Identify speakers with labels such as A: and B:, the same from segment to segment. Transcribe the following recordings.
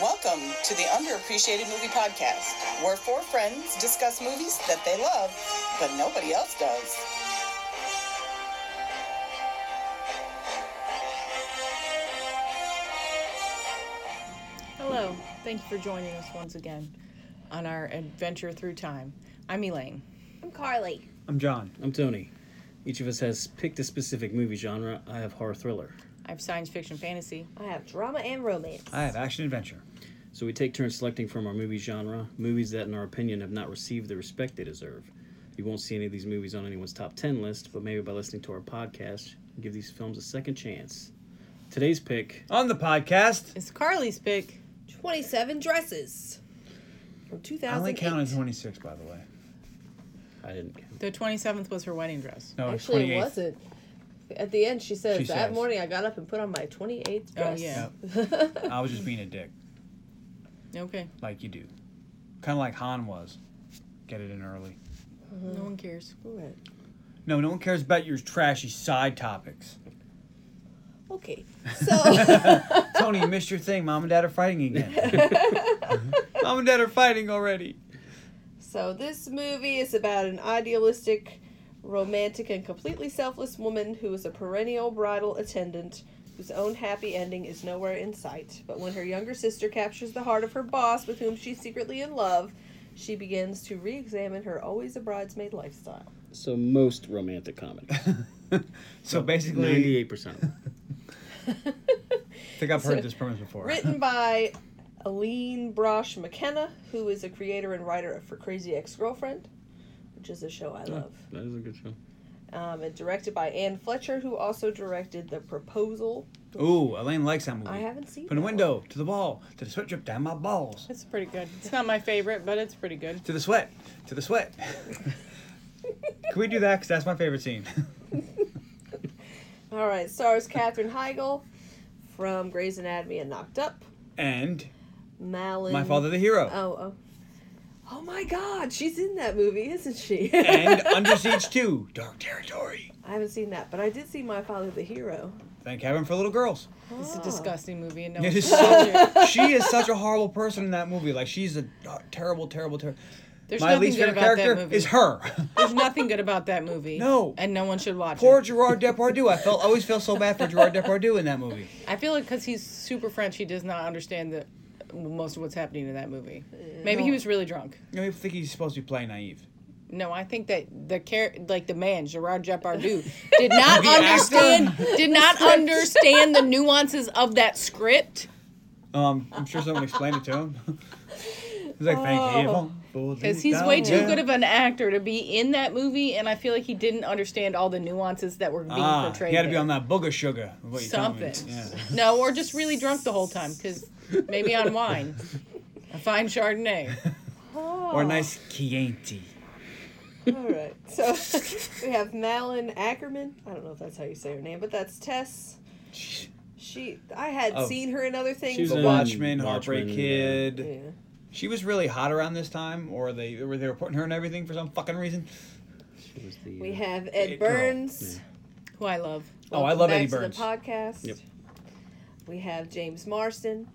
A: Welcome to the Underappreciated Movie Podcast, where four friends discuss movies that they love, but nobody else does.
B: Hello. Thank you for joining us once again on our adventure through time. I'm Elaine.
C: I'm Carly.
D: I'm John.
E: I'm Tony. Each of us has picked a specific movie genre. I have horror thriller.
B: I have science fiction fantasy.
C: I have drama and romance.
D: I have action adventure.
E: So we take turns selecting from our movie genre movies that, in our opinion, have not received the respect they deserve. You won't see any of these movies on anyone's top 10 list, but maybe by listening to our podcast, you give these films a second chance. Today's pick
D: On the podcast,
B: It's Carly's pick.
C: 27 dresses from
D: I only
C: 2008.
D: counted 26, by the way.
E: I didn't count.
B: The 27th was her wedding dress.
D: No, it's
C: Actually, it
D: 28.
C: wasn't. At the end, she says,
D: She
C: That
D: says.
C: morning I got up and put on my 28th
B: Oh,
C: dress.
B: yeah.
D: I was just being a dick,
B: Okay.
D: like you do. Kind of like Han was. Get it in early.
B: No one cares.
C: Alright.
D: No, no one cares about your trashy side topics.
C: Okay. So,
D: Tony, you missed your thing. Mom and Dad are fighting again. Mom and Dad are fighting already.
C: so this movie is about an idealistic, romantic, and completely selfless woman who is a perennial bridal attendant whose own happy ending is nowhere in sight. But when her younger sister captures the heart of her boss with whom she's secretly in love, she begins to re examine her always a bridesmaid lifestyle.
E: So most romantic comedies.
D: So basically,
E: 98% of them.
D: I think I've heard this premise before.
C: written by Aline Brosh McKenna, who is a creator and writer of for Crazy Ex Girlfriend, which is a show I love,
E: That is a good show.
C: um, and directed by Ann Fletcher, who also directed The Proposal.
D: Ooh, Elaine likes that movie.
C: I haven't seen
D: From the
C: that
D: window to the wall to the sweat drip down my balls
B: It's pretty good. It's not my favorite, but it's pretty good.
D: to the sweat to the sweat. Can we do that? Cause that's my favorite scene.
C: All right, stars Katherine Heigl from Grey's Anatomy and Knocked Up.
D: and
C: Malin.
D: My Father the Hero.
C: Oh, oh. Oh my God, she's in that movie, isn't she?
D: and Under Siege 2, Dark Territory.
C: I haven't seen that, but I did see My Father the Hero.
D: Thank heaven for little girls.
B: It's a
C: Ah.
B: disgusting movie, and no
D: It
B: one
D: is
B: should watch it.
D: She is such a horrible person in that movie. Like, she's a dar- terrible, terrible, terrible.
B: There's
D: My
B: nothing
D: least
B: good
D: favorite
B: about that
D: character
B: movie.
D: is her.
B: There's nothing good about that movie.
D: No.
B: And no one should watch
D: Poor
B: it.
D: Gerard Depardieu. I felt always feel so bad for Gerard Depardieu in that movie.
B: I feel like because he's super French, he does not understand the, most of what's happening in that movie. Maybe he was really drunk.
D: You know, people think he's supposed to be playing naive.
B: No, I think that the care, like the man Gerard Depardieu, did not
D: The actor?
B: understand did not understand the nuances of that script.
D: Um, I'm sure someone explained it to him. he's like, thank you.
B: Oh. Because he's way too good of an actor to be in that movie, and I feel like he didn't understand all the nuances that were being
D: Ah,
B: portrayed.
D: he had to be
B: there.
D: on that booger sugar. is what you're telling me.
B: something.
D: Yeah.
B: No, or just really drunk the whole time, because maybe on wine, a fine Chardonnay.
D: Or a nice Chianti.
C: Oh, All right. So we have Malin Ackerman. I don't know if that's how you say her name, but that's Tess. She, I had
D: Oh.
C: seen her in other things.
E: She was
C: but
D: The
E: in-
C: watch-
D: Watchmen, Heartbreak
E: Watchmen,
D: Kid.
C: yeah.
D: She was really hot around this time, or they were they reporting her and everything for some fucking reason.
E: She was the,
C: We
E: uh,
C: have Ed
D: It girl.
C: Burns.
B: Who I love.
D: Oh, I love
C: back
D: Eddie
C: to
D: Burns.
C: The podcast.
E: Yep.
C: We have James Marston.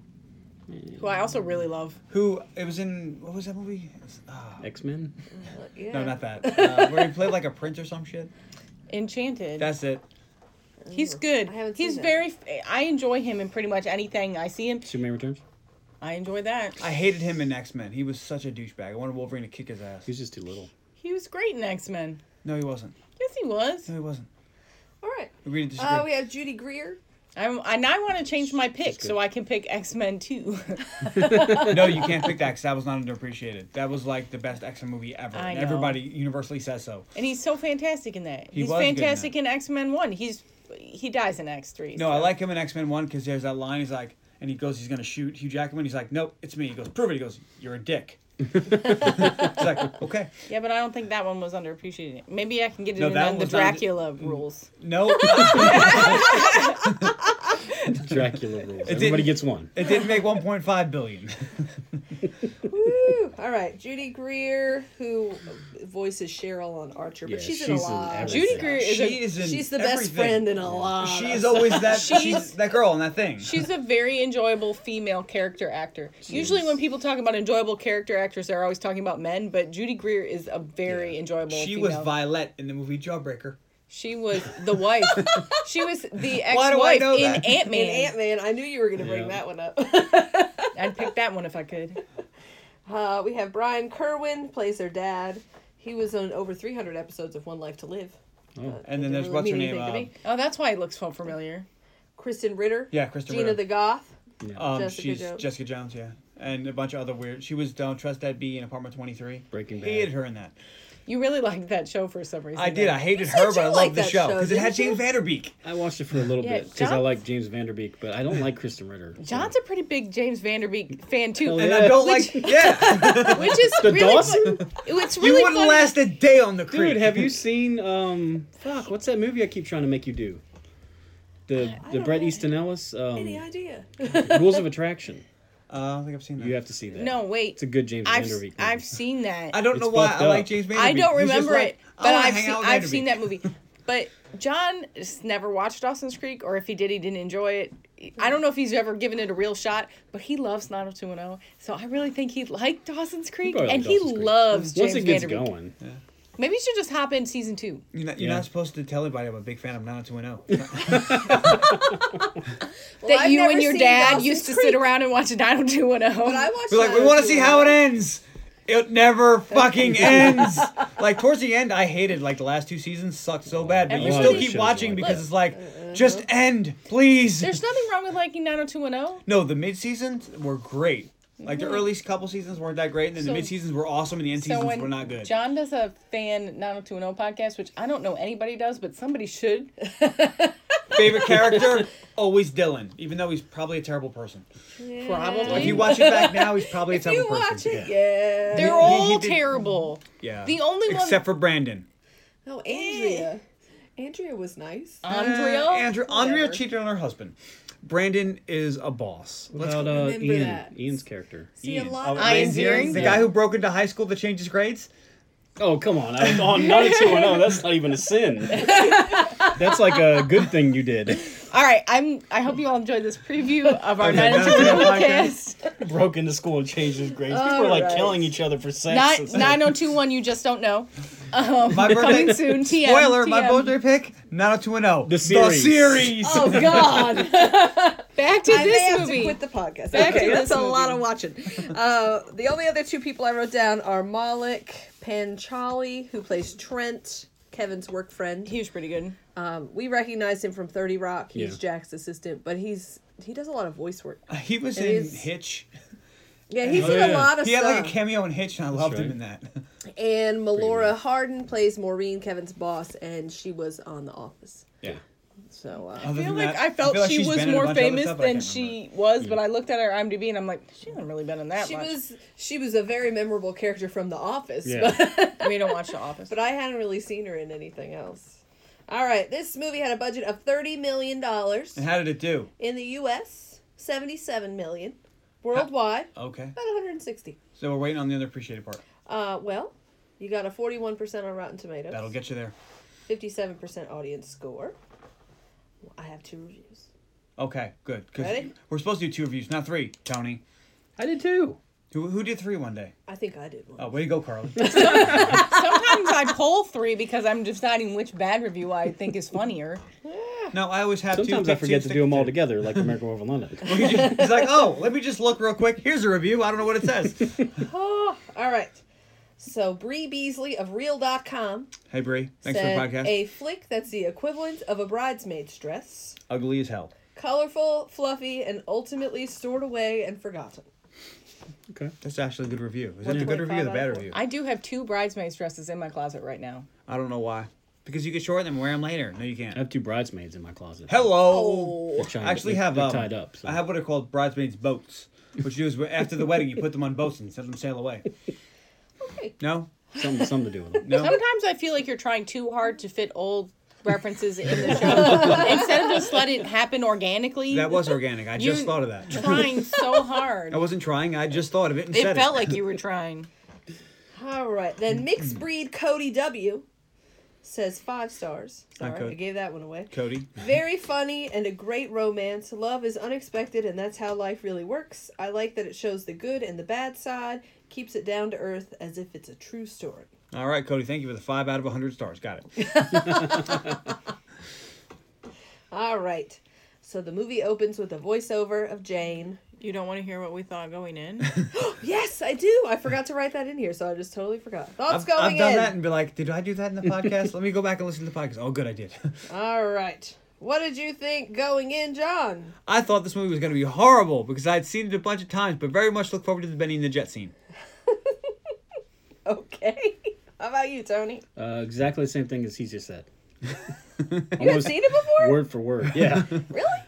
E: uh,
B: Who I also really love.
D: Who it was in? What was that movie? Ah,
E: X-Men?
C: Uh, yeah.
D: no, not that. Uh, where he played like a prince or some shit.
B: Enchanted.
D: That's it.
B: He's good.
C: I haven't
B: He's
C: seen that.
B: very. f- I enjoy him in pretty much anything I see him.
E: Superman Returns?
B: I enjoy that.
D: I hated him in X Men. He was such a douchebag. I wanted Wolverine to kick his ass.
E: He was just too little.
B: He was great in X Men.
D: No, he wasn't.
B: Yes, he was.
D: No, he wasn't.
C: All right.
D: Agree to disagree.
C: Uh, we have Judy Greer.
B: I'm, and I want to change my pick
E: good.
B: so I can pick X Men too.
D: no, you can't pick that 'cause that was not underappreciated. That was like the best X Men movie ever.
B: I
D: and
B: know.
D: Everybody universally says so.
B: and he's so fantastic in that.
D: He
B: he's
D: was good in
B: fantastic
D: that.
B: in, X Men One. He's he dies in X Three.
D: No, I like him in X Men One because there's that line. He's like, and he goes, he's gonna shoot Hugh Jackman. He's like, nope, it's me. He goes, prove it. He goes, you're a dick. it's like, okay,
B: Yeah, but I don't think that one was underappreciated. Maybe I can get it
D: No,
B: in
D: that
B: on the
D: was under- mm.
B: Dracula rules.
D: no,
E: Dracula rules.
D: didn't-
E: Everybody gets one.
D: it didn't make 1.5 billion.
C: Woo! All right, Judy Greer, who voices Cheryl on Archer, but
E: Yeah,
C: she's, in a
E: she's in
C: lot. of
E: everything.
B: Judy
C: stuff.
B: Greer is
D: She
B: a
D: is in
C: She's the best
D: everything.
C: friend in a lot.
D: She
C: of
D: is
C: stuff.
D: always that.
B: She's-
D: she's, that girl in that thing.
B: She's a very enjoyable female character actor. Usually, when people talk about enjoyable character actors, they're always talking about men. But Judy Greer is a very enjoyable.
D: she
B: female.
D: was Violet in the movie Jawbreaker.
B: She was the wife. she was the
D: Why do I
B: ex-wife
D: know
B: in
D: that?
B: Ant
C: in
B: Man.
C: Ant Man. I knew you were going to bring
E: Yeah.
C: that one up.
B: I'd pick that one if I could.
C: uh, we have Brian Kerwin plays their dad. He was on over 300 episodes of One Life to Live.
D: And then there's
C: Doesn't
D: what's her
C: mean
D: name?
C: anything to me.
D: Uh,
B: Oh, that's why it looks so familiar.
C: Kristen Ritter.
D: yeah, Kristen
C: Gina
D: Ritter.
C: the Goth.
D: um,
C: Jessica
D: she's
C: Jones.
D: Jessica Jones, yeah, and a bunch of other weird. She was Don't Trust That Bee in Apartment Twenty Three.
E: Breaking Bad.
D: Hated her in that.
B: You really liked that show for some reason.
D: I did. I hated
C: said
D: her, but
C: you
D: I
C: liked
D: loved the
C: that
D: show
C: show,
D: because it had
C: didn't you?
D: James Vanderbeek.
E: I watched it for a little
B: Yeah,
E: bit because I
B: John's-
E: like James Vanderbeek, but I don't like Kristen Ritter. so-
B: John's a pretty big James Vanderbeek fan too,
E: Hell
D: And
E: Yeah.
D: I don't like. Yeah,
B: which is
E: The
B: really
E: Dawson?
B: fun- It's really
D: you wouldn't
B: funny.
D: last a day on the creek.
E: Dude, have you seen um fuck, what's that movie I keep trying to make you do? The the
C: don't
E: Brett
C: know.
E: Easton Ellis
C: Any
E: um,
C: idea?
E: Rules of Attraction.
D: Uh, I don't think I've seen that.
E: You have to see that.
B: No, wait.
E: It's a good James
B: I've
E: Vanderbeek.
B: I've
E: movie.
B: seen that.
D: I don't
E: It's
D: know why
E: fucked
D: I like
E: up.
D: James Vanderbeek.
B: I don't
D: He's just
B: remember
D: like,
B: it,
D: I
B: but
D: wanna
B: I've
D: hang
B: seen,
D: out with
B: I've seen
D: Vanderbeek.
B: that movie. But John just never watched Dawson's Creek, or if he did, he didn't enjoy it. I don't know if he's ever given it a real shot, but he loves 90210, so I really think he liked Dawson's Creek,
E: probably
B: and
E: liked
B: he
E: Dawson's Creek.
B: loves James
E: Once it gets
B: Vanderbeek.
E: going.
B: Maybe you should just hop in season two.
D: You're not, you're
E: Yeah.
D: not supposed to tell anybody I'm a big fan of 90210.
C: Well,
B: that
C: I've
B: you
C: never
B: and your
C: seen
B: dad
C: Dawson's
B: used to
C: Creek,
B: sit around and watch 90210.
C: But I watched
D: We're like, we want to see how it
C: is.
D: ends. It never fucking ends. like towards the end, I hated like the last two seasons sucked so bad, but you still
B: Everybody-
D: keep watching because
B: Look.
D: it's like, just end, please.
B: There's nothing wrong with liking 90210.
D: no, the mid seasons were great. Like the early couple seasons weren't that great, and then
B: So-
D: the mid seasons were awesome, and the end
B: So
D: seasons
B: when
D: were not good.
B: John does a fan 90210 podcast, which I don't know anybody does, but somebody should.
D: Favorite character always Dylan, even though he's probably a terrible person.
B: Probably.
D: If you watch it back now, he's probably a
C: If you
D: terrible person.
C: watch it, yeah.
B: They're
D: He-
B: all
D: he did-
B: terrible.
D: yeah.
B: The only one-
D: except for Brandon.
C: No, Andrea. Andrea was nice.
B: Andrea.
D: Uh, Andrea, Andrea
C: Whatever.
D: cheated on her husband. Brandon is a boss.
E: What
D: Let's
E: about
D: go.
E: uh,
C: remember
E: Ian,
C: that.
E: Ian's character?
C: See, a
D: Ian.
C: lot of
D: Oh,
B: Ian
D: Ian
B: Ziering?
D: Ziering? The
E: Yeah.
D: guy who broke into high school to change his grades?
E: Oh come on! I was on none of two and oh, that's not even a sin. that's like a good thing you did.
B: All right, I'm. I hope you all enjoyed this preview of our oh
D: Okay, oh
B: night
D: that's
B: into the
D: a good
B: podcast.
E: Broke into school and changed his grades. People were like
C: Alright.
E: killing each other for sex.
B: Nine
E: It's like-
B: nine oh two one. You just don't know. Um,
D: My
B: coming
D: birthday.
B: soon. TM,
D: Spoiler, my
B: TM.
D: birthday pick, 90210.
E: The series.
D: oh. The series.
C: Oh God!
B: Back to
C: I may
B: this
C: have to
B: movie.
C: quit the podcast.
B: Back to
C: okay,
B: this
C: that's a lot
B: movie.
C: of watching. Uh, the only other two people I wrote down are Malik Panchali, who plays Trent, Kevin's work friend.
B: he was pretty good.
C: Um, we recognize him from Thirty Rock. He's
E: Yeah.
C: Jack's assistant, but he's he does a lot of voice work.
D: He was
C: It
D: in
C: is-
D: Hitch.
C: Yeah, he's
E: Oh,
C: in a
E: yeah.
C: lot of
D: He had
C: stuff.
D: like a cameo in Hitch, and I loved him
E: right.
D: in that.
C: and Melora
E: Pretty
C: Hardin plays Maureen, Kevin's boss, and she was on The Office.
E: Yeah.
C: So uh,
D: Other
B: I feel
D: than
B: like
D: that,
B: I felt
D: like
B: she
D: she's
B: was
D: been in a
B: more
D: bunch of other
B: famous
D: stuff, but I
B: than
D: can't remember.
B: she was, but I looked at her IMDb and I'm like, she hasn't really been in that
C: she
B: much.
C: was she was a very memorable character from The Office.
E: Yeah.
C: But,
B: we don't watch The Office.
C: but I hadn't really seen her in anything else. All right, this movie had a budget of thirty million dollars
D: And how did it do?
C: in the U.S., seventy-seven million worldwide,
D: Okay.
C: about one hundred and sixty.
D: So we're waiting on the underappreciated part.
C: Uh, well, you got a forty-one percent on Rotten Tomatoes.
D: That'll get you there.
C: fifty-seven percent audience score. I have two reviews.
D: Okay, good. 'cause
C: Ready?
D: We're supposed to do two reviews, not three, Tony.
E: I did too.
D: Who, who did three one day?
C: I think I did one.
D: Oh, way to go, Carly.
B: Sometimes I poll three because I'm deciding which bad review I think is funnier.
D: no, I always have
E: Sometimes
D: two.
E: I
D: pick two,
E: forget to
D: stick
E: do them all
D: two.
E: together, like American Werewolf in London.
D: He's like, oh, let me just look real quick. Here's a review. I don't know what it says.
C: Oh, all right. So Bree Beasley of Real.com
D: hey, Brie. Thanks
C: said
D: for the podcast.
C: a flick that's the equivalent of a bridesmaid's dress,
D: Ugly as hell.
C: colorful, fluffy, and ultimately stored away and forgotten.
E: okay.
D: That's actually a good review. Is that a good
C: 1.5
D: review or the
C: out
D: bad
C: of
D: review?
B: I do have two bridesmaids dresses in my closet right now.
D: I don't know why. Because you can short them and wear them later. No, you
E: I
D: can't.
E: have two bridesmaids in my closet.
D: Hello.
C: Oh,
E: They're tied-
D: I actually
E: they're-
D: have
E: they're
D: um,
E: tied up. so-
D: I have what are called bridesmaids boats, which you do is after the wedding you put them on boats and send them sail away.
C: okay.
D: No,
E: something, something to do with them.
D: no.
B: Sometimes I feel like you're trying too hard to fit old references in the show instead of just let it happen organically.
D: That was organic. I just
B: You-
D: thought of that.
B: trying so hard.
D: I wasn't trying. I just thought of it and
B: It
D: said
B: felt like you were trying.
C: All right,
D: Mm-hmm.
C: then mixed breed Cody W says five stars.
D: Hi,
C: Sorry, I
D: Cody.
C: gave that one away.
D: Cody.
C: Very funny and a great romance. Love is unexpected, and that's how life really works. I like that it shows the good and the bad side, keeps it down to earth as if it's a true story.
D: All right, Cody. Thank you for the five out of hundred stars. Got it.
C: All right, so the movie opens with a voiceover of Jane.
B: You don't want to hear what we thought going in?
C: Yes, I do. I forgot to write that in here, so I just totally forgot. Thoughts
D: I've,
C: going
D: I've done
C: in.
D: that and be like, did I do that in the podcast? Let me go back and listen to the podcast. Oh, good, I did.
C: All right. What did you think going in, John?
D: I thought this movie was going to be horrible because I'd seen it a bunch of times, but very much look forward to the Benny and the Jet scene.
C: Okay. How about you, Tony?
E: Uh, exactly the same thing as he just said.
C: You have seen it before?
E: Word for word. Yeah.
C: Really?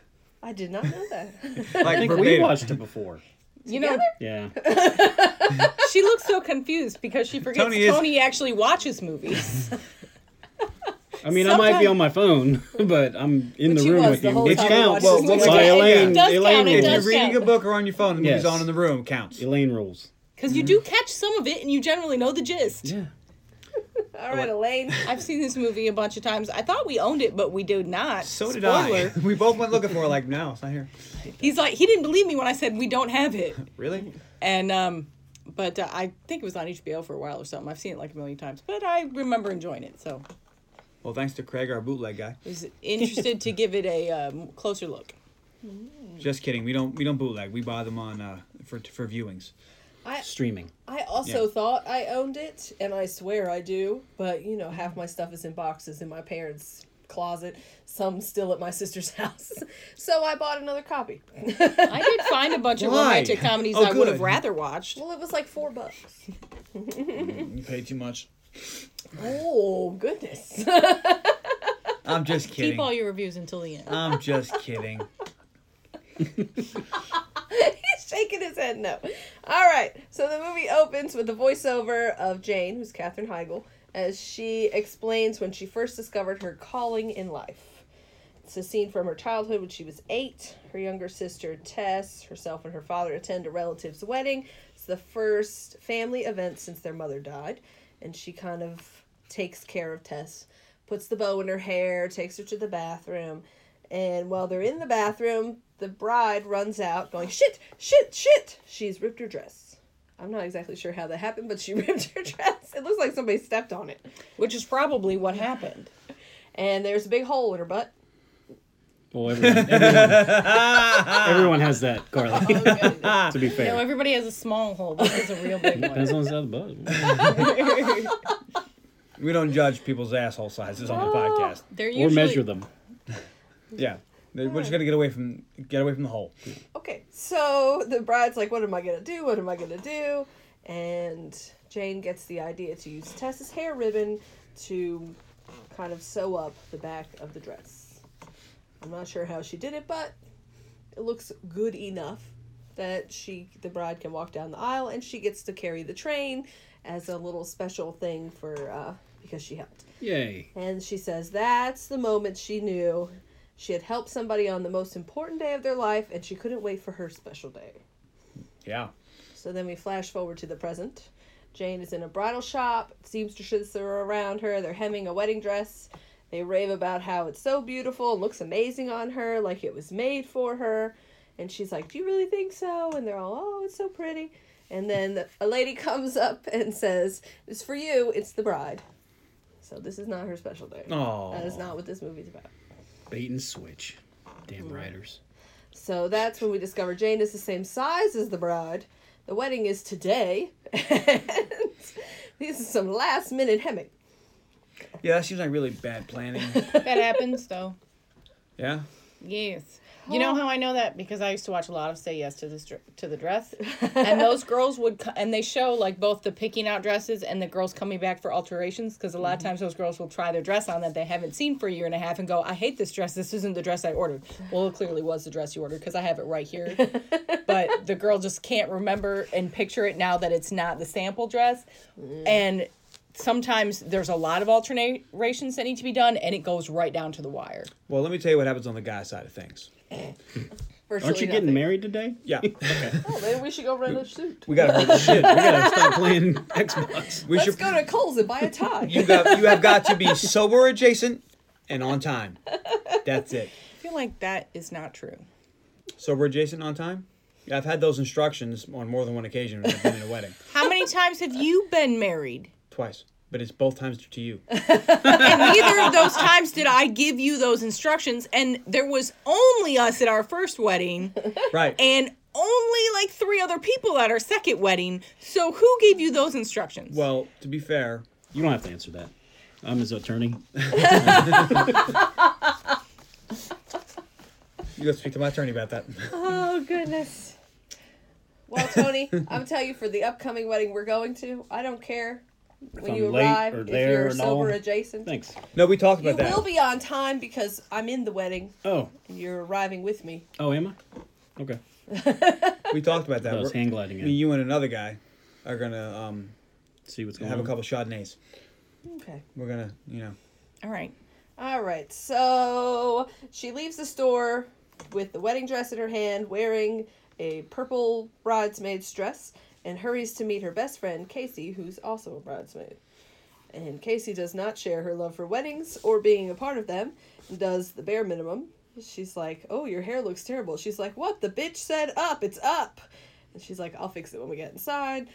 C: I did not know that.
D: Like
E: I think we
D: verbatim.
E: watched it before.
B: You know,
E: Yeah.
B: she looks so confused because she forgets
D: Tony
B: Tony,
D: is-
B: actually watches movies.
E: I mean, I might be on my phone, but I'm in
C: But
E: the
C: she
E: room
C: was
E: with
C: the
E: you.
C: whole
E: It
D: time we
E: counts.
D: watched Well, this what movie.
E: By
D: it
E: Elaine.
B: does
E: Elaine,
B: count, it
E: rules.
D: If
B: does
D: you're reading a
B: count.
D: book or on your phone, the movie's
E: Yes.
D: on in the room counts.
E: Elaine rules.
B: Because you
D: Mm-hmm.
B: do catch some of it and you generally know the gist.
E: Yeah.
C: All right, Elaine.
B: I've seen this movie a bunch of times. I thought we owned it, but we did not.
D: So did
B: Spoiler.
D: I. We both went looking for it, like, no, it's not here.
B: He's like, he didn't believe me when I said we don't have it.
D: Really?
B: And, um, but uh, I think it was on HBO for a while or something. I've seen it like a million times, but I remember enjoying it. So I
D: Well, thanks to Craig, our bootleg guy.
B: was interested to give it a um, closer look.
D: Just kidding. We don't. We don't bootleg. We buy them on uh, for for viewings.
E: Streaming.
C: I also
D: Yeah.
C: thought I owned it, and I swear I do, but you know, half my stuff is in boxes in my parents' closet, some still at my sister's house. So I bought another copy.
B: I did find a bunch of
D: Why?
B: romantic comedies
D: Oh,
B: I would
D: good.
B: have rather watched.
C: Well, it was like four bucks.
D: You pay too much.
C: Oh, goodness.
D: I'm just
B: Keep
D: kidding.
B: all your reviews until the end.
D: I'm just kidding.
C: He's shaking his head no. All right. So the movie opens with the voiceover of Jane, who's Katherine Heigl, as she explains when she first discovered her calling in life. It's a scene from her childhood when she was eight. Her younger sister Tess, herself, and her father attend a relative's wedding. It's the first family event since their mother died, and she kind of takes care of Tess, puts the bow in her hair, takes her to the bathroom, and while they're in the bathroom, the bride runs out going, shit, shit, shit. She's ripped her dress. I'm not exactly sure how that happened, but she ripped her dress. It looks like somebody stepped on it.
B: which is probably what happened.
C: And there's a big hole in her butt.
E: Well, everyone, everyone, everyone has that,
C: Oh,
E: Carly. to be fair.
B: No, everybody has a small hole. This is a real big one.
E: Depends on the size of the bug.
D: We don't judge people's asshole sizes on the podcast.
B: They're
E: Or
B: usually
E: measure them.
D: Yeah, we're just gonna get away from get away from the hole.
C: Okay, so the bride's like, what am I gonna do? What am I gonna do? And Jane gets the idea to use Tess's hair ribbon to kind of sew up the back of the dress. I'm not sure how she did it, but it looks good enough that she the bride can walk down the aisle and she gets to carry the train as a little special thing for uh, because she helped.
E: Yay.
C: And she says that's the moment she knew she had helped somebody on the most important day of their life and she couldn't wait for her special day.
D: Yeah.
C: So then we flash forward to the present. Jane is in a bridal shop. Seamstresses are around her. They're hemming a wedding dress. They rave about how it's so beautiful and looks amazing on her, like it was made for her. And she's like, Do you really think so? And they're all, Oh, it's so pretty. And then a lady comes up and says, It's for you, it's the bride. So this is not her special day.
D: Oh.
C: That is not what this movie's about.
E: Bait and switch. Damn writers.
C: So that's when we discover Jane is the same size as the bride. The wedding is today. and these are some last minute hemming.
D: Yeah, that seems like really bad planning.
B: that happens though.
D: yeah.
B: Yes. You know how I know that because I used to watch a lot of Say Yes to this dr- to the dress, and those girls would co- and they show like both the picking out dresses and the girls coming back for alterations because a lot of times those girls will try their dress on that they haven't seen for a year and a half and go I hate this dress this isn't the dress I ordered well it clearly was the dress you ordered because I have it right here but the girl just can't remember and picture it now that it's not the sample dress and sometimes there's a lot of alterations that need to be done and it goes right down to the wire.
D: Well, let me tell you what happens on the guy side of things.
C: virtually
E: Aren't you getting
C: nothing.
E: married today?
D: Yeah,
C: Oh, maybe we should go rent a suit.
D: we got to.
E: Shit, we gotta stop playing Xbox.
D: We
C: Let's
D: should.
C: go to Kohl's and buy a tie.
D: You got. You have got to be sober adjacent and on time. That's it.
B: I feel like that is not true.
D: Sober adjacent on time. Yeah, I've had those instructions on more than one occasion when I've been in a wedding.
B: How many times have you been married?
D: Twice, but it's both times to you.
B: And neither of those times did I give you those instructions. And there was only us at our first wedding
D: Right.
B: and only like three other people at our second wedding. So who gave you those instructions?
D: well, to be fair,
E: You don't have to answer that. I'm his attorney.
D: you got to speak to my attorney about that.
C: Oh goodness. Well, Tony, I'm telling you, for the upcoming wedding we're going to, I don't care when
E: I'm
C: you
E: late
C: arrive
E: or
C: if
E: there
C: you're
E: or no.
C: sober adjacent.
E: Thanks.
D: No, we talked
C: You
D: about that.
C: will be on time because I'm in the wedding
E: Oh,
C: and you're arriving with me.
E: oh, am I? Okay.
D: We talked about that.
E: I was
D: We're-
E: hand gliding
D: me,
E: in.
D: you, and another guy are gonna um,
E: See what's going
D: have a
E: on.
D: couple Chardonnays.
C: Okay.
D: We're gonna, you know,
B: All right.
C: All right. So she leaves the store with the wedding dress in her hand, wearing a purple bridesmaid's dress, and hurries to meet her best friend, Casey, who's also a bridesmaid. And Casey does not share her love for weddings or being a part of them, and does the bare minimum. She's like, Oh, your hair looks terrible. She's like, What? The bitch said up. It's up. And she's like, I'll fix it when we get inside.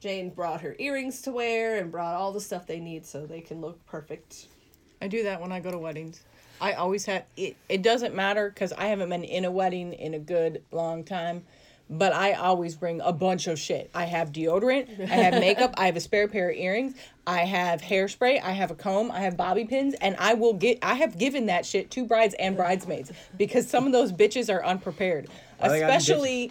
C: Jane brought her earrings to wear and brought all the stuff they need so they can look perfect
B: I do that when I go to weddings. I always have it. It doesn't matter because I haven't been in a wedding in a good long time, but I always bring a bunch of shit. I have deodorant. I have makeup. I have a spare pair of earrings. I have hairspray. I have a comb. I have bobby pins, and I will get. I have given that shit to brides and bridesmaids because some of those bitches are unprepared,
D: they got them
B: especially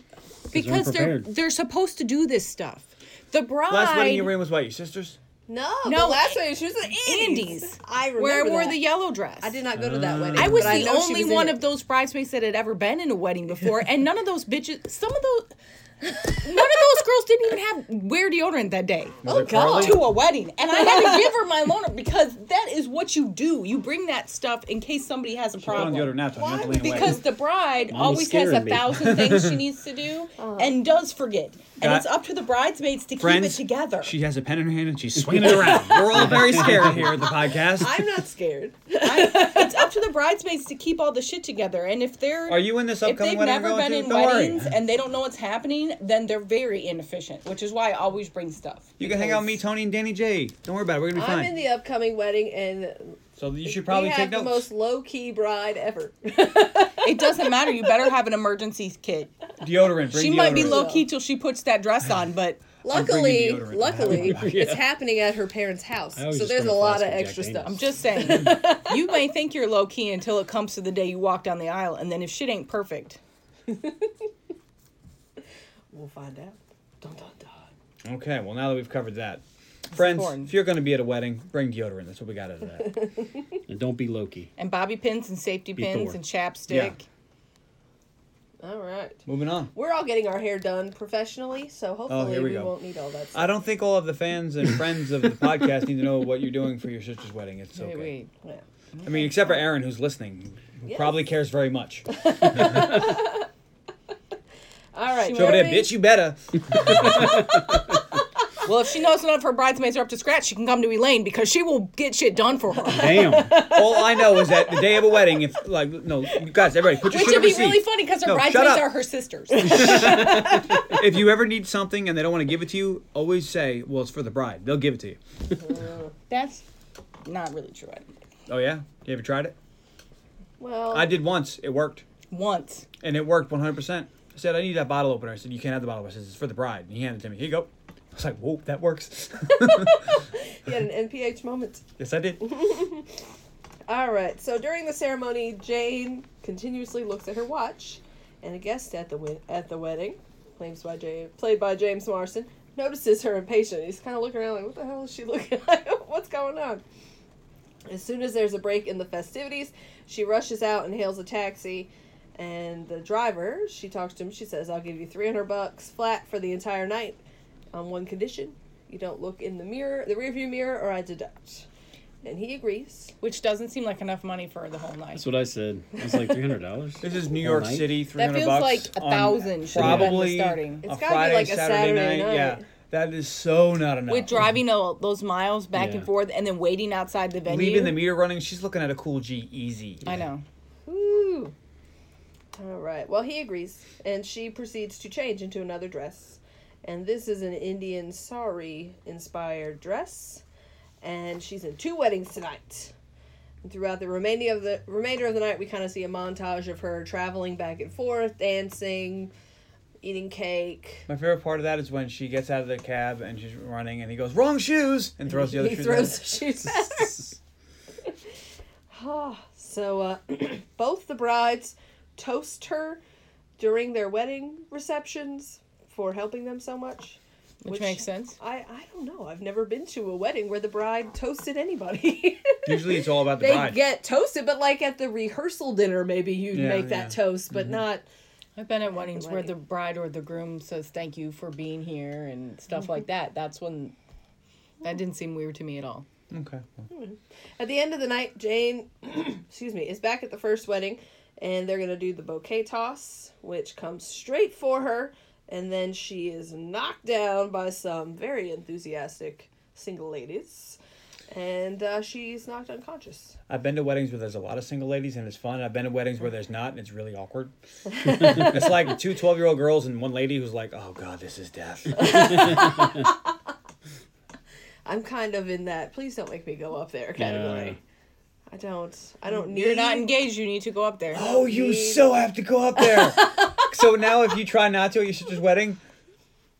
B: because they're
E: unprepared.
B: they're supposed to do this stuff. The bride.
D: last wedding you were in was what your sister's.
C: No,
B: No,
C: the last one she was at Andy's.
B: Andy's.
C: I remember
B: where I wore
C: that.
B: the yellow dress.
C: I did not go to
D: Ah.
C: that wedding.
B: I was
C: but
B: the
C: know she
B: only
C: was in
B: one
C: it.
B: of those bridesmaids that had ever been in a wedding before, and none of those bitches, some of those, none of those girls didn't even have wear deodorant that day
D: Oh
C: God.
B: to a wedding, and I had to give her my loaner because that is what you do. You bring that stuff in case somebody has a
D: Put on deodorant
B: problem.
D: now, Tony. Not to lean away.
B: Because the bride
E: Mama's
B: always has a
E: scaring me.
B: thousand things she needs to do
C: Uh-huh.
B: and does forget, and
D: Got-
B: it's up to the bridesmaids to
D: Friends,
B: keep it together.
D: She has a pen in her hand and she's swinging it around. We're all very scared here at the podcast.
C: I'm not scared.
B: I- it's up to the bridesmaids to keep all the shit together, and if they're
D: Are you in this
B: if
D: upcoming
B: they've
D: wedding?
B: never
D: we're going
B: been in
D: to? Don't
B: weddings
D: worry.
B: and they don't know what's happening, then they're very inefficient, which is why I always bring stuff.
D: You can hang out with me, Tony, and Danny J. Don't worry about it. We're gonna be
C: I'm
D: fine.
C: in the upcoming wedding, and
D: so you should
C: we
D: probably
C: have
D: take
C: the
D: notes.
C: most low key bride ever.
B: It doesn't matter. You better have an emergency kit.
D: Deodorant. Bring
B: She might be
D: deodorant.
B: low key till she puts that dress on, but
C: luckily,
D: deodorant.
C: luckily,
E: Yeah.
C: it's happening at her parents' house,
E: I always
C: so
E: just
C: there's a
E: bring a
C: lot of
E: flask of Jack
C: extra
E: Daniels.
C: stuff.
B: I'm just saying, you may think you're low key until it comes to the day you walk down the aisle, and then if shit ain't perfect,
C: We'll find out. Dun dun dun.
D: Okay. Well, now that we've covered that, friends,
B: porn.
D: if you're gonna be at a wedding, bring deodorant. That's what we got out of that.
E: And don't be Loki.
B: and bobby pins and safety
E: Be
B: pins
E: Thor.
B: and chapstick.
C: All right.
D: Moving on.
C: We're all getting our hair done professionally, so hopefully
D: Oh, here we
C: we,
D: go.
C: won't need all that stuff.
D: I don't think all of the fans and friends of the podcast need to know what you're doing for your sister's wedding. It's okay.
B: Wait, wait.
C: Yeah.
D: I mean, except for Aaron, who's listening, who
C: Yes.
D: probably cares very much.
C: All right.
D: Over there,
C: Jerry,
D: bitch, you better.
B: Well, if she knows none of her bridesmaids are up to scratch, she can come to Elaine because she will get shit done for her.
E: Damn.
D: All I know is that the day of a wedding, if like no, you guys, everybody, put your
B: Which
D: shit
B: would
D: up your
B: be
D: seat.
B: really funny because her
D: No, shut
B: bridesmaids
D: up.
B: are her sisters.
D: If you ever need something and they don't want to give it to you, always say, "Well, it's for the bride." They'll give it to you.
B: That's not really true. I don't think.
D: Oh yeah, you ever tried it?
C: Well,
D: I did once. It worked,
B: Once.
D: and it worked 100. percent I said, "I need that bottle opener." I said, "You can't have the bottle opener." I said, "It's for the bride." And he handed it to me. Here you go. I was like, "Whoa, that works."
C: you had an NPH moment.
D: yes, I did.
C: All right. So during the ceremony, Jane continuously looks at her watch, and a guest at the wed- at the wedding, claims by James, played by James Marston, notices her impatient. He's kind of looking around like, "What the hell is she looking at? What's going on?" As soon as there's a break in the festivities, she rushes out and hails a taxi. And the driver, she talks to him. She says, "I'll give you three hundred bucks flat for the entire night, on one condition: you don't look in the mirror, the rearview mirror, or I deduct." and he agrees.
B: which doesn't seem like enough money for the whole night.
E: That's what I said. It's like three hundred dollars.
D: This is New
E: Whole
D: York
E: night?
D: City, three
B: That
D: hundred
B: feels
D: bucks.
B: like a
D: on
B: thousand should
E: have been the
D: Probably
B: starting.
D: a
C: It's gotta be
D: Friday,
C: like a
D: Saturday,
C: Saturday
D: night.
C: night.
D: Yeah, that is so not enough.
B: With driving all those miles back
E: Yeah.
B: and forth and then waiting outside the venue.
D: leaving the meter running, she's looking at a cool G easy.
B: I know.
C: Woo! All right. Well, he agrees, and she proceeds to change into another dress. And this is an Indian sari inspired dress, and she's in two weddings tonight. And throughout the remainder of the remainder of the night, we kind of see a montage of her traveling back and forth, dancing, eating cake.
D: My favorite part of that is when she gets out of the cab and she's running, and he goes wrong shoes and throws the other
C: he
D: shoes.
C: throws
D: out.
C: the shoes back. Ah, so uh, both the brides toast her during their wedding receptions for helping them so much.
B: Which, makes sense.
C: I, I don't know. I've never been to a wedding where the bride toasted anybody.
D: Usually, it's all about the
C: they
D: bride.
C: get toasted, but like at the rehearsal dinner, maybe you'd
D: Yeah,
C: make
D: yeah. Mm-hmm.
C: that toast, but not.
B: I've been at weddings where
C: wedding.
B: the bride or the groom says thank you for being here and stuff like that. That's when that didn't seem weird to me at all.
D: okay.
C: At the end of the night, Jane, excuse me, is back at the first wedding, and they're gonna do the bouquet toss, which comes straight for her, and then she is knocked down by some very enthusiastic single ladies, and uh, she's knocked unconscious.
D: I've been to weddings where there's a lot of single ladies and it's fun. I've been to weddings where there's not and it's really awkward. it's like two 12 year old girls and one lady who's like, oh God, this is death.
C: I'm kind of in that. Please don't make me go up there category. I don't. I don't need.
B: You're not engaged. You need to go up there.
D: oh, you so have to go up there. so now if you try not to at your sister's wedding,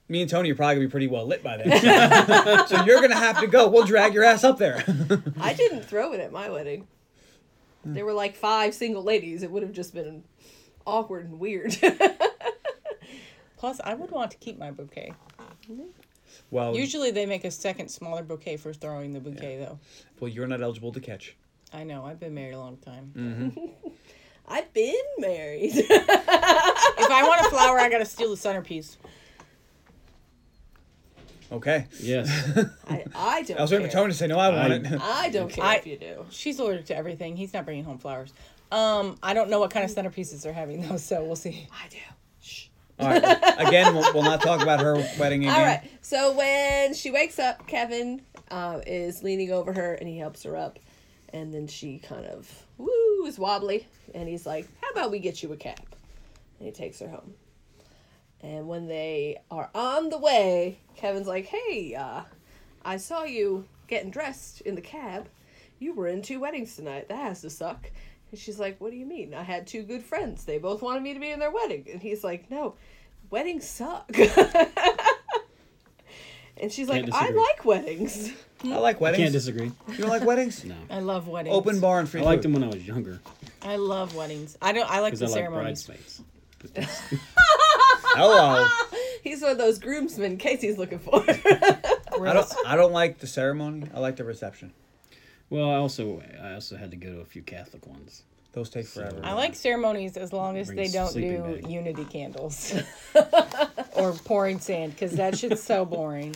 D: me and Tony are probably going to be pretty well lit by then. so you're going to have to go. We'll drag your ass up there.
C: I didn't throw it at my wedding. There were like five single ladies. It would have just been awkward and weird.
B: Plus, I would want to keep my bouquet.
D: well,
B: Usually, they make a second smaller bouquet for throwing the bouquet, though.
D: well, you're not eligible to catch.
B: I know. I've been married a long time.
C: I've been married.
B: If I want a flower, I gotta steal the centerpiece.
D: Okay.
E: Yes.
C: I, I don't
D: I was waiting
C: care.
D: for Tony to say, no, I want
E: I-
D: it.
C: I don't care
B: I-
C: if you do.
B: She's allergic to everything. He's not bringing home flowers. Um, I don't know what kind of centerpieces they're having though, so we'll see.
C: I do. Shh.
D: All right. Again, we'll, we'll not talk about her wedding again.
C: All right. So when she wakes up, Kevin uh, is leaning over her and he helps her up, and then she kind of woo is wobbly, and he's like, "How about we get you a cab?" And he takes her home. And when they are on the way, Kevin's like, "Hey, uh, I saw you getting dressed in the cab. You were in two weddings tonight. That has to suck. And she's like, What do you mean? I had two good friends. They both wanted me to be in their wedding. And he's like, No, weddings suck. and she's like,
E: Can't
C: I
E: disagree.
C: like weddings.
D: I like weddings.
E: Can't disagree.
D: You don't like weddings?
E: No.
B: I love weddings.
D: Open bar and free
E: I liked
D: food.
E: them when I was younger
B: I love weddings. I don't. I like
E: because
B: the
E: I like
B: ceremonies.
E: bridesmaids.
D: Hello.
C: He's one of those groomsmen Casey's looking for.
D: I don't. I don't like the ceremony. I like the reception.
E: Well, I also I also had to go to a few Catholic ones.
D: Those take forever.
B: I like ceremonies as long as
E: Bring
B: they
E: a
B: don't
E: sleeping
B: do
E: bag.
B: unity candles or pouring sand, because that shit's so boring.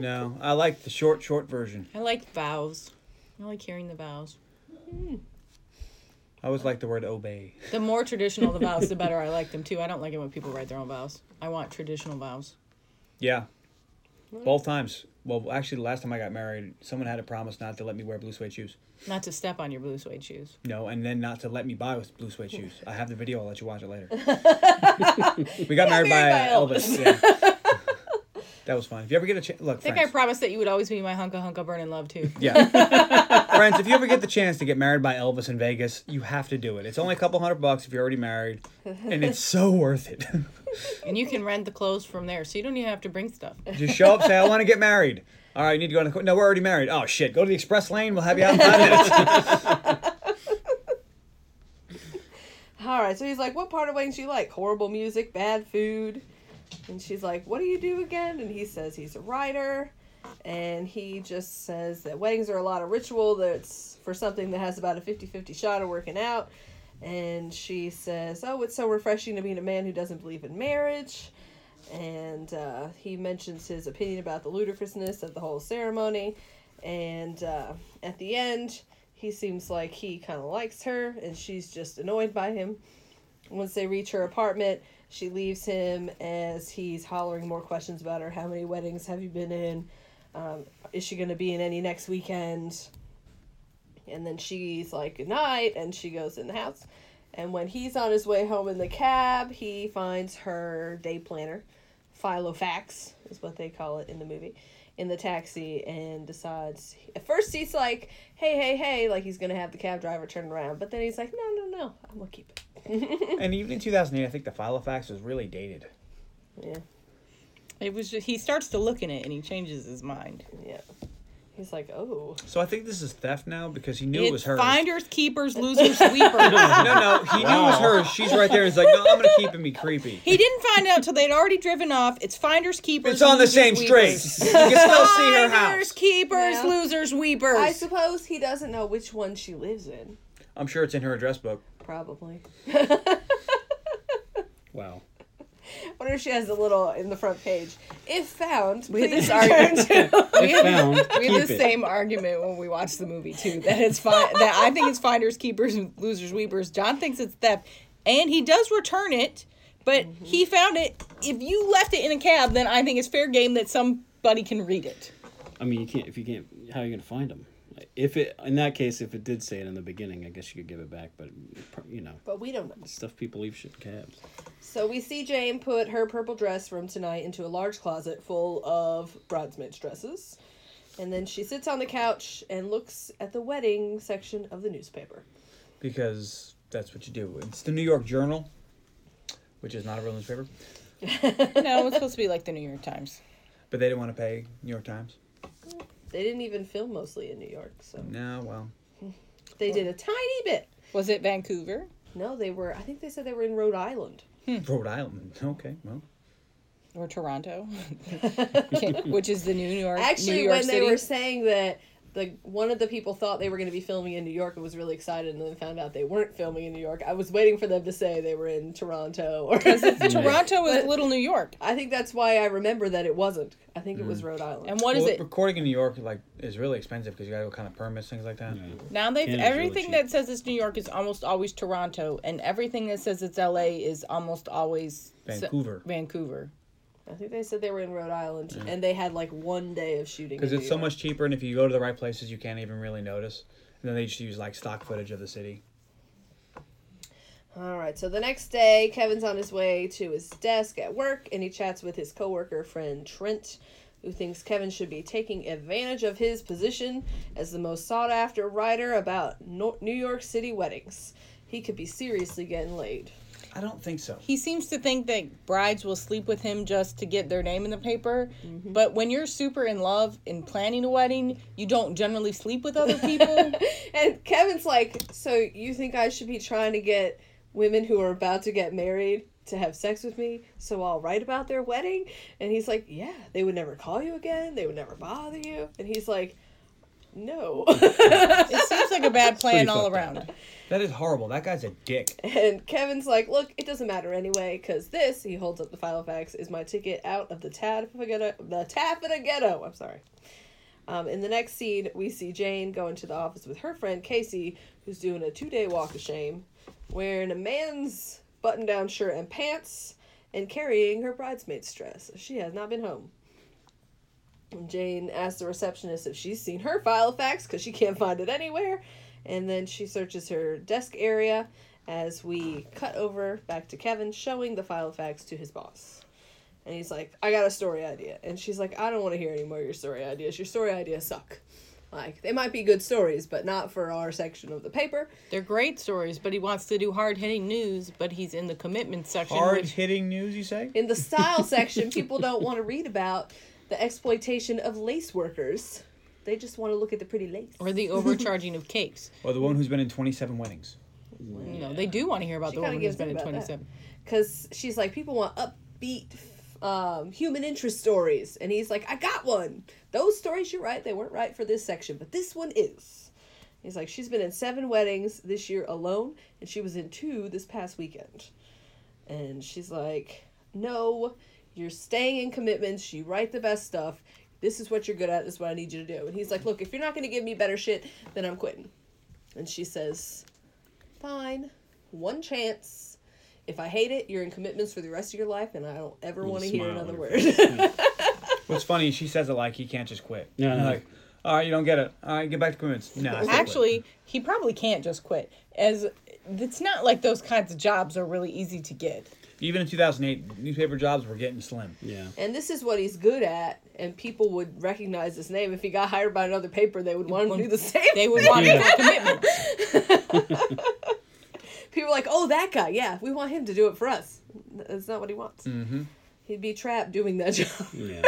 D: No, I like the short, short version.
B: I like vows. I like hearing the vows.
D: I always like the word obey.
B: The more traditional the vows, the better. I like them too. I don't like it when people write their own vows. I want traditional vows.
D: Yeah. Both times. Well, actually, the last time I got married, someone had a promise not to let me wear blue suede shoes.
B: Not to step on your blue suede shoes.
D: No, and then not to let me buy with blue suede shoes. I have the video. I'll let you watch it later. we got married, by,
C: married by
D: Elvis. Yeah. that was fun. If you ever get a chance, look,
B: I think I
D: friends.
B: promised that you would always be my hunka hunka burning love too.
D: Yeah. Friends, if you ever get the chance to get married by Elvis in Vegas, you have to do it. It's only a couple hundred bucks if you're already married, and it's so worth it.
B: And you can rent the clothes from there, so you don't even have to bring stuff.
D: Just show up, say, I want to get married. All right, you need to go to the court. No, we're already married. Oh, shit. Go to the express lane. We'll have you out in five minutes.
C: All right, so he's like, "What part of Wayne's you like? Horrible music, bad food." And she's like, "What do you do again?" And he says he's a writer, and he just says that weddings are a lot of ritual that's for something that has about a 50-50 shot of working out. And she says, "Oh, it's so refreshing to meet a man who doesn't believe in marriage." And uh, he mentions his opinion about the ludicrousness of the whole ceremony. And uh, at the end, he seems like he kind of likes her, and she's just annoyed by him. Once they reach her apartment, she leaves him as he's hollering more questions about her. How many weddings have you been in? Um, is she going to be in any next weekend? And then she's like, good night, and she goes in the house. And when he's on his way home in the cab, he finds her day planner, Philofax is what they call it in the movie, in the taxi and decides. At first, he's like, hey, hey, hey, like he's going to have the cab driver turn around. But then he's like, no, no, no, I'm going to keep it.
D: And even in 2008, I think the Filofax was really dated.
C: Yeah.
B: It was just, he starts to look in it and he changes his mind.
C: Yeah. He's like, oh.
D: So I think this is theft now because he knew it
B: it's
D: was hers.
B: finders, keepers, losers, sweepers.
D: No, no, he knew it was hers. She's right there. and He's like, no, I'm gonna keep him. Be creepy.
B: he didn't find out till they'd already driven off. It's finders, keepers.
D: It's on the
B: losers,
D: same street.
B: weepers.
D: You can still see her
B: Finders,
D: house.
B: keepers,
C: Yeah.
B: losers, weepers.
C: I suppose he doesn't know which one she lives in.
D: I'm sure it's in her address book.
C: Probably.
E: Wow.
C: wonder if she has a little in the front page. If found,
B: We had
C: please
B: this argument.
C: return to.
E: If found,
B: we
E: keep
B: had the
E: it.
B: same argument when we watched the movie too. That it's fine. that I think it's finders keepers and losers weepers. John thinks it's theft, and he does return it. But he found it. If you left it in a cab, then I think it's fair game that somebody can read it.
E: I mean, you can't if you can't. How are you gonna find them? If it in that case, if it did say it in the beginning, I guess you could give it back. But you know,
C: But we don't know.
E: stuff people leave shit in cabs.
C: So we see Jane put her purple dress from tonight into a large closet full of bridesmaids' dresses. And then she sits on the couch and looks at the wedding section of the newspaper.
D: because that's what you do. It's the New York Journal, which is not a real newspaper,
B: No, it's supposed to be like the New York Times.
D: but they didn't want to pay New York Times.
C: They didn't even film mostly in New York, so
D: No, well,
C: they did a tiny bit.
B: Was it Vancouver?
C: No, they were, I think they said they were in Rhode Island.
B: Hmm.
D: Rhode Island. Okay, well,
B: or Toronto, which is the new York.
C: Actually,
B: New York
C: when
B: City.
C: they were saying that the one of the people thought they were going to be filming in New York and was really excited, and then found out they weren't filming in New York. I was waiting for them to say they were in Toronto, or
B: Toronto is Little New York.
C: I think that's why I remember that it wasn't. I think
D: Mm.
C: it was Rhode Island.
B: And what is
D: Well,
B: it
D: Recording in New York like is really expensive because you got to go kind of permits things like that.
B: now? They've
E: Canada's really
B: everything
E: cheap.
B: that says it's New York is almost always Toronto, and everything that says it's L.A. is almost always s-
D: Vancouver.
B: Vancouver.
C: I think they said they were in Rhode Island, and they had like one day of shooting.
D: Because
C: in
D: it's
C: New
D: so
C: York.
D: much cheaper, and if you go to the right places, you can't even really notice. And then they just use like stock footage of the city.
C: All right, so the next day, Kevin's on his way to his desk at work and he chats with his coworker friend Trent, who thinks Kevin should be taking advantage of his position as the most sought after writer about no- New York City weddings. He could be seriously getting laid.
D: I don't think so.
B: He seems to think that brides will sleep with him just to get their name in the paper.
C: Mm-hmm.
B: But when you're super in love and planning a wedding, you don't generally sleep with other people.
C: And Kevin's like, So you think I should be trying to get women who are about to get married to have sex with me so I'll write about their wedding? And he's like, Yeah, they would never call you again. They would never bother you. And he's like, No.
B: it seems like a bad plan
E: pretty
B: all
E: fucked up.
B: around.
D: That is horrible. That guy's a dick.
C: and Kevin's like, Look, it doesn't matter anyway, because this, he holds up the file of facts, is my ticket out of the Taffeta ghetto. The Taffeta ghetto. I'm sorry. Um, in the next scene, we see Jane go into the office with her friend Casey, who's doing a two day walk of shame, wearing a man's button down shirt and pants, and carrying her bridesmaid's dress. She has not been home. And Jane asks the receptionist if she's seen her file of facts because she can't find it anywhere, and then she searches her desk area as we cut over back to Kevin showing the file of facts to his boss. And he's like, I got a story idea. And she's like, I don't want to hear any more of your story ideas. Your story ideas suck. Like, they might be good stories, but not for our section of the paper.
B: They're great stories, but he wants to do hard hitting news, but he's in the commitment section.
D: Hard
B: which-
D: hitting news, you say?
C: In the style section, people don't want to read about the exploitation of lace workers. They just want to look at the pretty lace.
B: or the overcharging of cakes.
D: Well, the one who's been in 27 weddings.
B: You know, they do want to hear about
C: She
B: the
C: kinda
B: woman
C: gives
B: who's been
C: up
B: in
C: about that.
B: 27.
C: because she's like people want upbeat f- um, human interest stories and he's like i got one those stories you're right they weren't right for this section but this one is he's like she's been in seven weddings this year alone and she was in two this past weekend and she's like no you're staying in commitments you write the best stuff This is what you're good at. This is what I need you to do. And he's like, look, if you're not going to give me better shit, then I'm quitting. And she says, fine, one chance. If I hate it, you're in commitments for the rest of your life, and I don't ever
E: With a
C: want to hear
E: smile
C: another
E: on her
C: word.
E: face.
D: What's funny, she says it like he can't just quit.
E: No,
D: And
E: no.
D: Like, all right, you don't get it. All right, get back to commitments. No, I still quit.
B: Actually, he probably can't just quit. As it's not like those kinds of jobs are really easy to get.
D: even in 2008, newspaper jobs were getting slim.
E: yeah.
C: and this is what he's good at, and people would recognize his name. If he got hired by another paper, they would want him to do the same.
B: They would want him
E: Yeah.
B: for commitment.
C: People are like, oh, that guy, yeah, we want him to do it for us. That's not what he wants. Mm-hmm. He'd be trapped doing that job.
E: Yeah.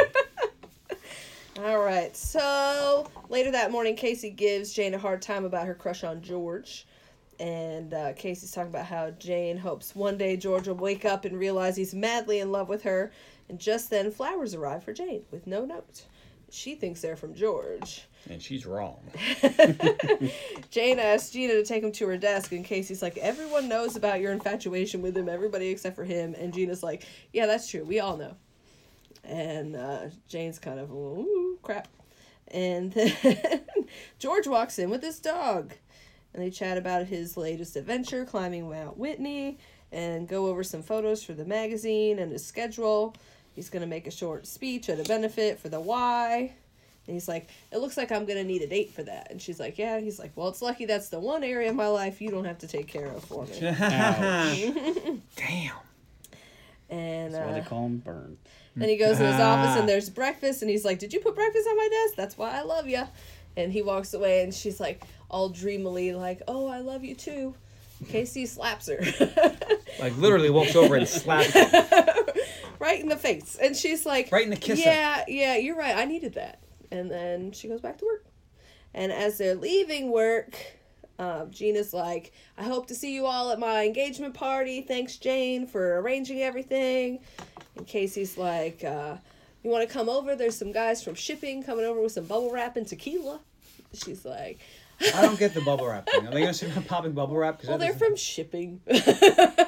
C: All right. So later that morning, Casey gives Jane a hard time about her crush on George. And uh, Casey's talking about how Jane hopes one day George will wake up and realize he's madly in love with her. And just then, flowers arrive for Jane with no note. She thinks they're from George.
D: And she's wrong.
C: Jane asks Gina to take him to her desk, and Casey's like, Everyone knows about your infatuation with him, everybody except for him. And Gina's like, Yeah, that's true. We all know. And uh, Jane's kind of, Ooh, crap. And then George walks in with his dog. And they chat about his latest adventure, climbing Mount Whitney, and go over some photos for the magazine and his schedule. He's going to make a short speech at a benefit for the Y. And he's like, it looks like I'm gonna need a date for that. And she's like, yeah. He's like, well, it's lucky that's the one area of my life you don't have to take care of for me.
E: Ouch.
D: Damn.
C: And
E: That's why they
C: uh,
E: call him Burn.
C: then he goes in his
D: Ah.
C: office and there's breakfast. And he's like, did you put breakfast on my desk? That's why I love you. And he walks away and she's like, all dreamily, like, oh, I love you too. Casey slaps her
D: Like literally walks over and slaps her.
C: right in the face. And she's like,
D: Right in the kisser.
C: Yeah, yeah, you're right. I needed that. And then she goes back to work. And as they're leaving work, um, Gina's like, I hope to see you all at my engagement party. Thanks, Jane, for arranging everything. And Casey's like, uh, You want to come over? There's some guys from shipping coming over with some bubble wrap and tequila. She's like,
D: I don't get the bubble wrap thing. Are they gonna sit around popping bubble wrap? 'Cause
C: Well,
D: that
C: they're
D: doesn't-
C: from shipping.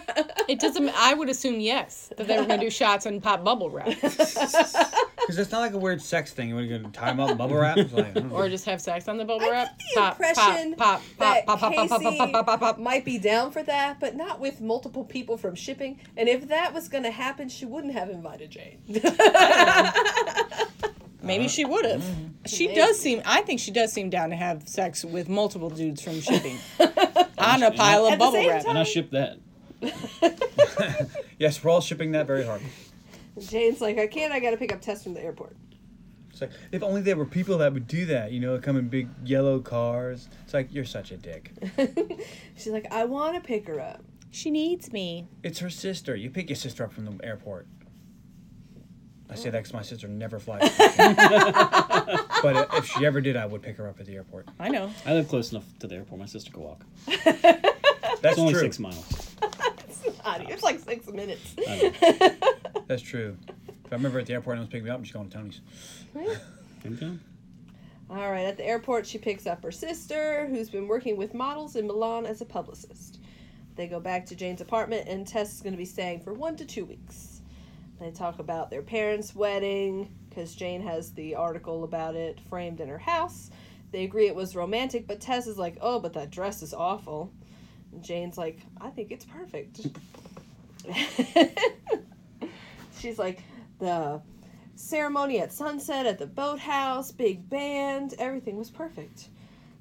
B: It doesn't. I would assume yes that they were going to do shots and pop bubble wrap
D: Because that's not like a weird sex thing. We're gonna tie them up in bubble wrap. It's like, oh. I don't know.
B: or just have sex on the bubble
C: I
B: wrap.
C: got the impression
B: pop,
C: that
B: pop, pop, pop, pop, pop, pop, pop, pop, pop, pop.
C: Casey might be down for that, but not with multiple people from shipping. And if that was going to happen, she wouldn't have invited Jane.
B: Maybe she would have.
E: Mm-hmm.
B: She does seem. I think she does seem down to have sex with multiple dudes from shipping on a pile
C: At the
B: of bubble
C: same
B: wrap.
E: And I ship that.
D: yes, we're all shipping that very hard.
C: Jane's like, I can't. I got to pick up Tess from the airport.
D: It's like if only there were people that would do that. You know, come in big yellow cars. It's like you're such a dick.
C: She's like, I want to pick her up.
B: She needs me.
D: It's her sister. You pick your sister up from the airport. I say that because my sister never flies. but uh, if she ever did, I would pick her up at the airport.
B: I know.
E: I live close enough to the airport. My sister could walk. It's
D: That's
E: only
D: true.
E: six miles.
C: Honey, it's like six minutes.
E: I know.
D: That's true. If I remember at the airport, I was picking me up and she's going to Tony's.
E: Okay.
C: All right, at the airport, she picks up her sister, who's been working with models in Milan as a publicist. They go back to Jane's apartment, and Tess is going to be staying for one to two weeks. They talk about their parents' wedding, because Jane has the article about it framed in her house. They agree it was romantic, but Tess is like, oh, but that dress is awful. And Jane's like, I think it's perfect. She's like, the ceremony at sunset at the boathouse, big band, everything was perfect.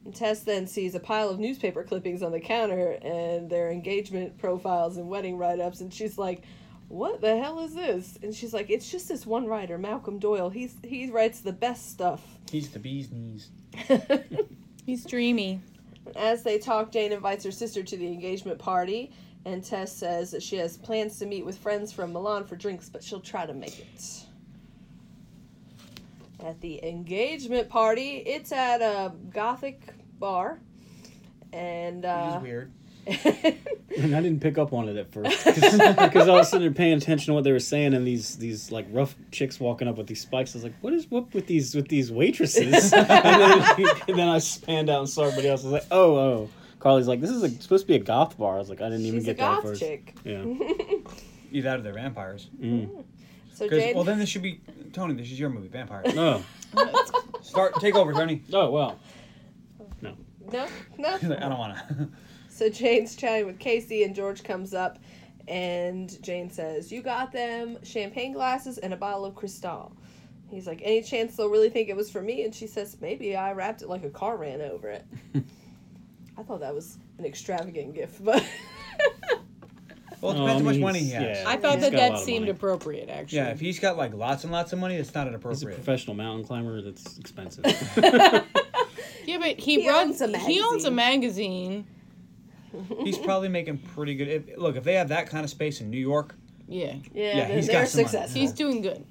C: And Tess then sees a pile of newspaper clippings on the counter and their engagement profiles and wedding write ups, and she's like, what the hell is this? And she's like, it's just this one writer, Malcolm Doyle. He's he writes the best stuff.
D: He's the bee's knees.
B: He's dreamy.
C: As they talk, Jane invites her sister to the engagement party, and Tess says that she has plans to meet with friends from Milan for drinks, but she'll try to make it. At the engagement party, it's at a gothic bar, and uh,
D: weird.
E: And I didn't pick up on it at first because I was sitting there paying attention to what they were saying, and these these like rough chicks walking up with these spikes. I was like, "What is what with these with these waitresses?" and, then, and then I spanned out and saw everybody else. I was like, "Oh, oh." Carly's like, "This is a, supposed to be a goth bar." I was like, "I didn't even
C: she's a
E: get that at
C: goth
E: first.
C: chick.
E: Yeah, Mm.
D: Either that or they're vampires.
C: So So
D: Because
C: Jade,
D: well, then this should be Tony. This is your movie, Vampire.
E: Oh,
D: Start, take over, Tony.
E: oh well. No.
C: no, no.
D: He's like, I don't want to.
C: So Jane's chatting with Casey, and George comes up, and Jane says, "You got them champagne glasses and a bottle of Cristal." He's like, "Any chance they'll really think it was for me?" And she says, "Maybe I wrapped it like a car ran over it." I thought that was an extravagant gift, but
D: Well, it
E: No,
D: depends
E: I
D: how much
E: mean,
D: money he
E: Oh, he's-
D: has.
E: yeah.
D: Yeah.
B: I thought
E: He's
B: that
E: got a
B: that
E: lot of
B: seemed
E: money.
B: appropriate, actually.
D: if he's got like lots and lots of money, that's not
E: He's a
D: inappropriate.
E: professional mountain climber. That's expensive.
B: yeah, but he,
C: He
B: runs.
C: owns a
B: he owns a magazine.
D: he's probably making pretty good. If, look, if they have that kind of space in New York,
B: Yeah,
C: yeah,
D: Yeah,
C: they're,
D: he's got
C: they're
D: some money.
C: successful.
B: he's doing good.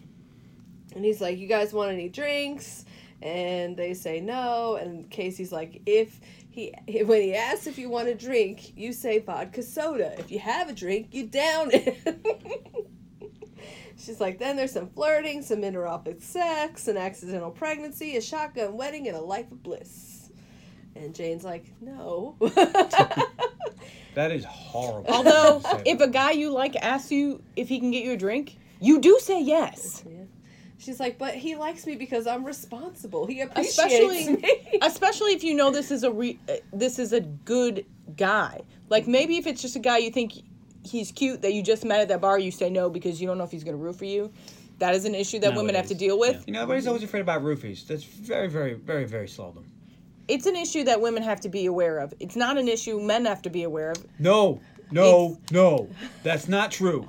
C: And he's like, "You guys want any drinks?" And they say no. And Casey's like, "If he when he asks if you want a drink, you say vodka soda. If you have a drink, you down it." She's like, "Then there's some flirting, some interoffice sex, an accidental pregnancy, a shotgun wedding, and a life of bliss." And Jane's like, "No."
D: that is horrible.
B: Although,
D: Say that.
B: if a guy you like asks you if he can get you a drink, you do say yes.
C: She's like, "But he likes me because I'm responsible. He appreciates
B: Especially,
C: me."
B: especially if you know this is a re, uh, this is a good guy. Like maybe if it's just a guy you think he's cute that you just met at that bar, you say no because you don't know if he's gonna root for you. That is an issue that women have to
E: Nowadays,
B: deal with.
D: you know, everybody's always afraid about roofies. That's very, very, very, very seldom.
B: It's an issue that women have to be aware of. It's not an issue men have to be aware of.
D: No, no, no. That's not true.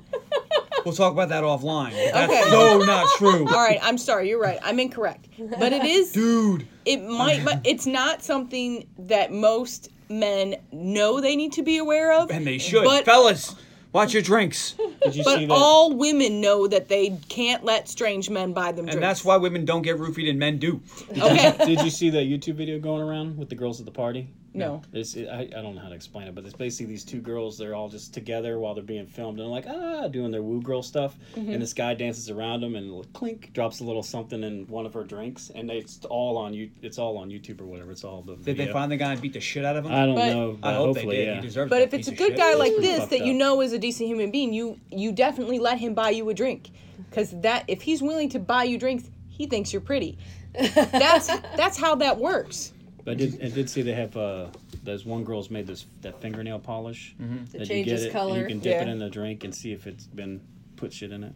D: We'll talk about that offline. but That's
B: Okay.
D: so not true.
B: All right, I'm sorry, you're right. I'm incorrect. But it is
D: Dude.
B: it might but it's not something that most men know they need to be aware of.
D: And they should.
B: But
D: Fellas, watch your drinks.
E: Did you see
B: But
E: that?
B: all women know that they can't let strange men buy them
D: And
B: drinks.
D: that's why women don't get roofied and men do.
B: okay.
E: Did you see that YouTube video going around with the girls at the party?
B: No.
E: It's, it, I, I don't know how to explain it, but it's basically these two girls. They're all just together while they're being filmed, and they're like ah, doing their woo girl stuff.
B: Mm-hmm.
E: And this guy dances around them and clink drops a little something in one of her drinks, and it's all on you. It's all on YouTube or whatever. It's all the.
D: Did they
E: video.
D: find the guy and beat the shit out of him?
E: I don't
B: But-
E: know. But
D: I hope
E: hopefully,
D: they did.
E: yeah.
D: He deserves
B: But
D: that
B: if it's a
D: piece of
B: good
D: shit.
B: guy
E: It's
B: like
E: pretty
B: this
E: fucked
B: that you
E: up.
B: know is a decent human being, you you definitely let him buy you a drink. Cuz that if he's willing to buy you drinks, he thinks you're pretty. That's that's how that works.
E: But I did, I did see they have uh, those one girl's made this that fingernail polish
D: Mm-hmm.
E: that you
C: changes
E: get it,
C: color.
E: And you can dip it
B: Yeah.
E: in the drink and see if it's been put shit in it.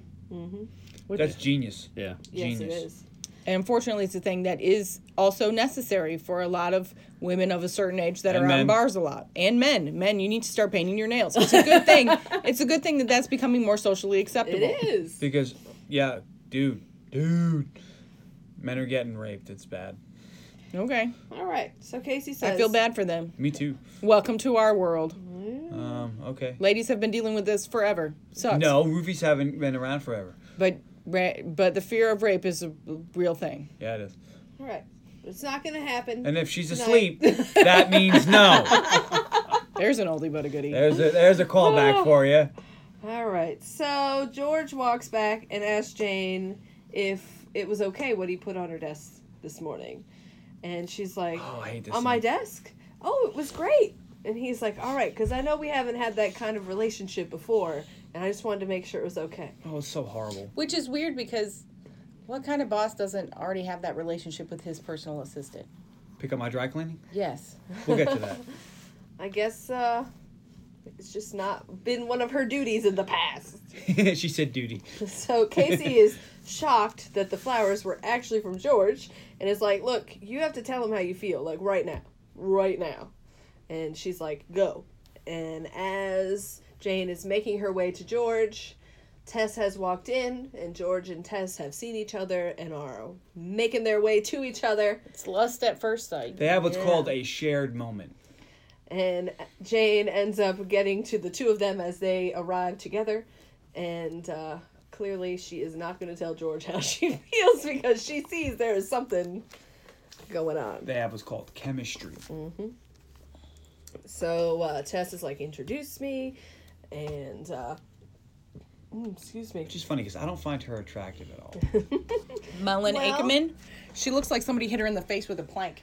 D: That's genius.
E: Yeah.
C: yes, it
D: Genius.
C: is.
B: And unfortunately, it's a thing that is also necessary for a lot of women of a certain age that
D: And
B: are
D: men.
B: on bars a lot, and men. Men, you need to start painting your nails. It's a good thing. it's a good thing that that's becoming more socially acceptable.
C: It is.
D: Because, yeah, dude, dude, men are getting raped. It's bad.
B: Okay,
C: All right. So Casey says,
B: I feel bad for them.
D: Me too.
B: Welcome to our world.
D: Um, okay.
B: Ladies have been dealing with this forever. Sucks.
D: No, roofies haven't been around forever.
B: but ra- but the fear of rape is a real thing.
D: Yeah, it is.
C: All right. It's not going to happen.
D: And if she's
C: Tonight.
D: asleep, that means no.
B: There's an oldie but a goodie.
D: There's a there's a callback for you.
C: All right. So George walks back and asks Jane if it was okay what he put on her desk this morning. And she's like,
D: Oh, I hate this.
C: On my
D: scene.
C: desk? Oh, it was great. And he's like, All right, because I know we haven't had that kind of relationship before. And I just wanted to make sure it was okay.
D: Oh, it's so horrible.
B: Which is weird because, what kind of boss doesn't already have that relationship with his personal assistant?
D: Pick up my dry cleaning.
B: Yes.
D: We'll get to that.
C: I guess uh, it's just not been one of her duties in the past.
D: she said duty.
C: So Casey is shocked that the flowers were actually from George and is like, Look, you have to tell him how you feel, like right now. Right now. And she's like, Go. And as Jane is making her way to George, Tess has walked in, and George and Tess have seen each other and are making their way to each other.
B: It's lust at first sight.
D: They have what's called a shared moment.
C: And Jane ends up getting to the two of them as they arrive together. And uh, clearly, she is not going to tell George how she feels because she sees there is something going on.
D: They have what's called chemistry.
C: So uh, Tess is like, introduce me. And, uh, mm, excuse me.
D: Which is funny because I don't find her attractive at all.
B: Melon
C: Well-
B: Ackerman. She looks like somebody hit her in the face with a plank.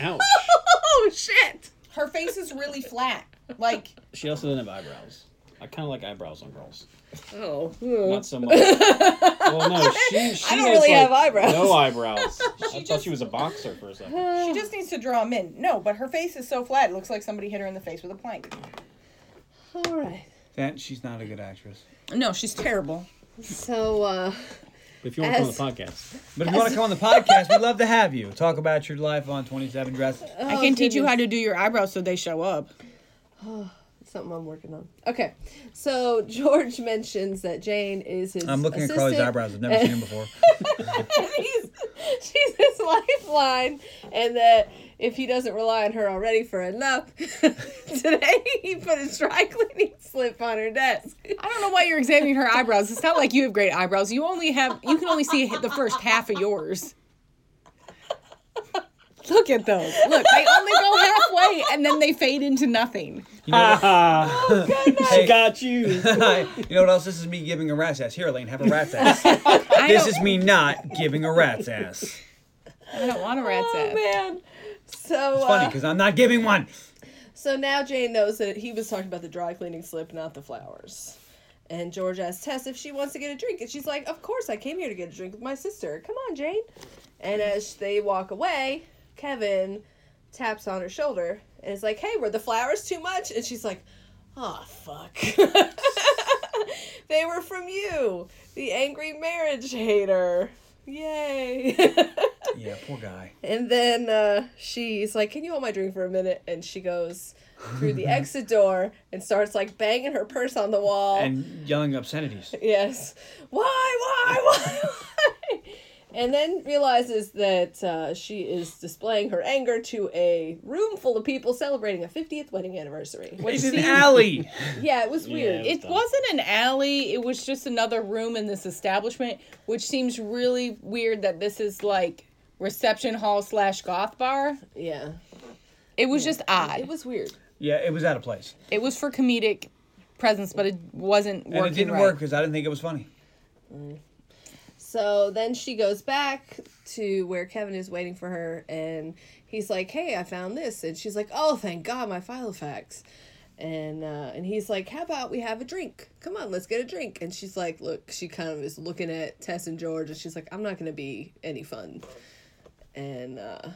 E: Ouch.
C: Oh, shit!
B: Her face is really flat. Like
E: she also doesn't have eyebrows. I kind of like eyebrows on girls.
B: Oh.
E: Not so much. well, no, she, she
C: Uh-huh. I don't
E: has,
C: really
E: like,
C: have eyebrows.
E: No eyebrows. I thought
B: just-
E: she was a boxer for a second.
B: She just needs to draw them in. No, but her face is so flat, it looks like somebody hit her in the face with a plank.
C: All right.
D: That she's not a good actress.
B: No, she's terrible.
C: So, uh,
E: If you want to
C: As-
E: come on the podcast,
D: But if you want to come on the podcast, we'd love to have you. Talk about your life on 27 Dress.
B: I can teach you how to do your eyebrows so they show up.
C: something I'm working on. Okay. So, George mentions that Jane is his
D: I'm looking at
C: assistant.
D: Carly's eyebrows. I've never seen them before.
C: He's- she's his lifeline, and that if he doesn't rely on her already for enough, today he put his dry cleaning slip on her desk.
B: I don't know why you're examining her eyebrows. It's not like you have great eyebrows. You only have you can only see the first half of yours. Look at those. Look, they only go halfway and then they fade into nothing.
D: You know, what-
E: she got you.
D: you know what else? This is me giving a rat's ass. Here, Elaine, have a rat's ass. this is me not giving a rat's ass. It's
B: I don't want a rat's
C: Oh
B: ass.
C: man. So
D: funny
C: uh,
D: because I'm not giving one.
C: so now Jane knows that he was talking about the dry cleaning slip, not the flowers. And George asks Tess if she wants to get a drink, and she's like, "Of course, I came here to get a drink with my sister. Come on, Jane." And as they walk away, Kevin taps on her shoulder and is like, "Hey, were the flowers too much?" And she's like, "Oh fuck." They were from you, the angry marriage hater. Yay.
D: Yeah, poor guy.
C: And then uh, she's like, "Can you hold my drink for a minute?" And she goes through the exit door and starts like banging her purse on the wall.
D: And yelling obscenities.
C: yes, why, why, why, why? And then realizes that uh, she is displaying her anger to a room full of people celebrating a fiftieth wedding anniversary.
D: It's an alley.
C: Yeah, it was weird.
E: Yeah.
C: It
B: It wasn't an alley, it was just another room in this establishment, which seems really weird that this is like reception hall slash goth bar.
C: yeah,
B: It
D: Hmm.
B: was just odd.
C: it was weird.
D: Yeah, it was out of place.
B: It was for comedic presence, but it wasn't working.
D: And it didn't
B: right.
D: work because I didn't think it was funny.
C: So then she goes back to where Kevin is waiting for her, and he's like, "Hey, I found this," and she's like, "Oh, thank God, my file fax." And uh, and he's like, "How about we have a drink? Come on, let's get a drink." And she's like, "Look," she kind of is looking at Tess and George, and she's like, "I'm not gonna be any fun." And uh,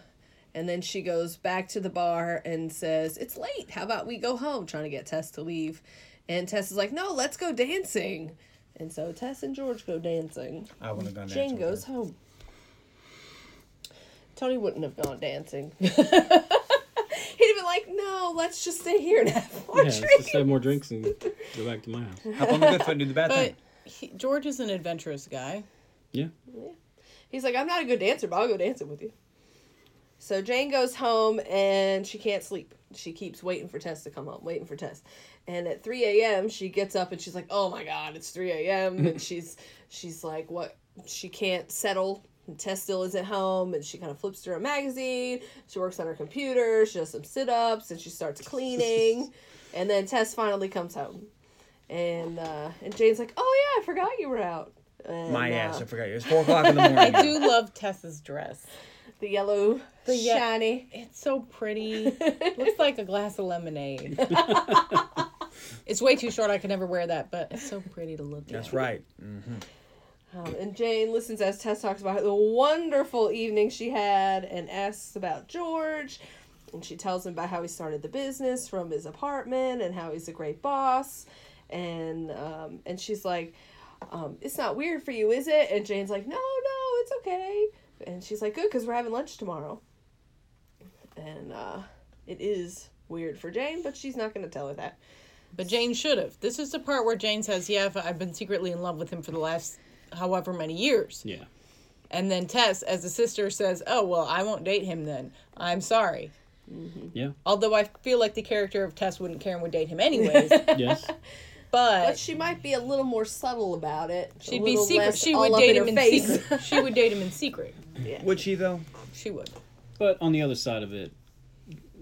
C: and then she goes back to the bar and says, "It's late. How about we go home?" Trying to get Tess to leave, and Tess is like, "No, let's go dancing." And so Tess and George go dancing.
D: I wouldn't have gone
C: Jane
D: dancing with
C: goes
D: her.
C: home. Tony wouldn't have gone dancing. He'd have been like, "No, let's just stay here and have more
E: Yeah, let's
C: drinks."
E: just have more drinks and go back to my house.
D: Hop on the good foot and do the bad
B: But
D: thing.
B: he, George is an adventurous guy.
E: Yeah.
C: He's like, "I'm not a good dancer, but I'll go dancing with you." So Jane goes home and she can't sleep. She keeps waiting for Tess to come home, waiting for Tess. And at 3 a.m., she gets up and she's like, "Oh my God, it's 3 a.m." and she's she's like, "What?" She can't settle. And Tess still isn't home, and she kind of flips through a magazine. She works on her computer. She does some sit ups, and she starts cleaning. and then Tess finally comes home, and uh, and Jane's like, "Oh yeah, I forgot you were out." And,
D: My
C: uh,
D: ass, I forgot. It was 4 o'clock in the morning.
B: I do love Tessa's dress.
C: the yellow,
B: The ye-
C: shiny.
B: It's so pretty. Looks like a glass of lemonade. it's way too short. I could never wear that, but it's so pretty to look
D: That's
B: at.
D: right.
C: Um, and Jane listens as Tess talks about the wonderful evening she had and asks about George. And she tells him about how he started the business from his apartment and how he's a great boss. And um, and she's like, um, "It's not weird for you, is it?" And Jane's like, "No, no, it's okay." And she's like, "Good, because we're having lunch tomorrow." And uh, it is weird for Jane, but she's not going to tell her that.
B: But Jane should have. This is the part where Jane says, "Yeah, if I've been secretly in love with him for the last however many years."
E: Yeah.
B: And then Tess, as a sister, says, "Oh well, I won't date him then. I'm sorry."
E: Yeah.
B: Although I feel like the character of Tess wouldn't care and would date him anyways.
E: Yes.
C: But
B: But
C: she might be a little more subtle about it. a
B: she'd be
C: little
B: secret.
C: less
B: She
C: all
B: would
C: up
B: date
C: in
B: him in
C: her face.
B: secret. She would date him in secret.
D: Would she, though?
B: She would.
E: But on the other side of it,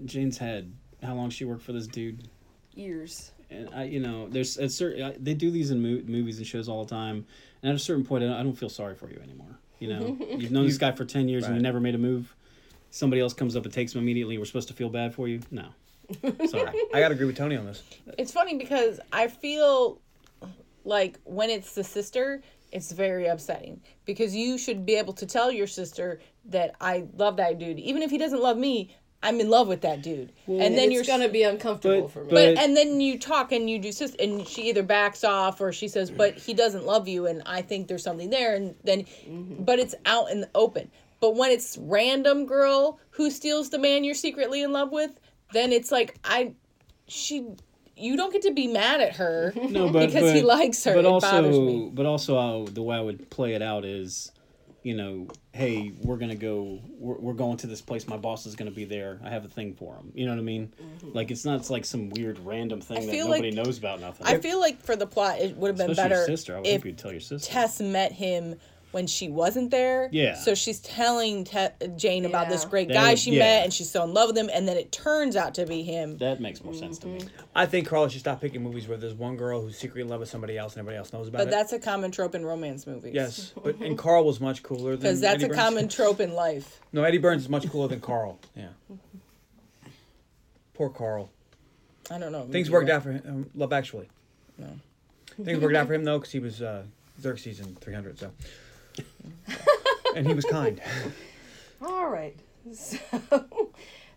E: Jane's had how long she worked for this dude,
C: Ears.
E: and I, you know, there's a certain I- they do these in mo- movies and shows all the time, and at a certain point, I don't, I don't feel sorry for you anymore. You know, you've known this guy for ten years and
D: Right.
E: you never made a move. Somebody else comes up and takes him immediately. We're supposed to feel bad for you? No. Sorry.
D: I gotta agree with Tony on this.
B: It's funny because I feel like when it's the sister, it's very upsetting because you should be able to tell your sister that I love that dude, even if he doesn't love me. I'm in love with that dude, and then
C: it's
B: you're
C: gonna be uncomfortable
E: But-
C: for me.
E: but-
B: But and then you talk and you do sis and she either backs off or she says, "But he doesn't love you," and I think there's something there, and then,
E: Mm-hmm.
B: but it's out in the open. But when it's random girl who steals the man you're secretly in love with, then it's like I, she, you don't get to be mad at her.
E: No, but
B: Because he
E: but-
B: likes her,
E: But
B: it
E: also,
B: bothers me.
E: but also, how the way I would play it out is, you know, hey, we're gonna go, we're, we're going to this place. My boss is gonna be there. I have a thing for him. You know what I mean? Like it's not it's like some weird random thing that
B: Mm-hmm. feel
E: nobody
B: like-
E: knows about. Nothing.
B: I feel like for the plot, it would have been
E: Especially
B: better
E: your sister. I would
B: if
E: hope you'd tell your sister.
B: Tess met him when she wasn't there.
E: Yeah.
B: So she's telling Te- Jane about this
C: Yeah.
B: great
E: That
B: guy
E: would-
B: she
E: yeah.
B: met, and she's so in love with him, and then it turns out to be him.
E: that makes more sense to me.
C: Mm-hmm.
D: I think Carl should stop picking movies where there's one girl who's secretly in love with somebody else and everybody else knows about
B: But
D: it.
B: that's a common trope in romance movies.
D: yes, but and Carl was much cooler than
B: Because that's
D: Eddie
B: a
D: Burns.
B: common trope in life.
D: No, Eddie Burns is much cooler than Carl. Yeah. Poor Carl.
B: I don't know.
D: Things
B: maybe
D: worked
B: you're
D: out for him. Um, Love Actually. No. Things worked out for him though, because he was uh, Xerxes in 300, so. and he was kind.
C: All right. So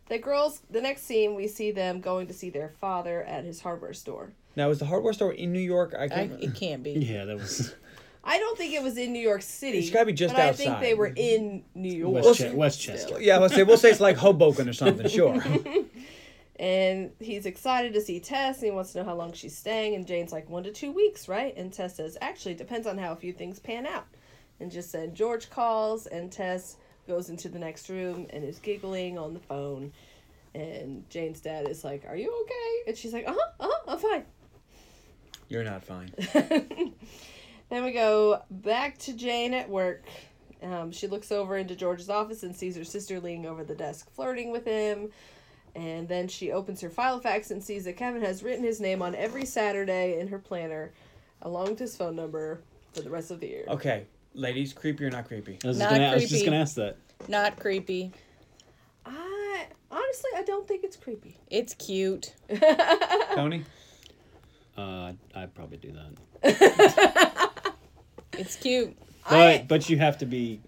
C: the girls. The next scene, we see them going to see their father at his hardware store.
D: Now, is the hardware store in New York? I
B: right.
D: can't.
B: I, it can't be.
E: Yeah, that was
C: I don't think it was in New York City.
D: It's gotta be just
C: but I think
D: outside.
C: they were in New York.
E: West, Ch- Westchester.
D: yeah, let's say we'll say it's like Hoboken or something. Sure.
C: And he's excited to see Tess and he wants to know how long she's staying. And Jane's like, one to two weeks, right? And Tess says, actually, it depends on how a few things pan out. And just said, George calls and Tess goes into the next room and is giggling on the phone. And Jane's dad is like, are you okay? And she's like, uh huh, uh huh, I'm fine.
D: You're not fine.
C: Then we go back to Jane at work. Um, she looks over into George's office and sees her sister leaning over the desk, flirting with him. And then she opens her file fax and sees that Kevin has written his name on every Saturday in her planner, along with his phone number for the rest of the year.
D: Okay, ladies, creepy or not creepy?
E: I was,
B: Not
E: just gonna, I was just
B: creepy.
E: gonna ask that.
B: Not creepy.
C: I honestly, I don't think it's creepy.
B: It's cute.
D: Tony?
E: Uh, I'd probably do that.
B: It's cute.
E: But but you have to be,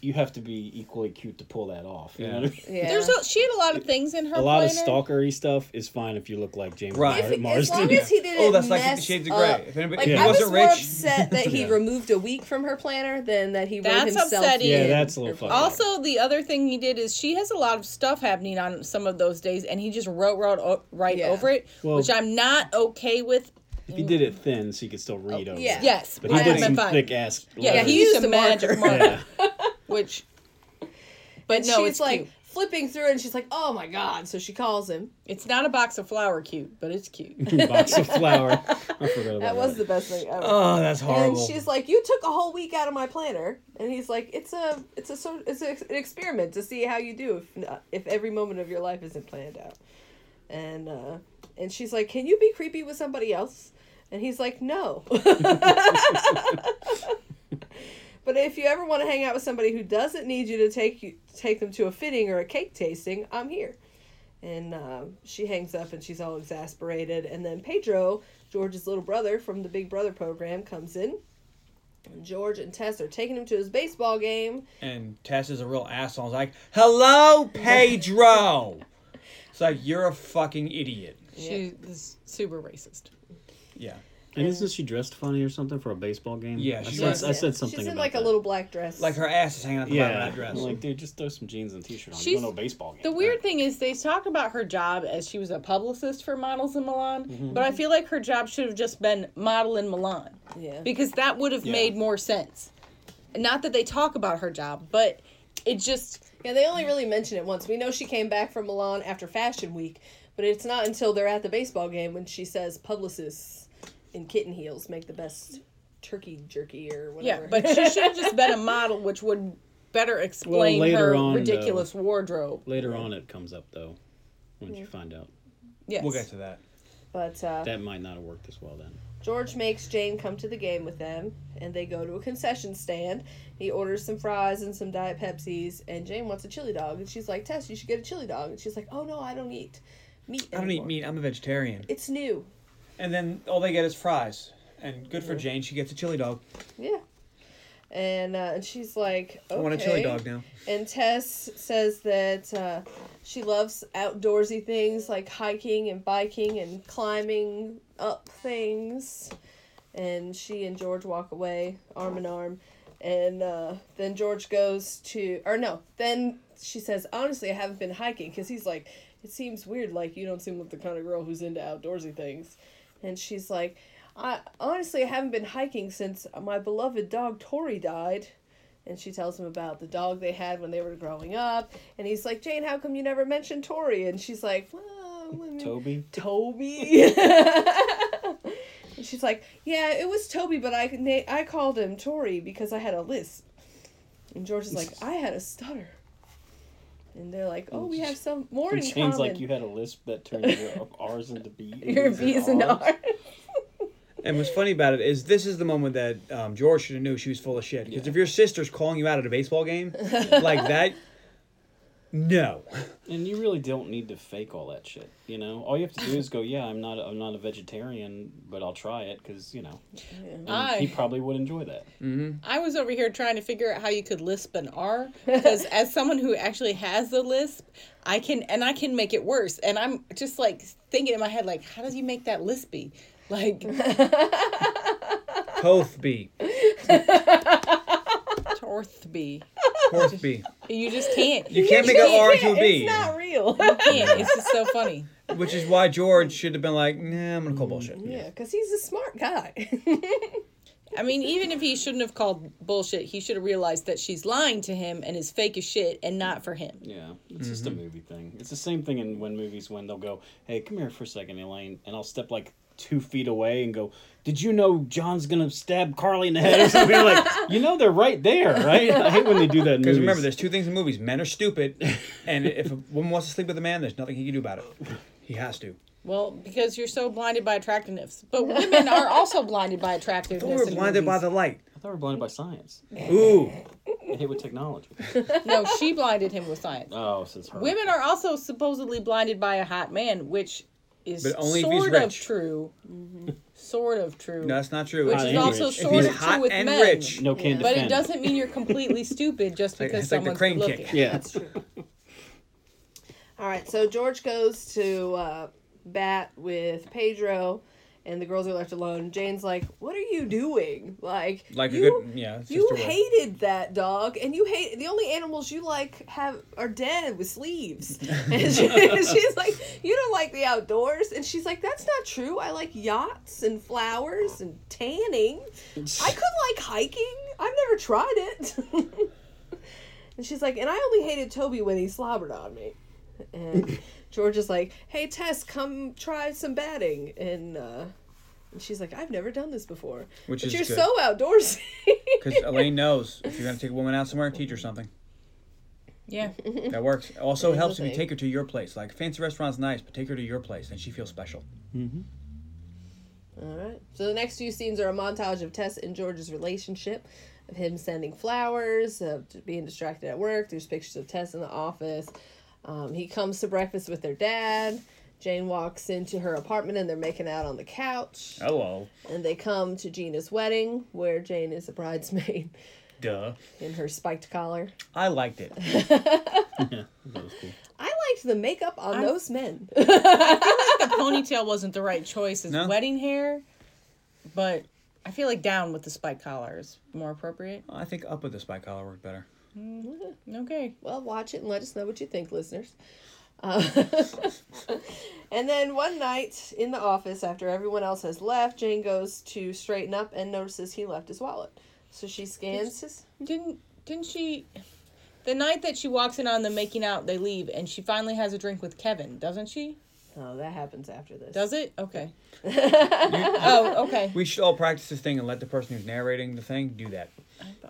E: you have to be equally cute to pull that off. You know what I mean?
C: Yeah.
B: There's a, she had a lot of things in her.
E: a lot of
B: planner.
E: stalkery stuff is fine if you look like James
D: Right.
E: Mar-
C: If- as
E: Marsden.
C: long as he didn't
D: Oh, that's like
C: mess
D: Shades of
C: up.
D: Grey. If anybody-
C: like,
D: if he
C: I was
D: wasn't
C: more
D: rich-
C: upset that he removed a week from her planner than that he wrote
B: That's
C: himself.
B: upsetting.
E: yeah,
B: in
E: that's a little
C: her
E: fucked up.
B: Also, the other thing he did is she has a lot of stuff happening on some of those days, and he just wrote wrote o- right
C: Yeah.
B: over it,
E: Well-
B: which I'm not okay with.
E: If he did it thin, so you could still read over.
C: Oh, yeah.
E: it.
B: Yes,
E: But he
B: I
E: did
B: would
E: some
B: be fine.
E: thick ass.
B: Yeah,
E: letters.
B: he
C: used
B: used
C: a
B: a magic
C: marker.
B: marker,
E: Yeah.
B: which. But
C: And
B: no,
C: she's
B: it's
C: like
B: cute.
C: flipping through, it and she's like, "Oh my god!" So she calls him.
B: It's not a box of flour cute, but it's cute.
E: box of flour. I forgot about
C: That
E: that.
C: was the best thing ever.
B: Uh,
D: Oh, that's
C: and
D: horrible.
C: she's like, "You took a whole week out of my planner," and he's like, "It's a, it's a, so- it's a, an experiment to see how you do if not- if every moment of your life isn't planned out." And uh, and she's like, "Can you be creepy with somebody else?" And he's like, "No." But if you ever want to hang out with somebody who doesn't need you to take you take them to a fitting or a cake tasting, I'm here. And um, she hangs up and she's all exasperated. And then Pedro, George's little brother from the Big Brother program, comes in. And George and Tess are taking him to his baseball game.
D: and Tess is a real asshole. It's like, hello, Pedro. it's like, you're a fucking idiot.
B: She's super racist.
D: Yeah.
E: And isn't she dressed funny or something for a baseball game?
D: Yeah,
E: I
D: she
E: said,
D: was.
E: I said something
C: She's in
E: about
C: like
E: that.
C: a little black dress.
D: Like her ass is hanging out the bottom
E: Yeah,
D: of that dress.
E: I'm like dude, just throw some jeans and t-shirt on. you
B: She's-
E: don't know baseball game.
B: The weird thing is they talk about her job as she was a publicist for models in Milan,
E: Mm-hmm.
B: but I feel like her job should have just been model in Milan.
C: Yeah.
B: Because that would have
E: Yeah.
B: made more sense. Not that they talk about her job, but it just
C: yeah, they only really mention it once. We know she came back from Milan after Fashion Week, but it's not until they're at the baseball game when she says publicists in kitten heels make the best turkey jerky or whatever.
B: yeah, but she should have just been a model which would better explain
E: later
B: her
E: on,
B: ridiculous wardrobe.
E: Later on, it comes up though. When you find out,
B: Yes.
D: We'll get to that.
C: But uh,
E: that might not have worked as well then.
C: George makes Jane come to the game with them, and they go to a concession stand. He orders some fries and some Diet Pepsis, and Jane wants a chili dog. And she's like, Tess, you should get a chili dog. And she's like, Oh no, I don't eat. meat.
D: I don't eat
C: anymore.
D: meat. I'm a vegetarian.
C: It's new.
D: And then all they get is fries. And good for Jane, she gets a chili dog.
C: Yeah. And uh, and she's like, okay.
D: I want a chili dog now.
C: And Tess says that uh, she loves outdoorsy things like hiking and biking and climbing up things. And she and George walk away arm in arm. And uh, then George goes to, or no, then she says, honestly, I haven't been hiking because he's like, it seems weird. Like, you don't seem like the kind of girl who's into outdoorsy things. And she's like, I honestly haven't been hiking since my beloved dog Tori died and she tells him about the dog they had when they were growing up and he's like jane how come you never mentioned tori and she's like well, I mean,
E: Toby.
C: toby and she's like yeah it was toby but i na- i called him tori because i had a lisp and george is like i had a stutter and they're like oh we have some more in
E: Jane's
C: common
E: like you had a lisp that turned your R's into B.
C: your b's and
E: Rs.
C: r
D: And what's funny about it is this is the moment that um, George should have knew she was full of shit. Because if your sister's calling you out at a baseball game like that, no.
E: And you really don't need to fake all that shit, you know. All you have to do is go, yeah, I'm not, I'm not a vegetarian, but I'll try it because you know, and
B: I-
E: he probably would enjoy that.
B: I was over here trying to figure out how you could lisp an R because as someone who actually has the lisp, I can and I can make it worse. And I'm just like thinking in my head, like, how does you make that lispy? Like
D: Tothby.
B: Torthby.
D: Tothby.
B: You just can't.
D: You can't make an R into a B.
C: it's not real
B: can't. It's just so funny.
D: Which is why George should have been like, nah, I'm going to call bullshit.
C: Mm, yeah because he's a smart guy
B: I mean, even if he shouldn't have called bullshit, he should have realized that she's lying to him and is fake as shit and not for him.
E: Yeah, it's just a movie thing. It's the same thing in when movies when they'll go, "Hey, come here for a second, Elaine," and I'll step like two feet away and go, "Did you know John's gonna stab Carly in the head?" Or something You're like, you know, they're right there, right? I hate when they do that. in
D: Because
E: movies.
D: remember, there's two things in movies men are stupid, and if a woman wants to sleep with a man, there's nothing he can do about it. He has to.
B: Well, because you're so blinded by attractiveness. But women are also blinded by
D: But
B: attractiveness.
D: we were
B: in
D: blinded by
B: movies.
D: the light.
E: I thought we were blinded by science.
D: Ooh.
E: I hate with technology.
B: No, she blinded him with science.
E: Oh, so it's her.
B: Women are also supposedly blinded by a hot man, which is
D: But only if he's
B: sort of
D: rich.
B: true. Sort of true.
D: No, that's not true.
B: Which
D: It's-
E: is
D: if
E: also
D: he's
E: sort
D: if
E: of
D: he's
B: true
D: hot
B: with
D: and
B: men.
D: rich.
E: no can
B: but it
E: defend.
B: doesn't mean you're completely stupid just
D: like-
B: because
D: it's like the
B: someone's
D: crane
B: good
D: kick.
B: looking.
E: Yeah,
C: All right, so George goes to uh, bat with Pedro, and the girls are left alone. Jane's like, "What are you doing? Like,
D: Like a
C: you,
D: good- yeah, it's
C: you
D: just a word.
C: hated that dog, and you hate the only animals you like have are dead with sleeves." and she, she's like, "You don't like the outdoors," and she's like, "That's not true. I like yachts and flowers and tanning. I could like hiking. I've never tried it." and she's like, "And I only hated Toby when he slobbered on me." And George is like, "Hey Tess, come try some batting." And uh, and she's like, "I've never done this before."
D: Which
C: but
D: is
C: you're
D: good.
C: so outdoorsy.
D: Because Elaine knows if you're going to take a woman out somewhere, teach her something.
B: Yeah.
D: That works. It also helps if you
C: thing.
D: take her to your place. Like, fancy restaurant's nice, but take her to your place, and she feels special.
C: All right. So the next few scenes are a montage of Tess and George's relationship, of him sending flowers, of t- being distracted at work. There's pictures of Tess in the office. Um, he comes to breakfast with their dad. Jane walks into her apartment and they're making out on the couch.
D: Hello.
C: And they come to Gina's wedding, where Jane is a bridesmaid
D: Duh.
C: in her spiked collar.
D: I liked it.
E: that was cool.
C: I liked the makeup on those men.
B: the ponytail wasn't the right choice as
D: No?
B: wedding hair, but I feel like down with the spike collar is more appropriate.
D: I think up with the spike collar worked better.
B: Okay.
C: well, watch it and let us know what you think, listeners. Uh, and then one night in the office, after everyone else has left, Jane goes to straighten up and notices he left his wallet. So she scans his.
B: Didn't didn't she the night that she walks in on them making out, they leave and she finally has a drink with Kevin, doesn't she?
C: Oh, that happens after this.
B: Does it? Okay. oh, okay.
D: We should all practice this thing and let the person who's narrating the thing do that.
C: uh,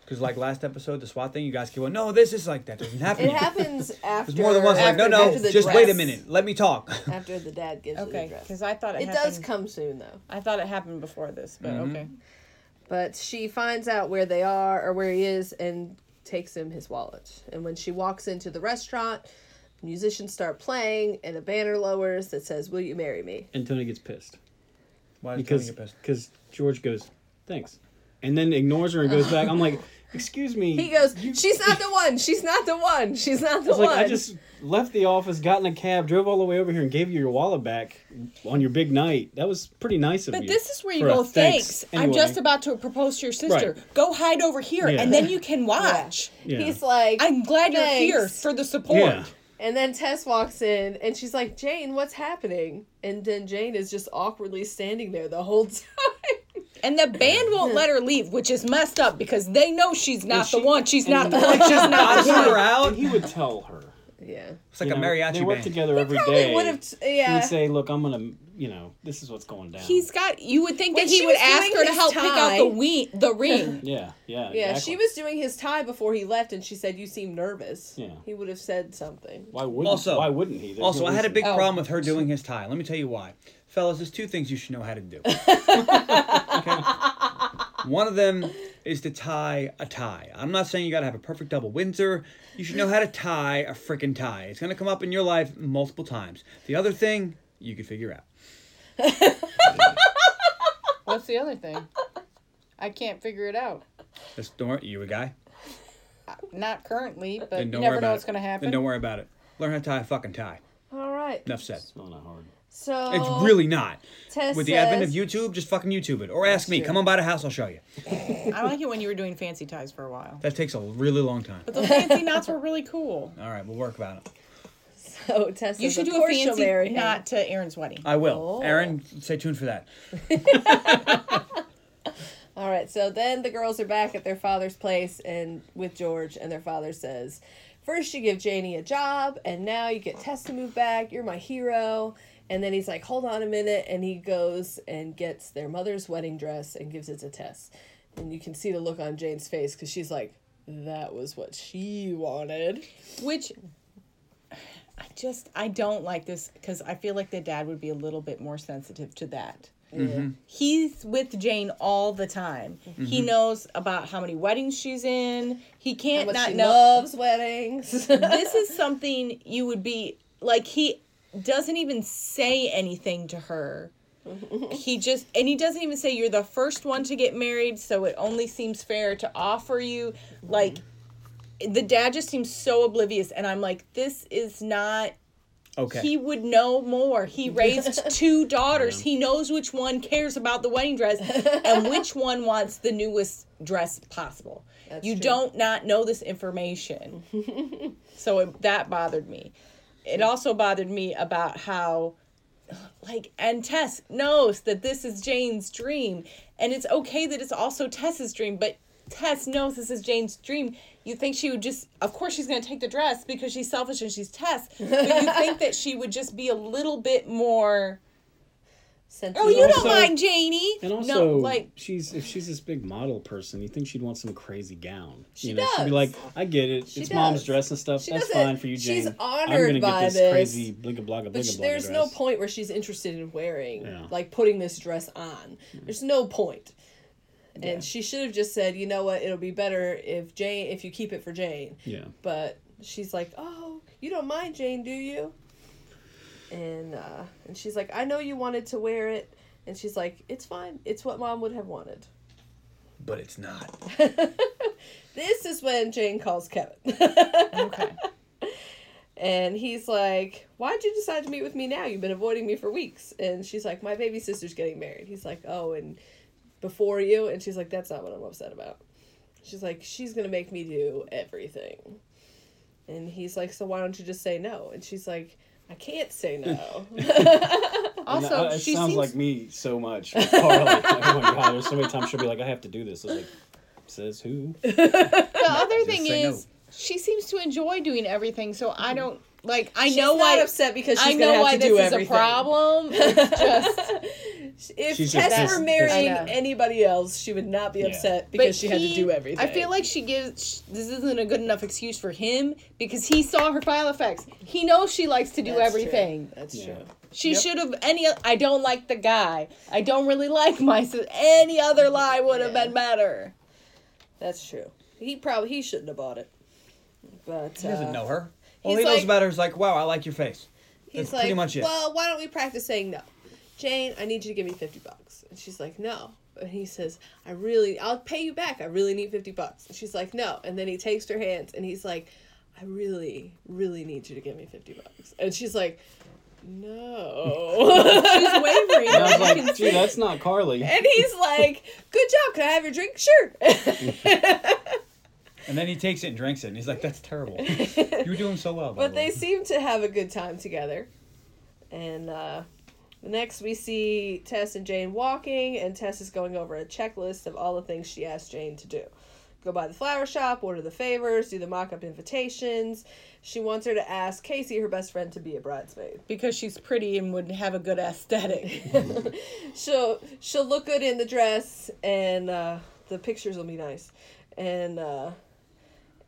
D: Because, like last episode, the SWAT thing, you guys keep going, no, this is like that. doesn't happen.
C: It
D: here."
C: happens after.
D: There's more than once, like,
C: after-
D: no, no,
C: after the
D: just wait a
C: dress-
D: minute. Let me talk.
C: After the dad gives her the
B: Okay,
C: dress.
B: because I thought it,
C: It
B: happened,
C: does come soon though.
B: I thought it happened before this, but
E: Mm-hmm.
B: okay.
C: But she finds out where they are or where he is and takes him his wallet. And when she walks into the restaurant, Musicians start playing, and a banner lowers that says, Will you marry me?
E: And Tony gets pissed
D: Why is Tony
E: because
D: get pissed?
E: because George goes thanks, and then ignores her and goes back. I'm like, excuse me.
C: He goes, She's not the one. She's not the one. She's not the
E: It's like
C: one.
E: I just left the office, got in a cab, drove all the way over here, and gave you your wallet back on your big night. That was pretty nice of
B: But
E: you.
B: this is where you
E: For a
B: go, thanks. I'm
E: anyway."
B: just about to propose to your sister.
E: Right.
B: Go hide over here
E: Yeah.
B: and then you can watch.
E: Yeah.
C: He's like,
B: I'm glad you're here
C: "Thanks."
B: for the support.
E: Yeah.
C: And then Tess walks in and she's like, Jane, what's happening? And then Jane is just awkwardly standing there the whole time.
B: And the band won't let her leave, which is messed up because they know she's not the
E: she-
B: one. She's not the
E: and-
B: one. She's not the
D: Put her
B: one.
D: out.
E: And he would tell her.
C: yeah.
D: It's like
E: you
D: a
E: know,
D: mariachi
E: They
D: band.
E: work together every day.
C: Probably would have, t-
E: He'd
C: yeah.
E: say, "Look, I'm gonna, you know, this is what's going down."
B: He's got. You would think
C: When
B: that he
C: she
B: would
C: was
B: ask
C: doing
B: her to
C: his
B: help pick out the
C: tie-
B: we the ring.
E: yeah, yeah,
C: Yeah,
E: exactly.
C: she was doing his tie before he left, and she said, "You seem nervous."
E: Yeah.
C: he would have said something.
E: Why wouldn't?
D: Also-
E: why wouldn't he? There's no
D: Also, I had a
E: reason.
D: big
B: Oh.
D: problem with her doing his tie. Let me tell you why. Fellas, there's two things you should know how to do. Okay? One of them is to tie a tie. I'm not saying you gotta have a perfect double Windsor. You should know how to tie a freaking tie. It's gonna come up in your life multiple times. The other thing, you could figure out.
B: What's the other thing? I can't figure it out.
D: This, don't worry, you a guy?
B: Not currently, but
D: Then
B: you
D: don't
B: never
D: worry about
B: know
D: it.
B: what's going to happen.
D: Then don't worry about it. Learn how to tie a fucking tie.
C: All right.
D: Enough said.
E: It's not that hard.
C: So
B: Oh.
D: It's really not.
C: Tess
D: With the advent of
C: says-
D: YouTube, just fucking YouTube it. Or ask me. Come on by the house, I'll show you.
B: I like it when you were doing fancy ties for a while.
D: That takes a really long time.
B: But the fancy knots were really cool.
D: All right, we'll work about it.
C: So Oh, Tess,
B: You
C: says,
B: should
C: "Of
B: do a
C: course she'll marry
B: fancy
C: him."
B: knot to Aaron's wedding.
D: I
C: Oh.
D: will. Aaron, stay tuned for that.
C: All right. So then the girls are back at their father's place and with George, and their father says, first you give Janie a job, and now you get Tess to move back. You're my hero." And then he's like, "Hold on a minute," and he goes and gets their mother's wedding dress and gives it to Tess, and you can see the look on Jane's face because she's like, "That was what she wanted."
B: Which I just I don't like this because I feel like the dad would be a little bit more sensitive to that. He's with Jane all the time. He
C: Mm-hmm.
B: knows about how many weddings she's in. He can't
C: But
B: not
C: she
B: know.
C: loves weddings.
B: this is something you would be like he doesn't even say anything to her he just and he doesn't even say you're the first one to get married so it only seems fair to offer you like the dad just seems so oblivious and i'm like this is not
D: Okay.
B: he would know more he raised two daughters he knows which one cares about the wedding dress and which one wants the newest dress possible you
C: true.
B: don't not know this information so it, that bothered me. It also bothered me about how, like, and Tess knows that this is Jane's dream, and it's okay that it's also Tess's dream, but Tess knows this is Jane's dream. You think she would just, of course, she's going to take the dress because she's selfish and she's Tess, but you think that she would just be a little bit more, oh, you don't
E: also-
B: mind Janie.
E: And also,
B: no, like,
E: she's if she's this big model person, you think she'd want some crazy gown?
C: She
E: you know, She'd
C: does.
E: be like, "I get it. it's mom's
C: does.
E: dress and stuff.
C: She
E: That's
C: doesn't-
E: fine for you, Jane.
C: she's
E: I'm
C: honored
E: gonna
C: by
E: get this,
C: this,
E: crazy blinga
C: But
E: blogga blinga blogga
C: there's
E: dress."
C: no point where she's interested in wearing,
E: Yeah.
C: like putting this dress on. There's no point. And she should have just said, you know what, it'll be better if Jane, if you keep it for Jane.
E: Yeah.
C: But she's like, oh, you don't mind Jane, do you? And uh, and she's like, I know you wanted to wear it. And she's like, it's fine. It's what mom would have wanted.
D: but it's not.
C: This is when Jane calls Kevin.
B: okay.
C: And he's like, Why'd you decide to meet with me now? You've been avoiding me for weeks. And she's like, My baby sister's getting married. He's like, Oh, and before you? And she's like, That's not what I'm upset about. She's like, She's going to make me do everything. And he's like, So why don't you just say no? And she's like, I can't say no.
E: And
B: Also,
E: I- it
B: she
E: sounds
B: seems
E: like me so much. with Carly. Like, oh my god! There's so many times she'll be like, "I have to do this." I was like, "Says who?"
B: the other thing
D: say no.
B: is she seems to enjoy doing everything so i don't like i
C: Mm-hmm. she's
B: know
C: not
B: why
C: upset because she's
B: i
C: gonna
B: know
C: have
B: why
C: to
B: this
C: do
B: is
C: everything.
B: a problem it's just
C: If
E: She's just
C: Tess
E: pissed.
C: were marrying
B: I know.
C: anybody else, she would not be upset because she had to
B: he-
C: do everything.
B: i feel like she gives sh- this isn't a good enough excuse for him because he saw her file effects he knows she likes to do
C: That's true.
B: everything
C: That's
E: Yeah.
C: true.
B: she should have any o- i don't like the guy i don't really like my sis any other lie would have
C: Yeah.
B: been better
C: That's true. He probably he shouldn't have bought it. But
D: He doesn't
C: uh,
D: know her. All
C: He's
D: he knows
C: like-
D: about her is like, wow, I like your face.
C: He's
D: That's
C: like,
D: pretty much it.
C: well, why don't we practice saying no? Jane, I need you to give me 50 bucks. And she's like, no. And he says, I really, I'll pay you back. I really need 50 bucks. And she's like, no. And then he takes her hands and he's like, I really, really need you to give me 50 bucks. And she's like, no.
B: She's wavering.
E: And I was like, gee, that's not Carly.
C: and he's like, good job. Can I have your drink? Sure.
D: and then he takes it and drinks it, and he's like, that's terrible. you were doing so well. By
C: but
D: the
C: they
D: way.
C: seem to have a good time together. And uh, next we see Tess and Jane walking, and Tess is going over a checklist of all the things she asked Jane to do. Go by the flower shop, order the favors, do the mock up invitations. She wants her to ask Casey, her best friend, to be a bridesmaid.
B: because she's pretty and would have a good aesthetic.
C: she'll she'll look good in the dress and uh, the pictures will be nice and uh,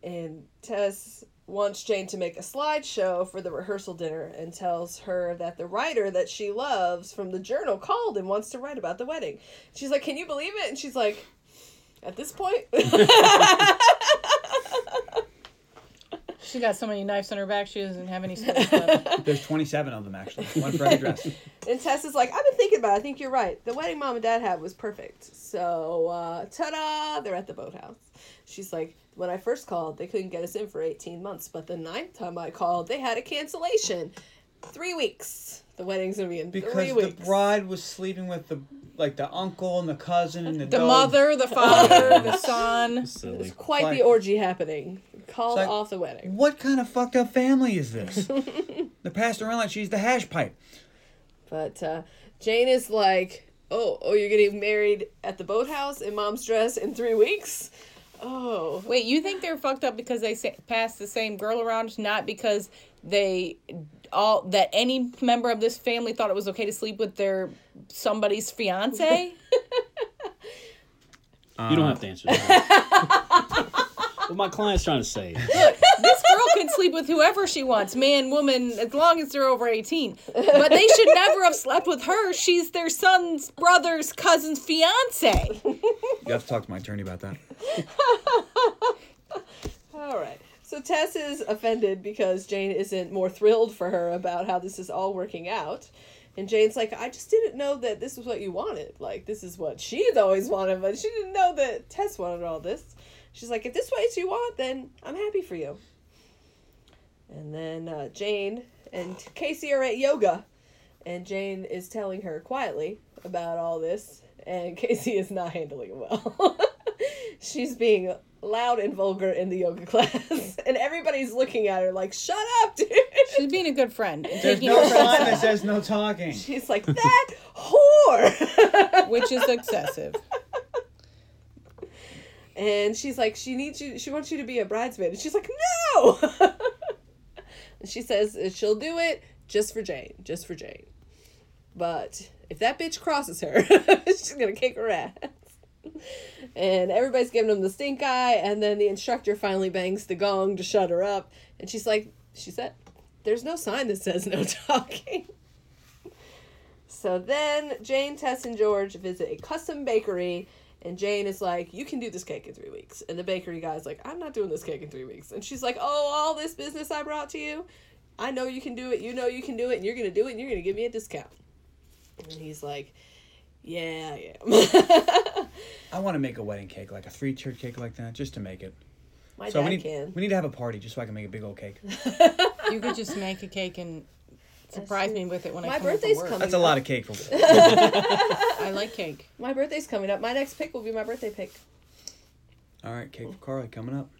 C: and tess wants jane to make a slideshow for the rehearsal dinner and tells her that the writer that she loves from the journal called and wants to write about the wedding she's like can you believe it and she's like at this point
B: She got so many knives on her back, she doesn't have any space left.
D: There's 27 of them, actually. One for every dress.
C: And Tess is like, I've been thinking about it. I think you're right. The wedding mom and dad had was perfect. So, uh, ta da! They're at the boathouse. She's like, when I first called, they couldn't get us in for 18 months. But the ninth time I called, they had a cancellation. Three weeks. The wedding's going to be in
D: Because
C: three
D: the
C: weeks.
D: bride was sleeping with the like the uncle and the cousin and the,
B: The
D: dog.
B: mother, the
C: Oh.
B: father, the son.
E: Silly.
C: Quite
D: Like-
C: the orgy happening. Called
D: It's like-
C: off the wedding.
D: What kind of fucked up family is this? They're passed around like she's the hash pipe.
C: But uh, Jane is like, oh, oh, you're getting married at the boathouse in mom's dress in three weeks? Oh.
B: Wait, you think they're fucked up because they sa- passed the same girl around, not because they all that any member of this family thought it was okay to sleep with their somebody's fiance?
E: You don't have to answer that. what my client's trying to say. is,
B: Look, this girl can sleep with whoever she wants, man, woman, as long as they're over 18. But they should never have slept with her. She's their son's brother's cousin's fiance.
D: You have to talk to my attorney about that.
C: All right. So Tess is offended because Jane isn't more thrilled for her about how this is all working out. And Jane's like, I just didn't know that this was what you wanted. Like, this is what she's always wanted, but she didn't know that Tess wanted all this. She's like, if this is what you want, then I'm happy for you. And then uh, Jane and Casey are at yoga. And Jane is telling her quietly about all this. And Casey is not handling it well. She's being loud and vulgar in the yoga class. And everybody's looking at her like, shut up, dude.
B: She's being a good friend. and
D: There's
B: taking
D: no
B: her friend's
D: sign that says no talking.
C: She's like, that whore.
B: side, which is excessive.
C: and she's like, she needs you, she wants you to be a bridesmaid. And she's like, no. and she says she'll do it just for Jane, just for Jane. But if that bitch crosses her, she's going to kick her ass. And everybody's giving them the stink eye, and then the instructor finally bangs the gong to shut her up. And she's like, she said, there's no sign that says no talking. So then Jane, Tess, and George visit a custom bakery, and Jane is like, You can do this cake in three weeks. And the bakery guy's like, I'm not doing this cake in three weeks. And she's like, Oh, all this business I brought to you, I know you can do it, you know you can do it, and you're gonna do it, and you're gonna give me a discount. And he's like, Yeah, I am.
D: I want to make a wedding cake, like a three tiered cake like that, just to make it.
C: My
D: So
C: dad
D: we need
C: can.
D: we need to have a party just so I can make a big old cake.
B: You could just make a cake and surprise me with it when
C: My
B: I come home from
C: birthday's
B: work.
C: coming.
D: That's a lot of cake for
B: I like cake.
C: My birthday's coming up. My next pick will be my birthday pick.
D: All right, cake for Carly coming up.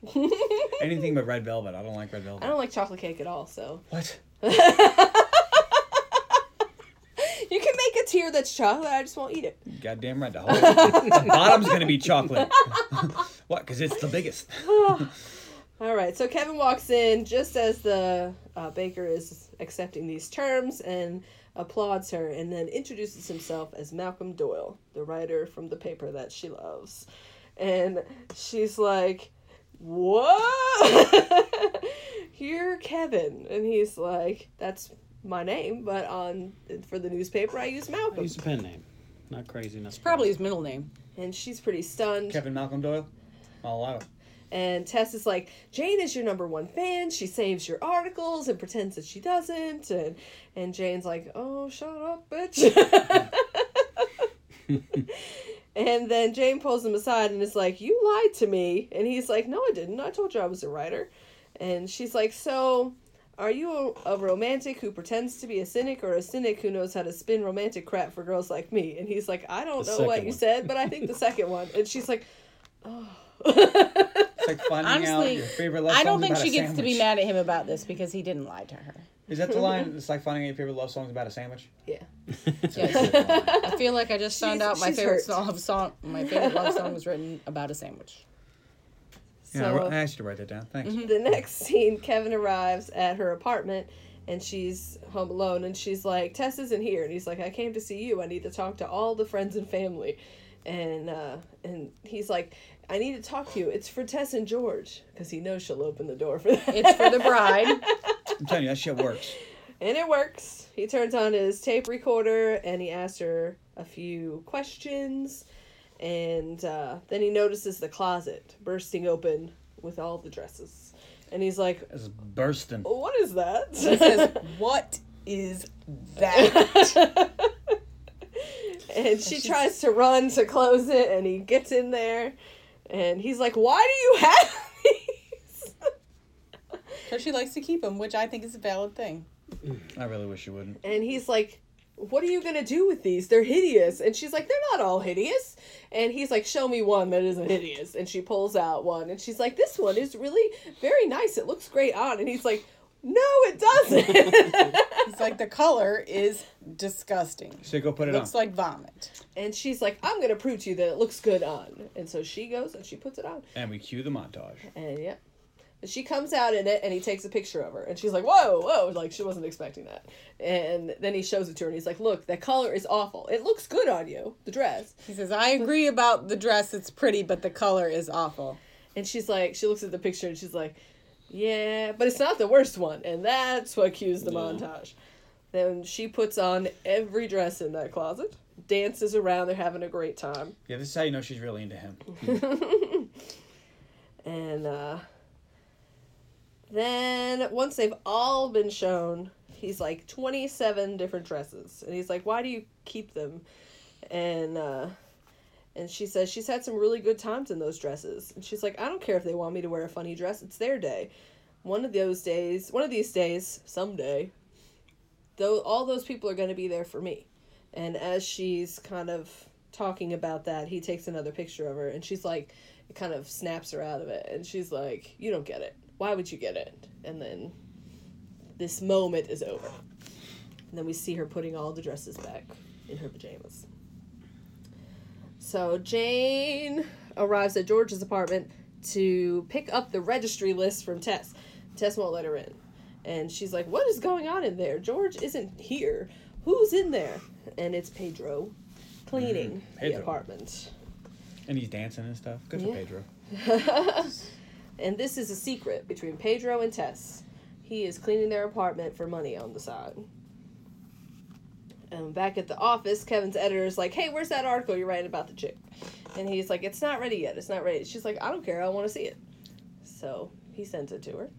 D: Anything but red velvet. I don't like red velvet.
C: I don't like chocolate cake at all, so
D: What?
C: you can make a tier that's chocolate. I just won't eat it.
D: Goddamn right. The, whole, the bottom's gonna be chocolate. what? Because it's the biggest.
C: All right, so Kevin walks in just as the uh, baker is accepting these terms and applauds her, and then introduces himself as Malcolm Doyle, the writer from the paper that she loves. And she's like, Whoa! You're Kevin. And he's like, That's my name, but on for the newspaper, I use
E: I
C: Malcolm.
E: use a pen name. Not crazy. Not
B: Probably his middle name.
C: And she's pretty stunned.
D: Kevin Malcolm Doyle. I'll allow it.
C: And Tess is like, Jane is your number one fan. She saves your articles and pretends that she doesn't. And and Jane's like, oh, shut up, bitch. and then Jane pulls him aside and is like, you lied to me. And he's like, no, I didn't. I told you I was a writer. And she's like, so are you a, a romantic who pretends to be a cynic or a cynic who knows how to spin romantic crap for girls like me? And he's like, I don't
E: The
C: know what
E: second
C: you
E: one.
C: said, but I think the second one. And she's like,
D: It's like finding out
B: Honestly,
D: your favorite love
B: I
D: song's
B: don't think
D: about
B: she
D: a
B: gets to be
D: sandwich.
B: mad at him about this because he didn't lie to her.
D: Is that the line? It's like finding out your favorite love song's about a sandwich.
C: yeah.
B: I feel like I just found
C: She's-
B: out my
C: she's
B: favorite
C: hurt.
B: song, song. My favorite love song was written about a sandwich.
D: Yeah, I wrote- I asked you to write that down. Thanks.
B: Mm-hmm.
C: the next scene, Kevin arrives at her apartment and she's home alone and she's like, Tess isn't here. And he's like, I came to see you. I need to talk to all the friends and family. And uh, and he's like, I need to talk to you. It's for Tess and George because he knows she'll open the door for that.
B: It's for the bride.
D: I'm telling you, that shit works.
C: and it works. He turns on his tape recorder and he asks her a few questions. And uh, then he notices the closet bursting open with all the dresses. And he's like,
D: It's bursting.
B: Oh.
C: What is that?
B: what is that?
C: and she tries to run to close it and he gets in there and he's like why do you have these
B: Because she likes to keep him, which I think is a valid thing.
D: I really wish you wouldn't.
C: and he's like what are you gonna do with these they're hideous and she's like they're not all hideous and he's like show me one that isn't hideous and she pulls out one and she's like this one is really very nice it looks great on and he's like no it doesn't
B: It's like the color is disgusting.
D: So go put it
B: Looks
D: on.
B: like vomit.
C: and she's like i'm gonna prove to you that it looks good on and so she goes and she puts it on
D: and we cue the montage.
C: And yeah. But she comes out in it and he takes a picture of her. And she's like, whoa, whoa. Like, she wasn't expecting that. And then he shows it to her and he's like, look, that color is awful. It looks good on you, the dress.
B: He says, I agree about the dress. It's pretty, but the color is awful.
C: And she's like, she looks at the picture and she's like, yeah, but it's not the worst one. And that's what cues the montage. Then she puts on every dress in that closet, dances around. They're having a great time.
D: Yeah, this is how you know she's really into him.
C: And uh, then once they've all been shown, he's like 27 different dresses. And he's like, Why do you keep them? And uh, and she says she's had some really good times in those dresses. And she's like, I don't care if they want me to wear a funny dress, it's their day. One of those days, one of these days, someday, though all those people are going to be there for me. And as she's kind of talking about that, he takes another picture of her and she's like, it kind of snaps her out of it. And she's like, You don't get it. Why would you get it? And then this moment is over. And then we see her putting all the dresses back in her pajamas. So Jane arrives at George's apartment to pick up the registry list from Tess. Tess won't let her in. And she's like, What is going on in there? George isn't here. Who's in there? And it's Pedro cleaning the
D: Pedro.
C: apartment.
D: And he's dancing and stuff. Good for
C: Yeah.
D: Pedro.
C: And this is a secret between Pedro and Tess. He is cleaning their apartment for money on the side. And back at the office, Kevin's editor is like, Hey, where's that article you're writing about the chick? And he's like, It's not ready yet. It's not ready. She's like, I don't care. I want to see it. So he sends it to her.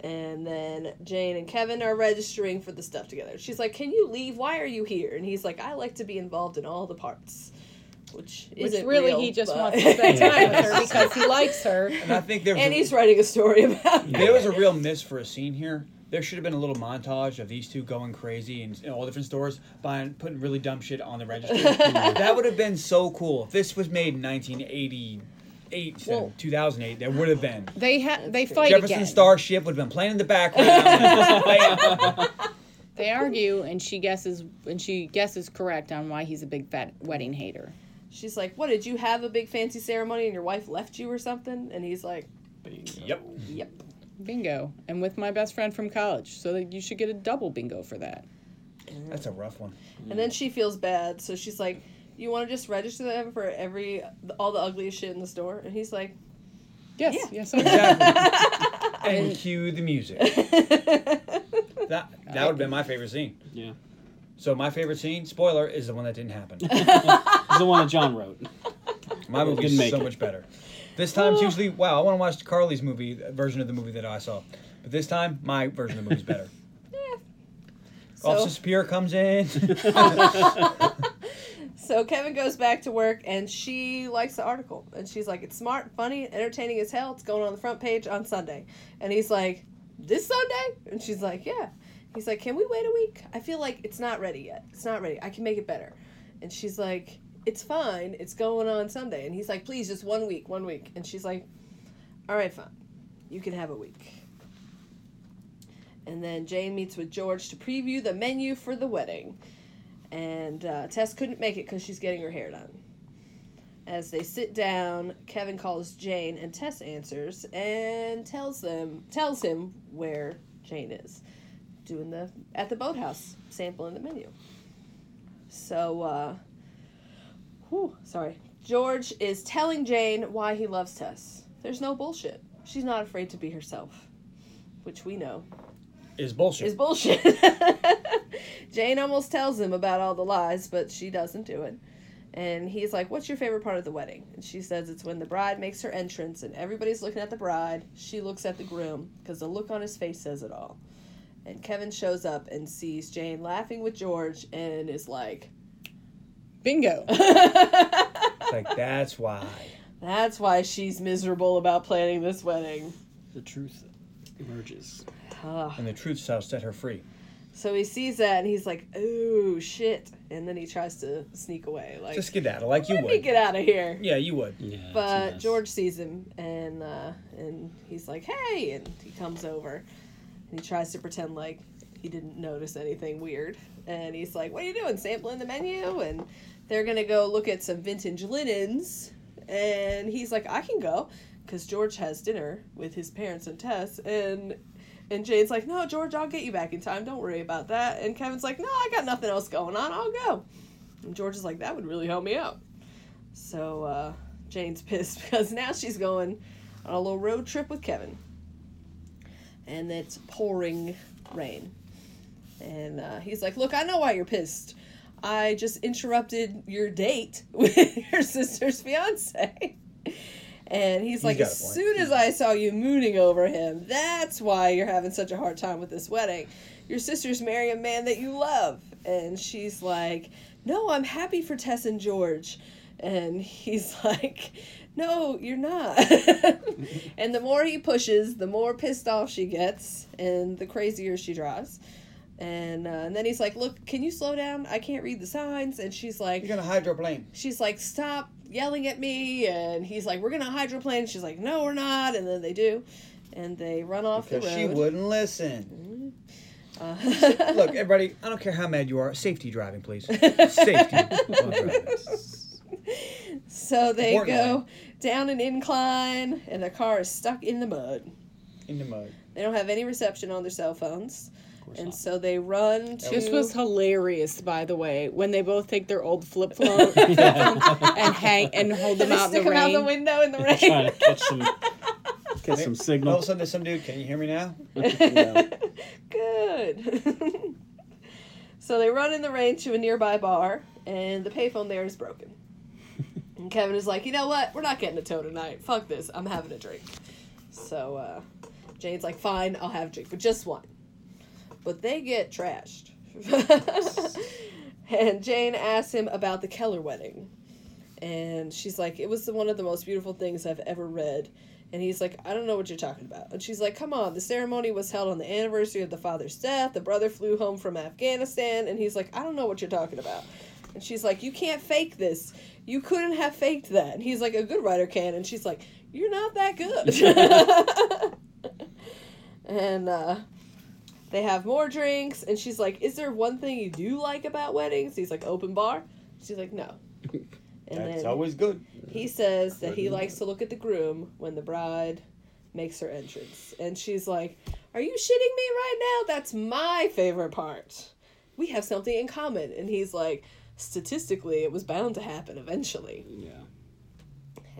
C: And then Jane and Kevin are registering for the stuff together. She's like, Can you leave? Why are you here? And he's like, I like to be involved in all the parts. Which
B: Which
C: isn't
B: really
C: real,
B: he just
C: but-
B: wants to spend time with her because he likes her.
D: And I think there's
C: and
D: a,
C: he's writing a story about it.
D: there was a real miss for a scene here. There should have been a little montage of these two going crazy and in all different stores buying, putting really dumb shit on the register. that would have been so cool. If this was made in 1988 instead of
B: Well-
D: 2008, there would have been.
B: They ha- they fight
D: Jefferson
B: again.
D: Starship would have been playing in the background.
B: They argue, and she guesses, and she guesses correct on why he's a big fat wedding hater.
C: She's like, "What did you have a big fancy ceremony and your wife left you or something?" And he's like,
D: yep.
C: "Yep."
B: Bingo, and with my best friend from college, so that you should get a double bingo for that.
D: That's a rough one.
C: And then she feels bad, so she's like, "You want to just register them for every all the ugliest shit in the store?" And he's like,
B: Yes,
C: Yeah.
B: yes, I
D: Exactly. and cue the music. That that would have been my favorite scene.
E: Yeah.
D: So my favorite scene, spoiler, is the one that didn't happen.
E: It's the one that John wrote.
D: My movie
E: Didn't
D: is
E: make
D: so
E: it.
D: much better. This time it's usually wow. I want to watch Carly's movie uh, version of the movie that I saw, but this time my version of the movie's better. Officer Spear comes in.
C: So Kevin goes back to work and she likes the article. And she's like, it's smart, funny, entertaining as hell. It's going on the front page on Sunday. And he's like, this Sunday? And she's like, yeah. He's like, can we wait a week? I feel like it's not ready yet. It's not ready. I can make it better. And she's like, it's fine. It's going on Sunday. And he's like, please, just one week, one week. And she's like, all right, fine. You can have a week. And then Jane meets with George to preview the menu for the wedding and uh, Tess couldn't make it because she's getting her hair done. As they sit down, Kevin calls Jane, and Tess answers and tells them tells him where Jane is, doing the at the boathouse sampling the menu. So, uh, whew, sorry. George is telling Jane why he loves Tess. There's no bullshit. She's not afraid to be herself, which we know
D: Is bullshit.
C: is bullshit. Jane almost tells him about all the lies, but she doesn't do it. And he's like, What's your favorite part of the wedding? And she says, It's when the bride makes her entrance and everybody's looking at the bride. She looks at the groom because the look on his face says it all. And Kevin shows up and sees Jane laughing with George and is like,
B: Bingo.
D: It's like that's why.
C: That's why she's miserable about planning this wedding.
E: The truth emerges.
D: And the truth shall set her free.
C: So he sees that and he's like, Ooh, shit. And then he tries to sneak away. Like,
D: Just skedaddle like you
C: Let me
D: would.
C: get out of here.
D: Yeah, you would.
E: Yeah. it's a
C: But
E: mess.
C: George sees him and uh, and he's like, "Hey!" and he comes over and he tries to pretend like he didn't notice anything weird. And he's like, "What are you doing? Sampling the menu?" And they're gonna go look at some vintage linens. And he's like, "I can go," because George has dinner with his parents and Tess. And and Jane's like, "No, George, I'll get you back in time. Don't worry about that." And Kevin's like, "No, I got nothing else going on. I'll go." And George is like, "That would really help me out." So uh, Jane's pissed because now she's going on a little road trip with Kevin. And it's pouring rain. And uh, he's like, Look, I know why you're pissed. I just interrupted your date with your sister's fiance. And he's like,
D: got a
C: As
D: point.
C: soon as I saw you mooning over him, that's why you're having such a hard time with this wedding. Your sister's marrying a man that you love. And she's like, No, I'm happy for Tess and George. And he's like, No, you're not. and the more he pushes, the more pissed off she gets and the crazier she drives. And, uh, and then he's like, Look, can you slow down? I can't read the signs. And she's like,
D: gonna hydroplane.
C: she's like, stop yelling at me. And he's like, we're going to hydroplane. She's like, no, we're not. And then they do. And they run off
D: Because
C: the road.
D: she wouldn't listen.
C: Uh,
D: Look, everybody, I don't care how mad you are. Safety driving, please. Safety. while driving.
C: so they
D: Warning
C: go
D: light.
C: down an incline, and their car is stuck in the mud.
D: In the mud.
C: They don't have any reception on their cell phones.
E: course
C: And
E: not.
C: so they run to.
B: This was hilarious, by the way, when they both take their old flip phone flip phone and hang and hold them
C: they
B: out in
C: stick
B: the
C: them out
B: rain.
C: the window in the
E: Trying
C: rain.
E: to catch some, catch some
D: All of a
E: signals.
D: sudden, there's some dude. Can you hear me now?
C: Good. so they run in the rain to a nearby bar, and the payphone there is broken. and Kevin is like, you know what? We're not getting a tow tonight. Fuck this. I'm having a drink. So uh, Jane's like, fine, I'll have a drink, but just one. But they get trashed. and Jane asks him about the Keller wedding. And she's like, it was the- one of the most beautiful things I've ever read. And he's like, I don't know what you're talking about. And she's like, Come on, the ceremony was held on the anniversary of the father's death. The brother flew home from Afghanistan. And he's like, I don't know what you're talking about. And she's like, You can't fake this. You couldn't have faked that. And he's like, A good writer can. And she's like, You're not that good. and uh, they have more drinks. And she's like, Is there one thing you do like about weddings? He's like, Open bar. She's like, No. And
D: That's always good.
C: he says that he likes to look at the groom when the bride makes her entrance. And she's like, Are you shitting me right now? That's my favorite part. We have something in common. And he's like, Statistically, it was bound to happen eventually.
E: Yeah.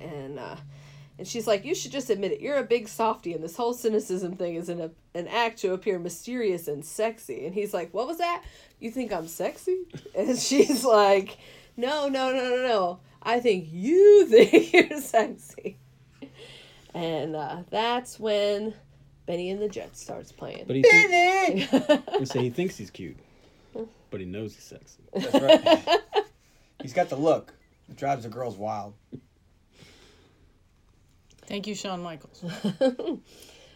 C: And, uh, and she's like, You should just admit it. You're a big softie, and this whole cynicism thing is an, an act to appear mysterious and sexy. And he's like, What was that? You think I'm sexy? And she's like, No, no, no, no, no. I think you think you're sexy. and uh, that's when Benny and the Jets starts playing.
E: But he thinks, say he thinks he's cute, but he knows he's sexy.
D: That's right. He's got the look. It drives the girls wild.
B: Thank you, Shawn Michaels.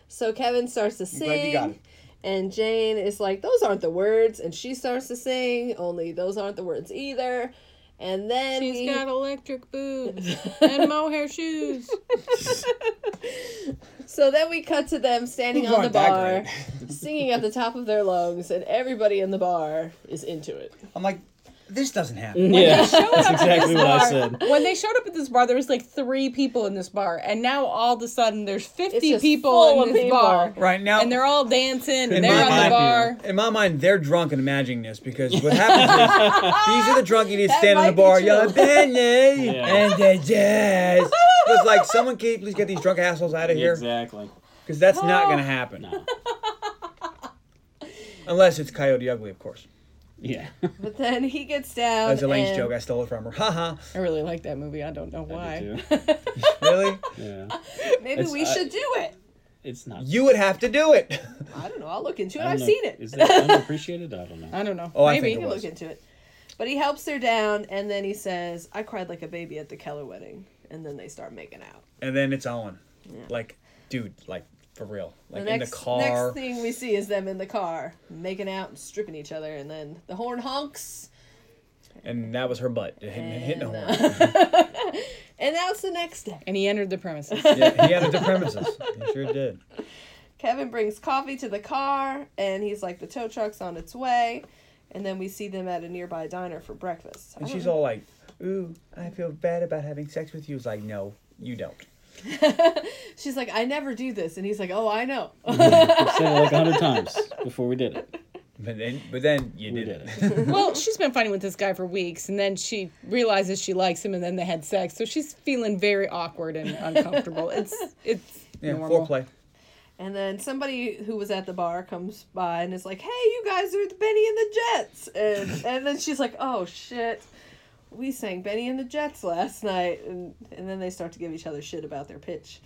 C: So Kevin starts to
D: glad you
C: sing,
D: got it.
C: and Jane is like, "Those aren't the words," and she starts to sing. Only those aren't the words either. And then we,
B: She's got electric boobs and mohair shoes.
C: so then we cut to them standing
D: Those
C: on the
D: aren't that
C: bar, singing at the top of their lungs, and everybody in the bar is into it.
D: I'm like, this doesn't happen.
E: yeah, that's exactly what I said.
B: When they showed up at this bar, there was like three people in this bar, and now all of a sudden there's
C: It's
B: fifty
C: just
B: people
C: full
B: in
C: of
B: this
C: people.
B: bar,
D: Right now,
B: and they're all dancing,
D: In
B: and they're
D: my
B: on the
D: mind-
B: bar.
D: in my mind, they're drunk and imagining this because what happens is these are the drunk idiots standing in
C: might
D: the
C: be
D: bar
C: true.
D: yelling, Benny
E: Yeah.
D: and the jazz. It's like, someone can you please get these drunk assholes out of here
E: Exactly.
D: because that's not going to happen.
E: No.
D: Unless it's Coyote Ugly, of course.
E: Yeah.
C: But then he gets down.
D: That's Elaine's
C: and-
D: joke. I stole it from her. Haha.
B: I really like that movie. I don't know
E: I
B: why.
E: do too.
D: really?
E: Yeah.
C: Maybe
E: It's-
C: we
D: uh,
E: I-
C: should do it.
E: It's not.
D: You would have to do it.
C: I don't know. I'll look into it.
E: I don't
C: I've
E: know.
C: seen it.
E: Is that unappreciated? I don't know.
B: I don't know.
D: Oh, I
B: Maybe.
D: think
C: You
D: it
C: can
D: was.
C: look into it. But he helps her down, and then he says, "I cried like a baby at the Keller wedding," and then they start making out.
D: and then it's on. Like, dude, like, for real. Like, in the car.
C: Next thing we see is them in the car making out and stripping each other, and then the horn honks,
D: and that was her butt. It hit, it hit the horn.
B: uh,
C: and now it's the next day.
B: And he entered the premises.
D: Yeah, he added the premises. He sure did.
C: Kevin brings coffee to the car, and he's like, "The tow truck's on its way," and then we see them at a nearby diner for breakfast. I
D: And
C: don't
D: she's
C: know.
D: all like, "Ooh, I feel bad about having sex with you." It's like, "No, you don't."
C: she's like, "I never do this," and he's like, "Oh, I know."
E: I've said it like a hundred times before we did it.
D: But then, but then you
E: We
D: did,
E: did
D: it.
E: it.
B: well, she's been fighting with this guy for weeks, and then she realizes she likes him, and then they had sex. So she's feeling very awkward and uncomfortable. It's it's
D: Yeah,
B: normal.
D: foreplay.
C: And then somebody who was at the bar comes by and is like, "Hey, you guys are the Benny and the Jets." And and then she's like, "Oh shit. We sang Benny and the Jets last night." And and then they start to give each other shit about their pitch.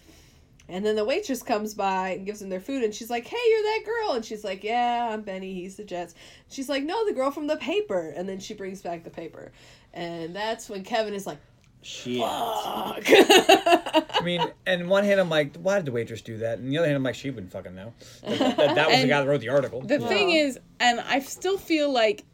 C: And then the waitress comes by and gives them their food and she's like, "Hey, you're that girl." And she's like, "Yeah, I'm Benny, he's the Jets." She's like, "No, the girl from the paper." And then she brings back the paper. And that's when Kevin is like,
E: Shit.
C: "Fuck."
D: I mean, and one hand I'm like, "Why did the waitress do that?" And the other hand I'm like, "She wouldn't fucking know." That, that, that was the
B: And
D: guy that wrote the article.
B: The thing
C: Yeah.
B: is, and I still feel like,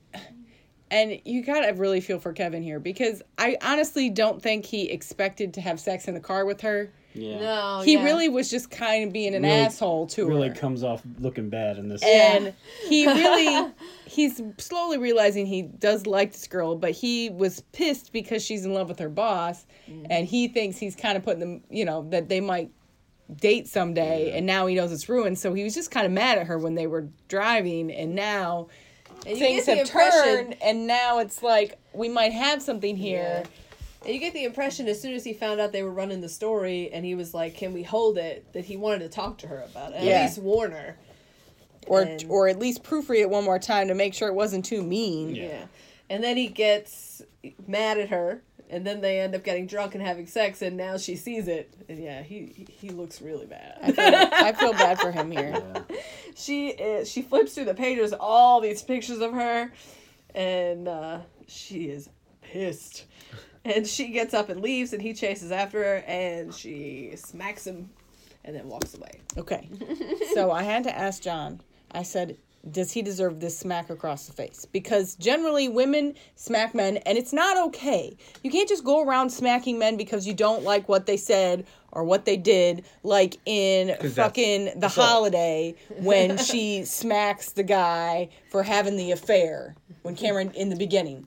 B: and you gotta really feel for Kevin here because I honestly don't think he expected to have sex in the car with her.
E: Yeah.
C: no.
B: he
C: Oh, yeah.
B: really was just kind of being an
E: Really-
B: asshole to
E: Really
B: her.
E: comes off looking bad in this.
B: and he really he's slowly realizing he does like this girl but he was pissed because she's in love with her boss
C: Mm-hmm.
B: and he thinks he's kind of putting them you know that they might date someday and now he knows it's ruined so he was just kind of mad at her when they were driving and now
C: And you
B: things
C: get the
B: have
C: impression-
B: turned and now it's like we might have something here
C: And you get the impression as soon as he found out they were running the story and he was like, Can we hold it? that he wanted to talk to her about it.
B: Yeah.
C: At least warn her.
B: or
C: And-
B: or at least proofread it one more time to make sure it wasn't too mean
C: Yeah. And then he gets mad at her and then they end up getting drunk and having sex and now she sees it. And yeah, he he looks really bad.
B: I feel bad for him here.
C: she is, she flips through the pages all these pictures of her and uh, she is pissed. And she gets up and leaves and he chases after her and she smacks him and then walks away.
B: Okay. so I had to ask John. I said, does he deserve this smack across the face? Because generally women smack men and it's not okay. You can't just go around smacking men because you don't like what they said or what they did, like in
D: that's
B: fucking the
D: assault.
B: holiday when she smacks the guy for having the affair when Cameron in the beginning.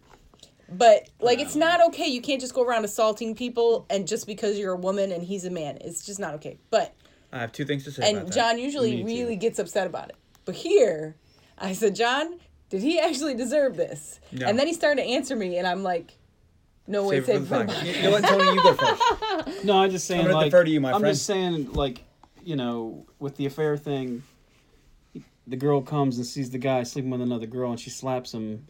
B: But like it's not okay. You can't just go around assaulting people and just because you're a woman and he's a man. It's just not okay. But
D: I have two things to say about
B: and
D: that.
B: John usually really gets upset about it. But here, I said, John, did he actually deserve this?
D: No.
B: And then he started to answer me, and I'm like, no way,
D: Save it for
B: save
D: the
B: for
D: podcast. You- You know what, Tony? You go first.
E: No, I'm just saying.
D: gonna
E: like,
D: defer to you, my
E: I'm
D: friend.
E: just saying, like, you know, with the affair thing, the girl comes and sees the guy sleeping with another girl, and she slaps him,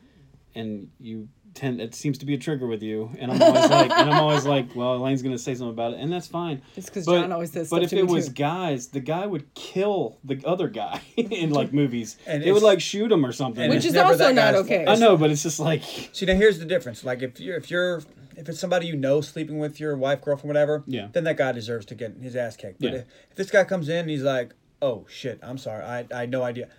E: and you tend it seems to be a trigger with you, and I'm always like, and I'm always like, well, Elaine's gonna say something about it, and that's fine.
B: It's 'cause
E: But-
B: John always says
E: But
B: stuff
E: if
B: to
E: it
B: me,
E: was
B: too.
E: guys, the guy would kill the other guy in like movies.
D: And
E: they would
D: it's-
E: like shoot him or something.
D: And
B: Which
D: it's
B: is
D: never
B: also
D: that
B: not
D: guy's
B: okay.
E: I know, but it's just like
D: See now here's the difference. Like if you're if you're if it's somebody you know sleeping with your wife, girlfriend, whatever,
E: Yeah.
D: then that guy deserves to get his ass kicked. But
E: Yeah.
D: if, if this guy comes in and he's like, Oh shit, I'm sorry, I I had no idea.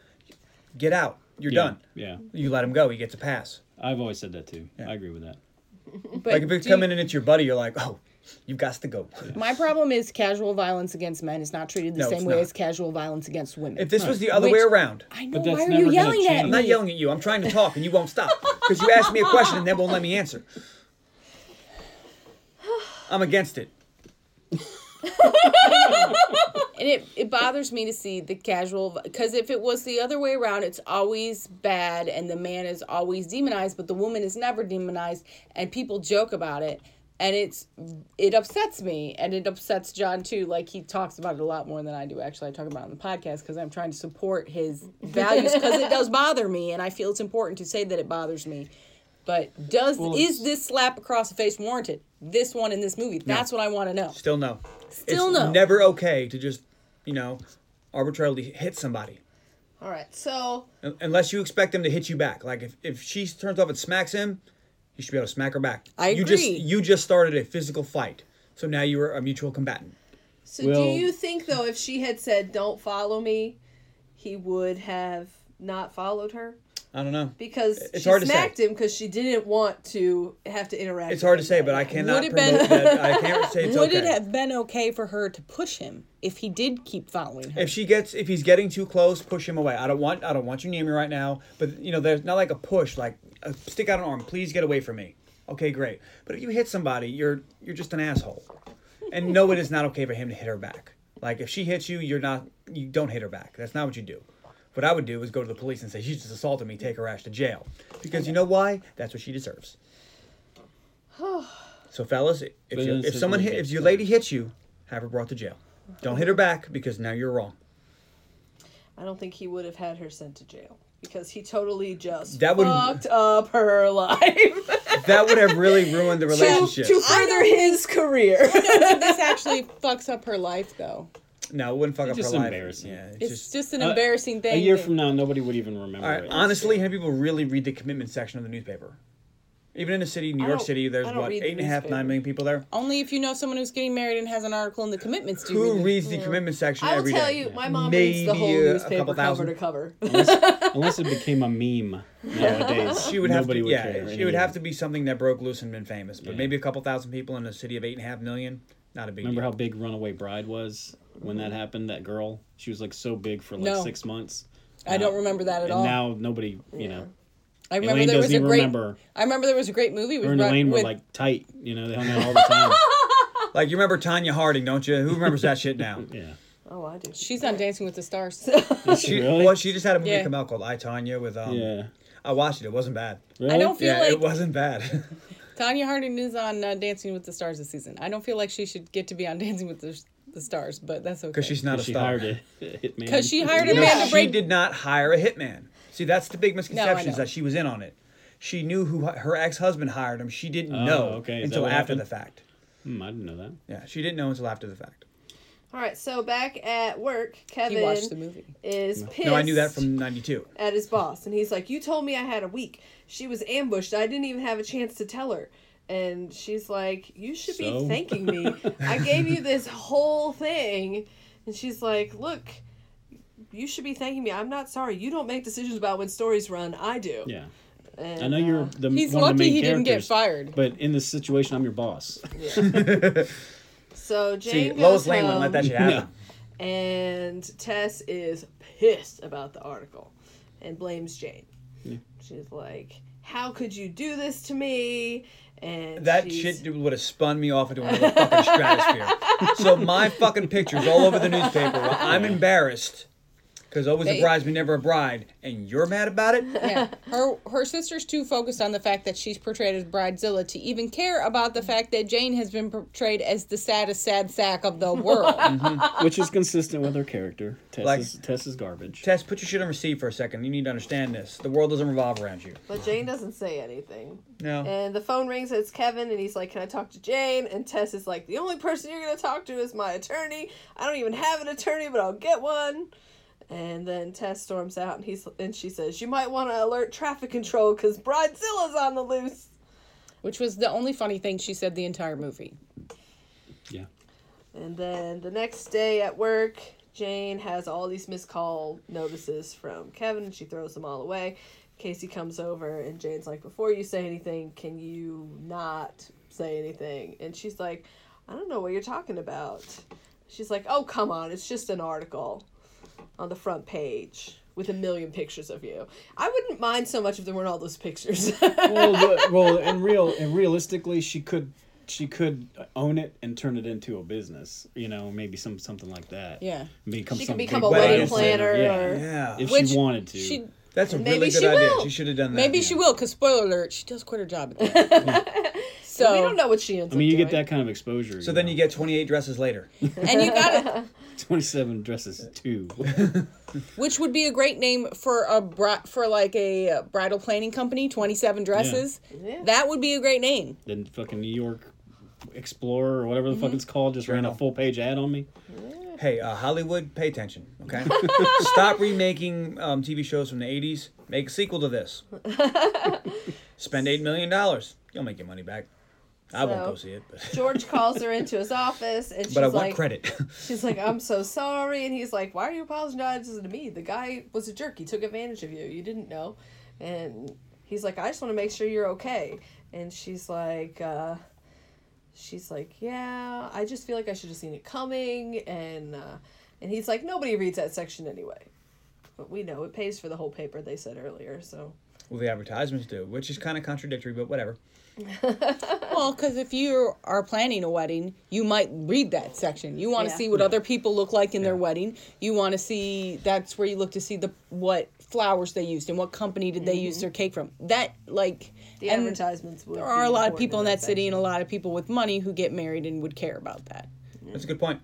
D: Get out. You're
E: Yeah,
D: done.
E: yeah.
D: You let him go, he gets a pass.
E: I've always said that too. I agree with that.
B: But
D: Like if it's
B: do you-
D: coming in and it's your buddy, you're like, Oh, you've got to go.
B: My problem is casual violence against men is not treated the
D: No,
B: same
D: it's
B: way
D: not.
B: as casual violence against women.
D: If this was the other
B: Which-
D: way around,
B: I know.
E: that's
B: Why are
E: never
B: you
E: gonna
B: yelling at
E: change.
B: me?
D: I'm not yelling at you. I'm trying to talk and you won't stop because you asked me a question and they won't let me answer. I'm against it.
B: and it, it bothers me to see the casual because if it was the other way around it's always bad and the man is always demonized but the woman is never demonized and people joke about it and it's it upsets me and it upsets john too like he talks about it a lot more than i do actually i talk about it on the podcast because i'm trying to support his values because it does bother me and i feel it's important to say that it bothers me but does is this slap across the face warranted this one in this movie that's what i want to know
D: Still no.
B: Still
D: it's
B: no.
D: Never okay to just, you know, arbitrarily hit somebody
C: All right, so
D: Un- unless you expect them to hit you back. Like if, if she turns off and smacks him, you should be able to smack her back.
B: I
D: You just
B: agree.
D: you just started a physical fight, so now you are a mutual combatant.
C: so do
E: Well-
C: you think though if she had said "Don't follow me," he would have not followed her
D: I don't know.
C: because
D: It's
C: she
D: hard to say.
C: smacked him because she didn't want to have to interact.
D: It's
C: with
D: hard to
C: him
D: say,
C: that
D: but
C: way.
D: I cannot
B: Would it
D: promote
B: been-
D: that. I can't say it's
B: Would
D: okay.
B: it have been okay for her to push him if he did keep following her?
D: If she gets, if he's getting too close, push him away. I don't want, I don't want you near me right now. But you know, there's not like a push, like uh stick out an arm. Please get away from me. Okay, great. But if you hit somebody, you're you're just an asshole. And no, it is not okay for him to hit her back. Like if she hits you, you're not, you don't hit her back. That's not what you do. What I would do is go to the police and say she just assaulted me. Take her ass to jail. Because you know why? That's what she deserves. so fellas, if
E: But
D: you,
E: it's
D: if
E: a
D: someone hit,
E: little
D: if
E: bit
D: your
E: far.
D: lady hits you, have her brought to jail. Don't hit her back because now you're wrong.
C: I don't think he would have had her sent to jail because he totally just
D: That would-
C: fucked up her life
D: that would have really ruined the
C: to,
D: relationship.
C: to further his career.
B: this actually fucks up her life, though.
D: no, it wouldn't fuck up
E: just
D: her life.
E: embarrassing.
D: Yeah, it's,
B: It's
D: just.
B: just, an embarrassing thing.
E: A year
B: that-
E: from now, nobody would even remember
D: all right,
E: it.
D: honestly, how many people really read the commitment section of the newspaper? Even in the city, New York
C: don't-
D: City, there's
C: I don't
D: what
C: read
D: eight
C: the
D: and a half, nine
C: newspaper.
D: million people there.
B: only if you know someone who's getting married and has an article in the commitments. Do you
D: Who
B: read
D: reads the commitment section
C: I will
D: every
C: tell
D: day?
C: you, my mom reads the
D: Maybe
C: whole
D: a- a
C: newspaper cover
D: couple thousand.
C: to cover.
E: unless it became a meme nowadays,
D: She would have
E: nobody
D: to,
E: would
D: yeah,
E: care.
D: she would have to be something that broke loose and been famous. But
E: Yeah.
D: maybe a couple thousand people in a city of eight and a half million, not a big
E: Remember
D: deal.
E: how big Runaway Bride was when that happened? That girl, she was like so big for like
B: No.
E: six months.
B: I don't remember that at
E: and
B: all.
E: now nobody, you know,
B: I remember
E: Elaine
B: there was
E: doesn't
B: a
E: even
B: great.
E: remember.
B: I remember there was a great movie with,
E: her and
B: Ro-
E: Elaine were
B: with-
E: like tight. You know, they hung out all the time.
D: Like you remember Tanya Harding, don't you? Who remembers that shit now?
E: yeah.
C: Oh, I do.
B: She's on Dancing with the Stars.
D: She,
E: Really?
D: Well, she just had a movie
B: Yeah.
D: come out called I Tanya with um.
E: Yeah.
D: I watched it. It wasn't bad.
E: Really?
B: I don't feel
D: Yeah,
B: like
D: it wasn't bad.
B: Tanya Harding is on uh, Dancing with the Stars this season. I don't feel like she should get to be on Dancing with the, the Stars, but that's okay.
D: Because she's not a
E: she
D: star.
E: hired a hitman.
B: Because she hired a
D: No,
B: man to
D: she
B: break.
D: did not hire a hitman. See, that's the big misconception
B: know.
D: is that she was in on it. She knew who her ex-husband hired him. She didn't know
E: Oh, okay. Is that
D: until
E: what
D: after
E: happened?
D: the fact.
E: Hmm, I didn't know that.
D: Yeah, she didn't know until after the fact.
C: All right, so back at work, Kevin
B: He watched the movie.
C: is pissed.
D: No, I knew that from '92.
C: at his boss, and he's like, "You told me I had a week. She was ambushed. I didn't even have a chance to tell her." And she's like, "You should
E: So?
C: be thanking me. I gave you this whole thing." And she's like, "Look, you should be thanking me. I'm not sorry. You don't make decisions about when stories run. I do."
E: Yeah.
C: And,
E: I know you're
C: uh,
E: the
B: He's
E: one of the
B: lucky
E: main
B: he didn't get
E: characters,
B: fired.
E: But in this situation, I'm your boss.
C: so
D: See,
C: Jane goes
D: Lois Lane
C: home,
D: wouldn't let that shit happen.
C: and Tess is pissed about the article, and blames Jane. She's like, "How could you do this to me?" And
D: That
C: she's-
D: shit would have spun me off into another fucking stratosphere. so my fucking pictures all over the newspaper. while I'm embarrassed. Because always
B: They-
D: a bridesmaid, never a bride, and you're mad about it.
B: Yeah. Her her sister's too focused on the fact that she's portrayed as Bridezilla to even care about the fact that Jane has been portrayed as the saddest sad sack of the world.
C: Mm-hmm.
E: Which is consistent with her character. Tess,
D: Like-
E: is, Tess is garbage.
D: Tess, put your shit on receive for a second. You need to understand this. The world doesn't revolve around you.
C: But Jane doesn't say anything.
D: No.
C: And the phone rings, it's Kevin, and he's like, Can I talk to Jane? And Tess is like, The only person you're going to talk to is my attorney. I don't even have an attorney, but I'll get one. And then Tess storms out, and he's and she says, You might want to alert traffic control because Bridezilla's on the loose.
B: Which was the only funny thing she said the entire movie.
E: Yeah.
C: And then the next day at work, Jane has all these missed call notices from Kevin and she throws them all away. Casey comes over and Jane's like, Before you say anything, can you not say anything? And she's like, I don't know what you're talking about. She's like, Oh, come on, it's just an article on the front page with a million pictures of you. I wouldn't mind so much if there weren't all those pictures.
E: well, but- well, and real and realistically, she could she could own it and turn it into a business. You know, maybe some something like that.
B: Yeah.
E: Become
C: She could
E: some
C: become
E: big
C: a wedding planner or-
E: Yeah.
D: Yeah.
E: If
B: Which
E: she wanted to.
B: She
D: That's a
C: Maybe
D: really good
C: she
D: idea.
C: will.
D: She should have done that.
B: maybe
D: Yeah.
B: she will, because spoiler alert, she does quit her job. At the end. so
C: we don't know what she ends
E: I mean,
C: up
E: you get
C: doing.
E: that kind of exposure.
D: So then you get 28 dresses later.
B: and you got to
E: twenty-seven dresses too.
B: which would be a great name for a bri- for like a uh, bridal planning company. Twenty seven dresses.
C: Yeah.
B: That would be a great name.
E: then fucking New York Explorer or whatever the
C: Mm-hmm.
E: fuck it's called just ran a
D: Journal.
E: full page ad on me.
D: Hey, uh, Hollywood, pay attention, okay? Stop remaking um, TV shows from the 80s. Make a sequel to this. Spend $8 million. You'll make your money back. I won't
C: So-
D: go see it, but,
C: George calls her into his office and she's
D: but I want
C: like,
D: credit.
C: She's like, I'm so sorry. And he's like, Why are you apologizing to me? The guy was a jerk. He took advantage of you. You didn't know. And he's like, I just want to make sure you're okay. And she's like, uh, She's like, Yeah, I just feel like I should have seen it coming. And, uh, and he's like, Nobody reads that section anyway. But we know it pays for the whole paper they said earlier. So,
D: well, the advertisements do, which is kind of contradictory, but whatever.
B: Well, because if you are planning a wedding, you might read that section. You want to
C: Yeah.
B: see what other people look like in their wedding. You want to see that's where you look to see the what flowers they used and what company did they use their cake from. That like
C: Mm-hmm. the
B: and
C: advertisements would
B: There are
C: be
B: a lot of
C: important
B: people in that city and
C: section.
B: a lot of people with money who get married and would care about that.
D: That's a good point.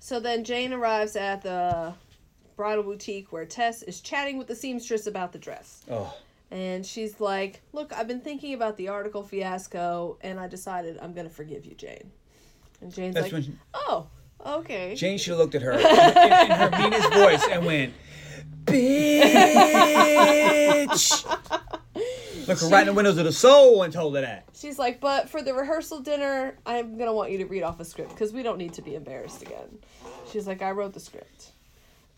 C: So then Jane arrives at the bridal boutique where Tess is chatting with the seamstress about the dress.
D: Oh,
C: And she's like, Look, I've been thinking about the article fiasco and I decided I'm going to forgive you, Jane. And Jane's
D: That's
C: like,
D: when she-
C: Oh, okay.
D: Jane should have looked at her in, in her meanest voice and went, Bitch! Look her right in the windows of the soul and told her that.
C: she's like, But for the rehearsal dinner, I'm going to want you to read off a script because we don't need to be embarrassed again. She's like, I wrote the script.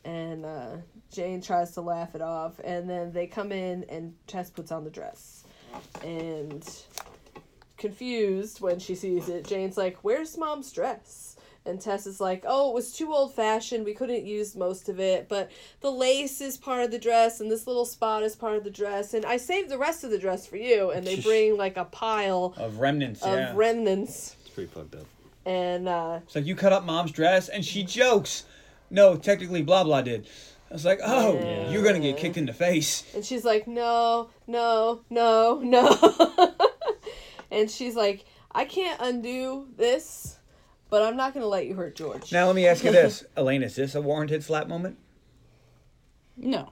C: And uh, Jane tries to laugh it off. And then they come in and Tess puts on the dress. And confused when she sees it. Jane's like, Where's mom's dress? And Tess is like, Oh, it was too old fashioned. We couldn't use most of it, but the lace is part of the dress, and this little spot is part of the dress, and I saved the rest of the dress for you. And they bring like a pile
D: Of remnants,
C: of
D: Oh, yeah.
C: remnants.
E: It's pretty fucked up.
C: And uh,
D: It's like you cut up mom's dress and she jokes. No, technically blah blah did. I was like, oh,
C: Yeah.
D: you're gonna get kicked in the face.
C: And she's like, no, no, no, no. and she's like, I can't undo this, but I'm not going to let you hurt George.
D: Now let me ask you this, Elaine, is this a warranted slap moment?
B: No.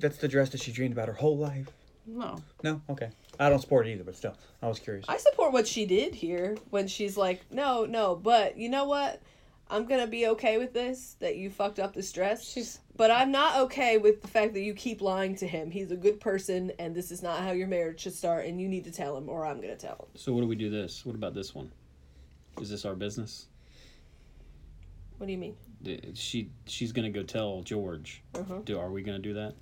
D: That's the dress that she dreamed about her whole life.
B: No.
D: No, okay. I don't support it either, but still, I was curious.
C: I support what she did here when she's like, no, no, but you know what? I'm going to be okay with this, that you fucked up this dress.
B: She's-
C: but I'm not okay with the fact that you keep lying to him. He's a good person, and this is not how your marriage should start, and you need to tell him, or I'm going to tell him.
E: So what do we do this? What about this one? Is this our business?
C: What do you mean?
E: Th- She she's gonna go tell George.
C: Mm-hmm.
E: Do are we gonna do that?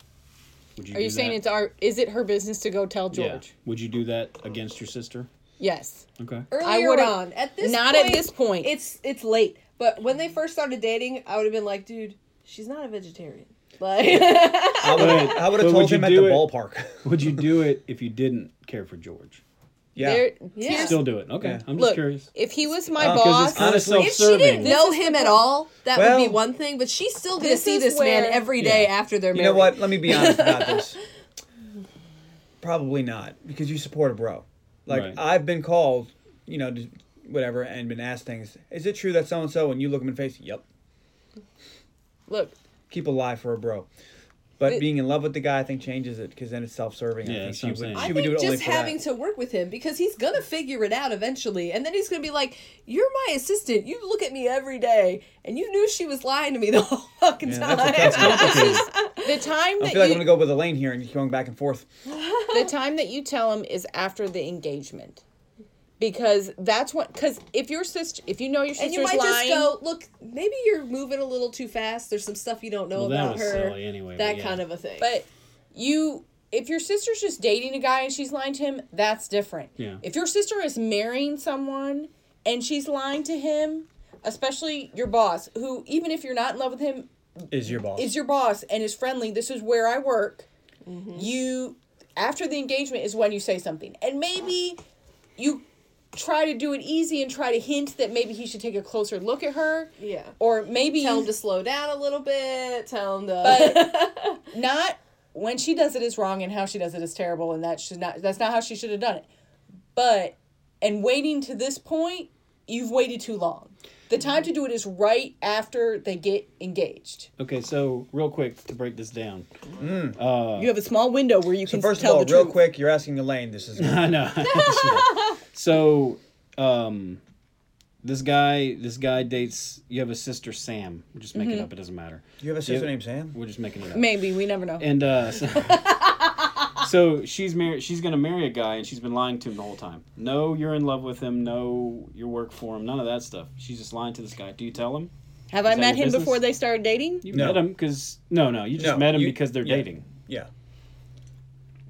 E: Would
B: Are you
E: do
B: saying
E: that?
B: it's our is it her business to go tell
E: Yeah.
B: George?
E: Would you do that against your sister?
B: Yes.
E: Okay.
C: earlier
B: would've-
C: on. At this
B: not at
C: point,
B: this point.
C: It's it's late. But when they first started dating, I would have been like, dude, she's not a vegetarian. Like
D: I would
E: But-
D: I would
E: but
D: have
E: would
D: told
E: you
D: him at
E: do
D: the
E: it?
D: ballpark.
E: Would you do it if you didn't care for George?
D: Yeah.
B: There,
C: Yeah.
B: here's-
E: Still do it. Okay.
D: Yeah.
E: I'm just
B: Look,
E: curious.
B: if he was my
D: Uh, 'cause
B: boss,
D: it's honest-
E: Honestly,
D: If
C: If she didn't
E: self-serving.
B: This
C: know
B: is
C: him
B: the
C: at
B: point.
C: all, that would
D: Well-
C: be one thing. But she's still going to
B: This
C: see
B: is
C: this man
B: where-
C: every day
E: Yeah.
C: after they're
D: You
C: married.
D: know what? Let me be honest about this. Probably not because you support a bro. Like
E: Right.
D: I've been called, you know, to- whatever, and been asked things. Is it true that so and so? And you look them in the face. Yep.
B: look,
D: Keep a lie for a bro. But
B: It-
D: being in love with the guy, I think, changes it because then it's self-serving.
E: Yeah,
D: I think
E: that's
D: she
E: what
D: would,
E: I'm
D: she
E: saying.
C: I
D: would do
C: think
D: it only
C: just
D: for that.
C: having to work with him because he's gonna figure it out eventually, and then he's gonna be like, "You're my assistant. You look at me every day, and you knew she was lying to me the whole fucking
D: Yeah,
C: time."
D: that's, that's complicated.
B: the time that
D: I feel like I'm
B: you,
D: gonna go with Elaine here and just going back and forth.
B: the time that you tell him is after the engagement, because that's what. Because if your sister, if you know your
C: and
B: sister's
C: you might
B: lying,
C: just go, "Look, maybe you're moving a little too fast. There's some stuff you don't know
E: Well, that
C: about
E: was
C: her.
E: silly anyway, but
C: that
E: yeah.
C: kind of a thing."
B: but you. If your sister's just dating a guy and she's lying to him, that's different.
E: Yeah.
B: If your sister is marrying someone and she's lying to him, especially your boss, who even if you're not in love with him,
D: Is your boss?
B: is your boss and is friendly. This is where I work. Mm-hmm. You after the engagement is when you say something, and maybe you try to do it easy and try to hint that maybe he should take a closer look at her.
C: Yeah.
B: Or maybe
C: tell him to slow down a little bit. Tell him to.
B: But- not when she does it is wrong and how she does it is terrible and that should not that's not how she should have done it. But and waiting to this point, you've waited too long. The time to do it is right after they get engaged.
D: Uh,
E: Okay, so real quick to break this down.
B: You have a small window where you
D: so
B: can
D: first of
B: tell
D: all,
B: the
D: real
B: truth.
D: quick, you're asking Elaine. This is
E: I know. so, um, this guy, this guy dates. You have a sister, Sam. We'll just make it up. It doesn't matter.
D: you have a sister named Sam.
E: We're just making it up.
B: Maybe we never know.
E: And uh, so, so she's married. She's gonna marry a guy, and she's been lying to him the whole time. No, you're in love with him. No, you work for him. None of that stuff. She's just lying to this guy. Do you tell him?
B: Have
E: Is
B: I
E: that
B: met
E: your
B: him
E: business?
B: before they started dating?
E: You
D: No.
E: met him because no, no, you just
D: No,
E: met him
D: you-
E: because they're
D: yeah.
E: dating.
D: Yeah.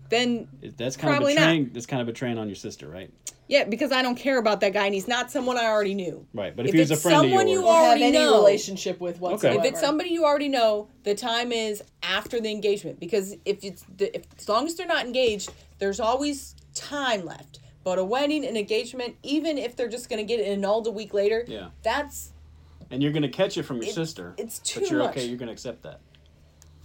B: Then
E: It- That's kind
B: Probably
E: of
B: not.
E: betraying. That's kind of betraying on your sister, right?
B: yeah, because I don't care about that guy and he's not someone I already knew.
E: Right. But if,
B: If
E: he was a
B: it's
E: friend
B: someone
E: of yours,
B: you
C: or have
B: already
C: any
B: know.
C: relationship with whatsoever.
B: If it's somebody you already know, the time is after the engagement because if it's the, if, as long as they're not engaged, there's always time left. But a wedding, an engagement, even if they're just going to get annulled a week later,
E: Yeah.
B: that's.
E: and you're gonna catch it from your
B: It-
E: sister,
B: it's
E: but
B: too
E: you're
B: much.
E: okay. You're gonna accept that.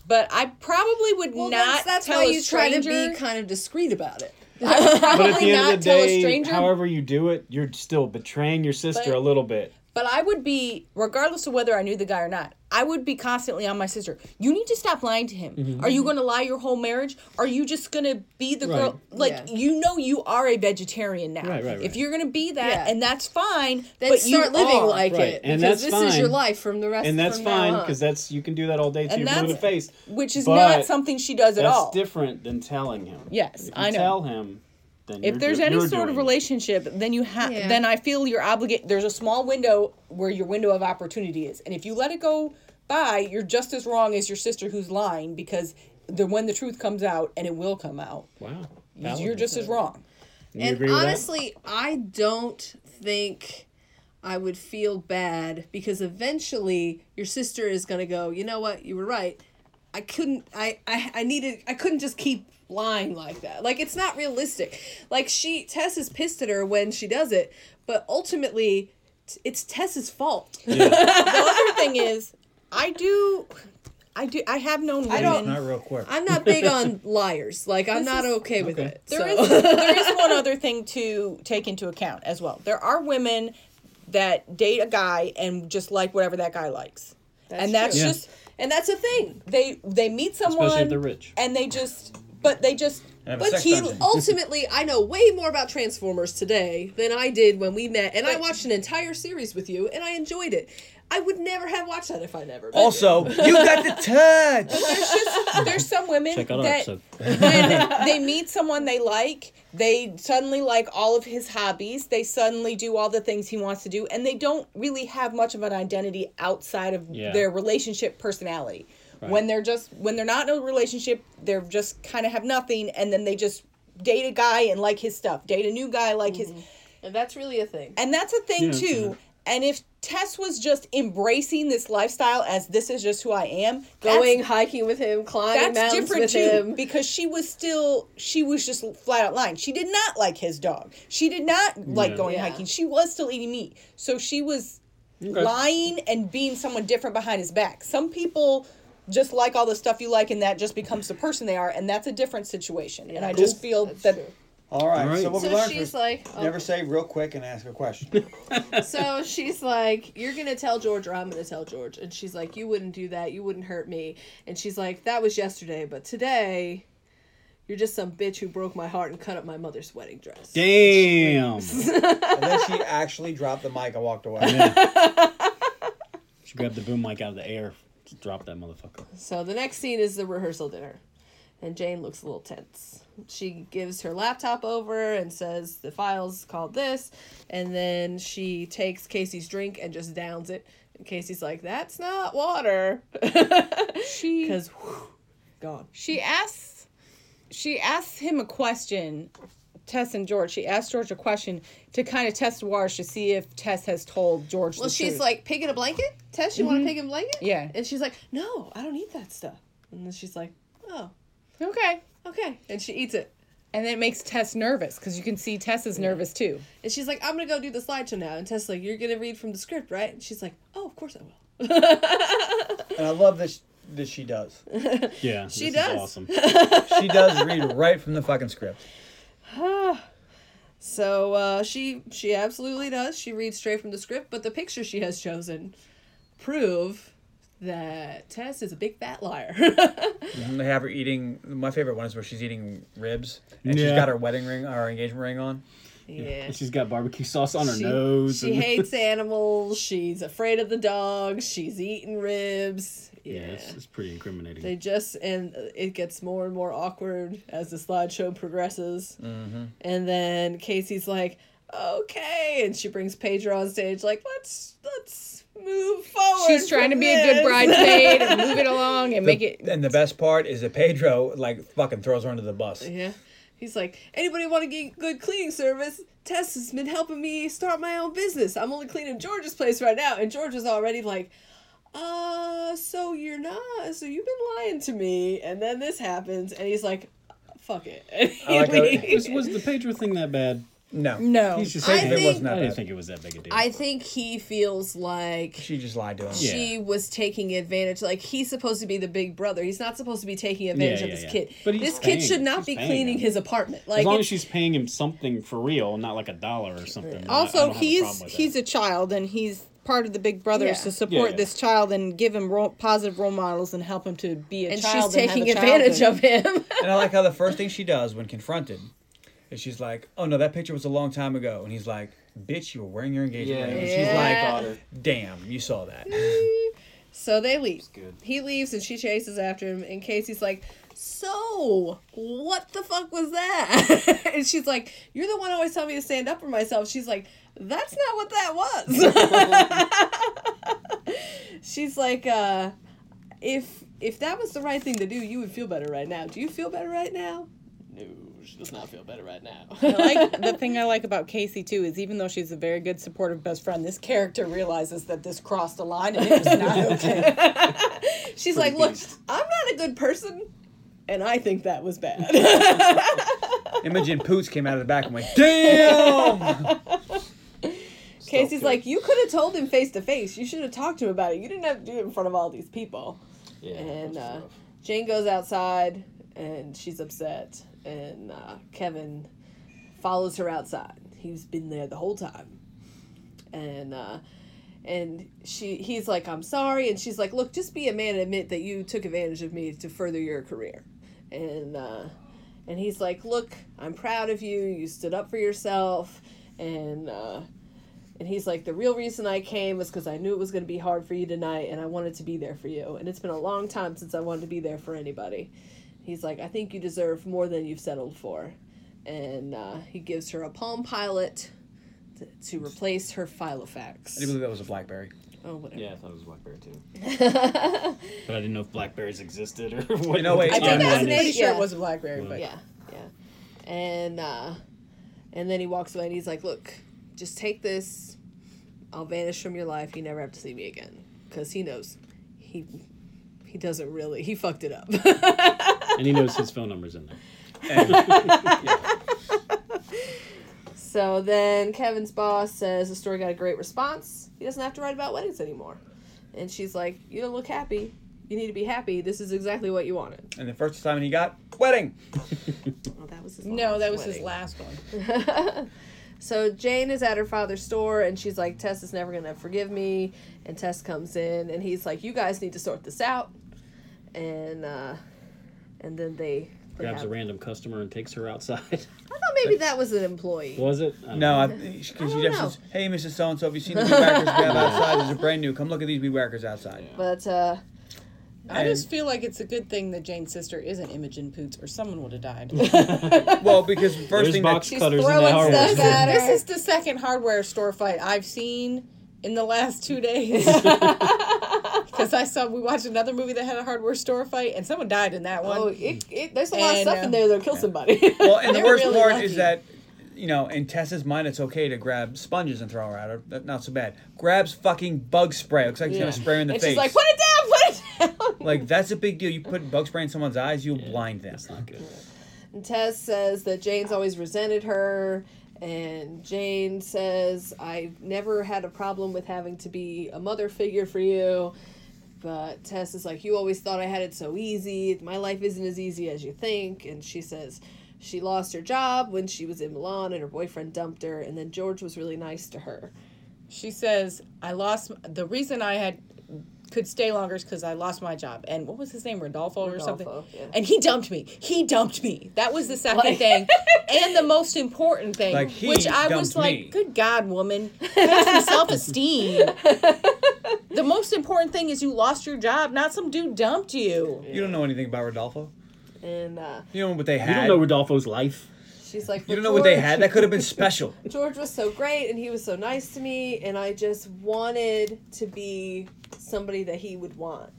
B: But I probably would
C: Well,
B: not
C: that's, that's
B: tell
C: why
B: a
C: you try to
B: stranger.
C: be kind of discreet about it.
B: I would probably
E: But at the end
B: not
E: of the
B: tell a
E: day,
B: stranger.
E: however you do it, you're still betraying your sister
B: But-
E: a little bit.
B: But I would be, regardless of whether I knew the guy or not, I would be constantly on my sister. You need to stop lying to him. Are you going to lie your whole marriage? Are you just going to be the
E: Mm-hmm. Right.
B: girl? Like,
C: Yeah.
B: you know, you are a vegetarian now.
E: Right, right, right.
B: If you're going to be that,
C: Yeah.
B: and that's fine,
C: Then
B: but you
C: start living
B: are.
C: like
E: Right,
C: it.
E: and
C: because
E: that's
C: this is your
E: fine.
C: life from the rest
E: and that's
C: from now
E: fine
C: on.
E: because that's you can do that all day to
B: And
E: your blue in the
B: that's-
E: face,
B: Which is
E: But
B: not something she does at
E: that's
B: all.
E: different than telling him.
B: Yes,
E: if you
B: I know.
E: Tell him. Then
B: if
E: you're
B: there's
E: do-
B: any
E: you're
B: sort of
E: doing it.
B: relationship then you have
C: Yeah.
B: then i feel you're obligated there's a small window where your window of opportunity is and if you let it go by you're just as wrong as your sister who's lying because the when the truth comes out and it will come out
E: Wow.
B: you're
E: Valid.
B: just as wrong
E: You
C: And
E: agree with that?
C: honestly, I don't think I would feel bad because eventually your sister is gonna go. You know what? You were right. I couldn't. I I, I needed. I couldn't just keep lying like that. Like it's not realistic. Like she Tess is pissed at her when she does it, but ultimately. t- It's Tess's fault.
B: the other thing is i do i do i have known women
C: I don't-
D: Not real quick.
C: I'm not big on liars. Like I'm not okay with
E: okay.
C: it.
B: There
C: so.
B: is there is one other thing to take into account as well. There are women that date a guy and just like whatever that guy likes, and that's
C: true. Yeah.
B: just
C: and that's a thing.
B: they they meet someone
E: Especially if they're rich.
B: and they just but they just
D: Have a
B: but
D: sex
B: he
D: dungeon.
C: ultimately, I know way more about Transformers today than I did when we met, and I watched an entire series with you, and I enjoyed it. I would never have watched that if I never. met
D: Also, you got the touch.
B: oh, there's some women
E: Check out our
B: that
E: episode.
B: when they meet someone they like they suddenly like all of his hobbies they suddenly do all the things he wants to do and they don't really have much of an identity outside of
E: Yeah.
B: their relationship personality
E: Right.
B: when they're just when they're not in a relationship they're just kind of have nothing and then they just date a guy and like his stuff date a new guy like his
C: you. and that's really a thing.
B: and that's a thing
E: Yeah, it's
B: too. And if Tess was just embracing this lifestyle as this is just who I am, that's-
C: Going hiking with him, climbing
B: that's
C: mountains
B: different
C: with
B: too
C: him.
B: because she was still she was just flat out lying. She did not like his dog. She did not like
E: Yeah.
B: going
C: Yeah.
B: hiking. She was still eating meat. So she was lying and being someone different behind his back. Some people just like all the stuff you like and that just becomes the person they are and that's a different situation. And I just feel that
D: All right.
E: All right.
D: So what we
C: So
D: learned
C: she's
D: was
C: like, oh,
D: never say real quick and ask a question.
C: so she's like, you're gonna tell George or I'm gonna tell George, and she's like, you wouldn't do that, you wouldn't hurt me, and she's like, that was yesterday, but today, you're just some bitch who broke my heart and cut up my mother's wedding dress.
E: Damn.
D: and then she actually dropped the mic and walked away.
E: she grabbed the boom mic out of the air, dropped that motherfucker.
C: So the next scene is the rehearsal dinner, and Jane looks a little tense. She gives her laptop over and says the file's called this, and then she takes Casey's drink and just downs it. And Casey's like, "That's not water,"
B: she
C: because gone.
B: she asks she asks him a question tess and george she asks george a question to kind of test the waters to see if tess has told george
C: Well, she's like, picking a blanket? Tess, you want to pick a blanket?
B: Yeah.
C: And she's like, no, I don't eat that stuff. And then she's like, oh,
B: okay
C: okay. And she eats it.
B: and it makes tess nervous because you can see tess is nervous too
C: And she's like, I'm going to go do the slideshow now. And Tess like, you're going to read from the script, right? And she's like, oh, of course I will.
D: And I love this that she does.
E: Yeah. She
C: does.
E: awesome.
D: She does read right from the fucking script.
C: So uh, she she absolutely does. She reads straight from the script, but the picture she has chosen prove that Tess is a big fat liar.
D: And they have her eating. My favorite one is where she's eating ribs and she's
E: Yeah.
D: got her wedding ring, her engagement ring on.
C: yeah.
E: And she's got barbecue sauce on her
C: She-
E: nose.
C: She
E: and-
C: hates animals. She's afraid of the dogs. She's eating ribs.
E: Yeah, it's, it's pretty incriminating.
C: They just and it gets more and more awkward as the slideshow progresses.
E: Mm-hmm.
C: And then Casey's like, "Okay," and she brings Pedro on stage, like, "Let's let's move forward."
B: she's trying to
C: from
B: be a good
C: this."
B: bridesmaid and move it along and make it
D: And the best part is that Pedro like fucking throws her under the bus.
C: Yeah, he's like, "Anybody want to get good cleaning service?" Tess has been helping me start my own business. I'm only cleaning George's place right now, and George was already like. Uh, so you're not, so you've been lying to me, and then this happens, and he's like, "Fuck it." And he
D: I like how-
C: leaves.
E: Was, was the Pedro thing that bad?
D: No,
B: no
E: He's just
C: I
E: saying
C: think-
E: it wasn't
D: I
E: that
D: didn't
E: bad. think it was that big a deal.
C: I think he feels like
D: she just lied to him.
E: Yeah.
C: she was taking advantage. Like he's supposed to be the big brother. He's not supposed to be taking advantage
E: Yeah,
C: of
E: yeah,
C: this
E: yeah.
C: kid.
E: But he's
C: this kid
E: paying-
C: should not
E: he's
C: be
E: paying
C: cleaning
E: him.
C: his apartment. Like
E: as long as
C: it's-
E: she's paying him something for real, not like a dollar or something. then I- I don't
B: also
E: have a
B: he's
E: problem with
B: he's
E: that.
B: a child and he's part of the big brothers
C: Yeah.
B: to support
E: yeah.
B: this child and give him role, positive role models and help him to be a
C: and
B: child
C: she's taking
B: and have a
C: advantage
B: childhood.
C: of him.
D: And I like how the first thing she does when confronted is she's like, "Oh no, that picture was a long time ago." And he's like, "Bitch, you were wearing your engagement
E: Yeah,
D: ring." And
C: Yeah.
D: she's like, "Damn, you saw that."
C: so they leave.
E: good.
C: He leaves and she chases after him. And Casey's like, "So what the fuck was that?" and she's like, "You're the one always telling me to stand up for myself." She's like, "That's not what that was." she's like uh if if that was the right thing to do you would feel better right now do you feel better right now no she does not feel better right now
B: I like the thing I like about Casey too is even though she's a very good supportive best friend, this character realizes that this crossed a line and it was not okay.
C: she's like look i'm not a good person and i think that was bad
D: Imogen Poots came out of the back and went, "Damn!"
C: casey's like you could have told him face to face you should have talked to him about it you didn't have to do it in front of all these people
E: Yeah,
C: and
E: that's
C: uh,
E: rough.
C: Jane goes outside and she's upset, and uh, Kevin follows her outside. He's been there the whole time, and uh, and she he's like, "I'm sorry," and she's like, "Look, just be a man and admit that you took advantage of me to further your career," and. Uh, and he's like, "Look, I'm proud of you. You stood up for yourself." And uh, and he's like, "The real reason I came was because I knew it was going to be hard for you tonight, and I wanted to be there for you. And it's been a long time since I wanted to be there for anybody." He's like, "I think you deserve more than you've settled for," and uh, he gives her a Palm Pilot to, to replace her
D: I
C: Filofax.
D: believe that was a blackberry.
C: Oh, whatever.
E: Yeah, I thought it was Blackberry too. but I didn't know if Blackberries existed or what.
D: You know, wait,
E: what the
D: I think
E: timeline
C: that's an
E: is.
C: idiot. Yeah.
B: a blackberry, but
C: Yeah, yeah. And uh, and then he walks away and he's like, "Look, just take this. I'll vanish from your life. You never have to see me again. Because he knows he he doesn't really. He fucked it up.
E: and he knows his phone number's in there.
C: so then Kevin's boss says the story got a great response. He doesn't have to write about weddings anymore. And she's like, You don't look happy. You need to be happy. This is exactly what you wanted.
D: And the first assignment he got, wedding.
C: Well, that was his
B: No, that was his
C: wedding.
B: last one.
C: So Jane is at her father's store and she's like, Tess is never gonna forgive me. And Tess comes in and he's like, You guys need to sort this out. And uh, and then they, they
E: Grabs a
C: have-
E: random customer and takes her outside.
C: I thought maybe that was an employee.
E: Was it? I don't
D: No,
E: know.
D: I, she, she
C: I don't
D: just
C: know.
D: says, hey, Mrs. So-and-so, have you seen the weed whackers we have outside? These are brand new. Come look at these weed whackers outside.
C: But uh,
B: I just
D: And-
B: feel like it's a good thing that Jane's sister isn't Imogen Poots, or someone would have died.
D: Well, because the first
E: There's
D: thing
E: box
D: that...
E: cutters in
C: throwing
E: the hardware
C: stuff
E: store.
C: at her.
B: this is the second hardware store fight I've seen in the last two days. Because I saw we watched another movie that had a hardware store fight, and someone died in that one.
C: oh, it, it, there's a lot
B: And,
C: of stuff in
B: um,
C: there that'll kill somebody.
D: Well, and the
B: They're
D: worst
B: really
D: part
B: lucky.
D: is that, you know, in Tessa's mind, it's okay to grab sponges and throw her at her. That- Not so bad. Grabs fucking bug spray. Looks like he's going to spray her in the
C: and
D: face.
C: she's like, Put it down, put it down.
D: Like, that's a big deal. You put bug spray in someone's eyes, you'll blind them.
E: That's not good.
C: And Tess says that Jane's always resented her, and Jane says, I've never had a problem with having to be a mother figure for you. But Tess is like, You always thought I had it so easy. My life isn't as easy as you think. And she says, She lost her job when she was in Milan, and her boyfriend dumped her, and then George was really nice to her.
B: She says, "I lost the reason I had could stay longer is because I lost my job." And what was his name, Rodolfo, or something?
C: Rodolfo, yeah.
B: And he dumped me. He dumped me. That was the second
C: Like-
B: thing, and the most important thing,
D: Like, he
B: which I was
D: dumped
B: like,
D: me.
B: "Good God, woman, have some self-esteem." the most important thing is you lost your job, not some dude dumped you.
D: You don't know anything about Rodolfo.
C: And uh,
D: You don't know what they had.
E: You don't know Rodolfo's life.
C: she's like,
D: You
C: "But
D: don't know what they
C: George-
D: had. That could have been special.
C: George was so great and he was so nice to me and I just wanted to be somebody that he would want.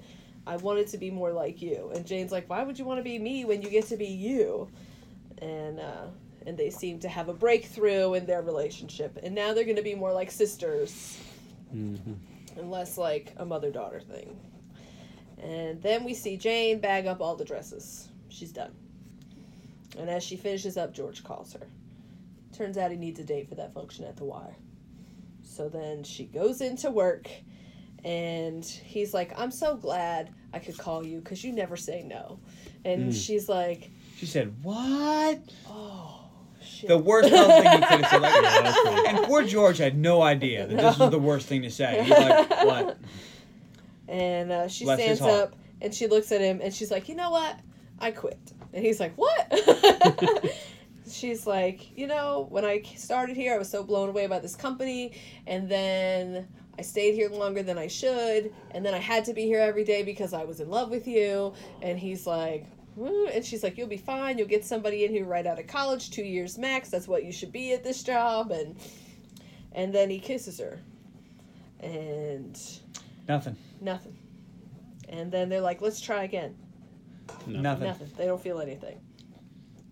C: I wanted to be more like you. And Jane's like, "Why would you want to be me when you get to be you?" And uh and they seem to have a breakthrough in their relationship. And now they're going to be more like sisters. And less like a mother daughter thing. And then we see Jane bag up all the dresses. She's done. And as she finishes up, George calls her. Turns out he needs a date for that function at the Y. So then she goes into work, and he's like, I'm so glad I could call you because you never say no. And she's like,
D: She said, "What?"
C: Shit.
D: The worst little thing he could have said. Like, and poor George had no idea that this was the worst thing to say. He's like, "What?"
C: and uh, she
D: Bless his
C: stands
D: heart.
C: up and she looks at him and she's like, You know what? I quit. And he's like, What? she's like, You know, when I started here, I was so blown away by this company. And then I stayed here longer than I should. And then I had to be here every day because I was in love with you. And he's like, "Woo," and she's like, You'll be fine. You'll get somebody in here right out of college, two years max. That's what you should be at this job. And and then he kisses her. And
D: Nothing.
C: Nothing. And then they're like, let's try again.
D: Nothing.
C: Nothing. They don't feel anything.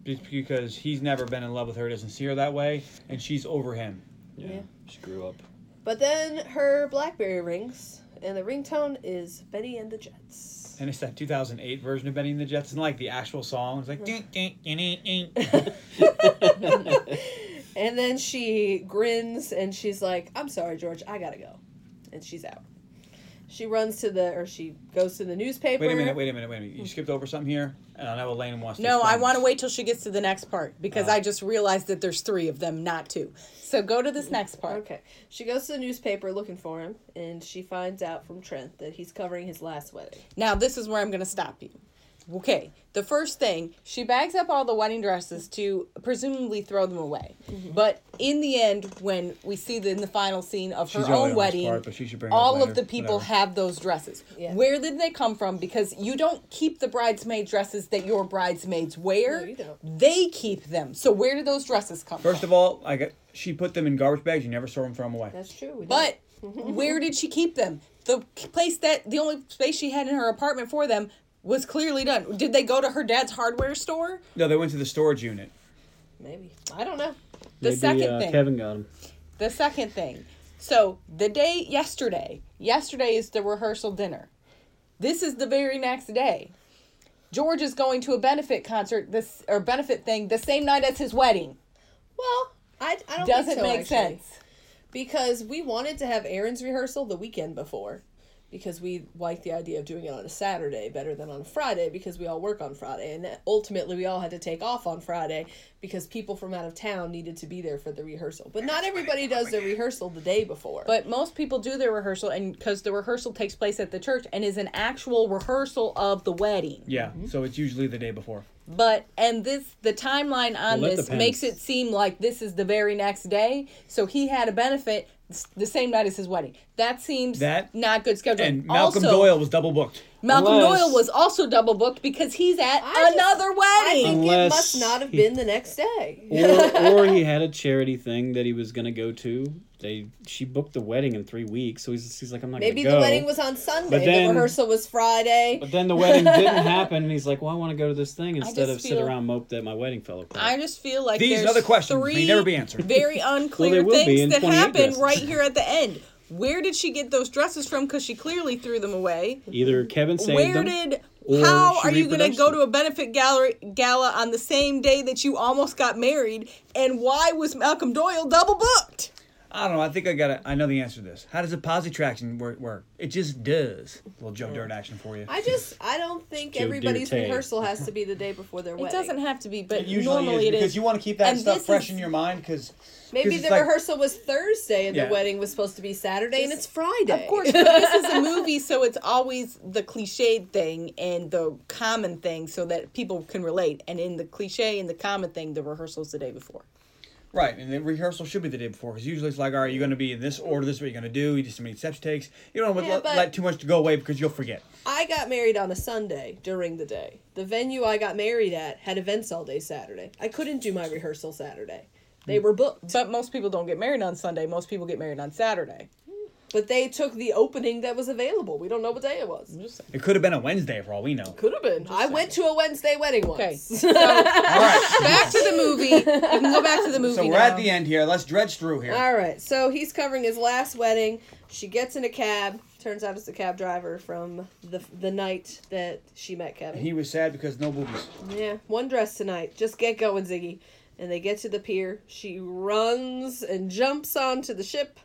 D: Just because he's never been in love with her, doesn't see her that way, and she's over him.
E: Yeah.
C: Yeah.
E: She grew up.
C: But then her Blackberry rings, and the ringtone is Betty and the Jets.
D: And it's that 2008 version of Benny and the Jets, and like the actual song. It's like, "Dink, dink, dink, dink, dink."
C: And then she grins and she's like, I'm sorry, George, I gotta go. And she's out. She runs to the, or she goes to the newspaper.
D: wait a minute, wait a minute, wait a minute. You skipped over something here, and I know Elaine wants to.
B: No, I
D: explain
B: want to
D: this.
B: wait till she gets to the next part because
D: Uh.
B: I just realized that there's three of them, not two. So go to this next part.
C: Okay. She goes to the newspaper looking for him, and she finds out from Trent that he's covering his last wedding.
B: Now, this is where I'm going to stop you. Okay, the first thing, she bags up all the wedding dresses to presumably throw them away.
D: Mm-hmm.
B: But in the end, when we see the, in the final scene of her
D: She's already on
B: own
D: this
B: wedding,
D: part, but she should bring it up
B: all
D: later.
B: of the people
D: Whatever.
B: have those dresses.
C: Yeah.
B: Where did they come from? Because you don't keep the bridesmaid dresses that your bridesmaids wear,
C: No, you don't.
B: they keep them. So, where do those dresses come
D: First
B: from?
D: of all, I got she put them in garbage bags. You never saw them throw them away.
C: That's true. we
B: But where did she keep them? The place that the only space she had in her apartment for them was clearly done. Did they go to her dad's hardware store?
D: No, they went to the storage unit.
C: don't- Maybe. I don't know.
B: The
E: Maybe,
B: second
E: uh,
B: thing.
E: Kevin got him.
B: The second thing. So the day yesterday, yesterday is the rehearsal dinner. This is the very next day. George is going to a benefit concert this or benefit thing the same night as his wedding.
C: Well, I, I don't
B: Doesn't
C: think
B: make
C: so, Oh, actually.
B: sense.
C: because we wanted to have Aaron's rehearsal the weekend before because we liked the idea of doing it on a Saturday better than on a Friday because we all work on Friday and ultimately we all had to take off on Friday because people from out of town needed to be there for the rehearsal. But not everybody does their rehearsal the day before.
B: But most people do their rehearsal and because the rehearsal takes place at the church and is an actual rehearsal of the wedding.
D: Yeah, so it's usually the day before.
B: But and this the timeline on
E: Well, that
B: this
E: depends.
B: makes it seem like this is the very next day. So he had a benefit s- the same night as his wedding. That seems
D: That-
B: not good scheduling.
D: And Malcolm
B: Also,
D: Doyle was double booked.
B: Malcolm
E: Unless-
B: Doyle was also double booked because he's at
C: I just-
B: another
C: I
B: wedding.
C: think it
E: Unless
C: must not have
E: he-
C: been the next day.
E: or, or he had a charity thing that he was gonna go to. They she booked the wedding in three weeks, so he's, he's like, I'm not
C: Maybe
E: gonna
C: the
E: go.
C: wedding was on Sunday,
E: then-
C: the rehearsal was Friday.
E: But then the wedding didn't happen, and he's like, "Well, I want to go to this thing instead
B: just
E: of sit
B: feel-
E: around mope that my wedding fell apart."
B: I just feel like
D: These
B: there's
D: and other questions may
B: three
D: never be answered.
B: Very unclear
E: will be in
B: things that
E: 28
B: happen
E: dresses.
B: right here at the end. Where did she get those dresses from? Because she clearly threw them away.
E: Either Kevin saved
B: Where
E: them,
B: did?
E: or
B: How
E: she
B: are you going to
E: reproduced
B: go
E: them.
B: to a benefit gallery gala on the same day that you almost got married? And why was Malcolm Doyle double booked?
D: I don't know. I think I got to I know the answer to this. How does a positive traction wor- work? It just does. little Joe Dirt action for you.
C: I just I don't think
E: Joe
C: everybody's
E: Dirtay.
C: rehearsal has to be the day before their wedding.
B: It doesn't have to be, but
D: It usually
B: normally
D: is
B: it
D: because
B: is.
D: you want to keep that
B: And
D: stuff
B: this
D: fresh
B: is-
D: in your mind because
C: Maybe the rehearsal was Thursday and
D: Yeah.
C: the wedding was supposed to be Saturday and it's Friday.
B: Of course, but this is a movie, so it's always the cliched thing and the common thing, so that people can relate. And in the cliche and the common thing, the rehearsal's the day before.
D: Right, and the rehearsal should be the day before because usually it's like, all right, you're going to be in this order, this is what you're going to do, you just how many steps it takes. You don't want to
C: Yeah,
D: let,
C: but-
D: let too much to go away because you'll forget.
C: I got married on a Sunday during the day. The venue I got married at had events all day Saturday. I couldn't do my rehearsal Saturday. They were booked,
B: But most people don't get married on Sunday. Most people get married on Saturday.
C: but they took the opening that was available. We don't know what day it was.
D: It could have been a Wednesday for all we know.
C: Could have been. I went to a Wednesday wedding once.
B: Okay, so back to the movie. You can go back to the movie.
D: So we're
B: now.
D: at the end here. Let's dredge through here.
C: All right. So he's covering his last wedding. She gets in a cab. Turns out it's the cab driver from the the night that she met Kevin.
D: He was sad because no boobies.
C: Yeah, one dress tonight. Just get going, Ziggy. And they get to the pier. She runs and jumps onto the ship.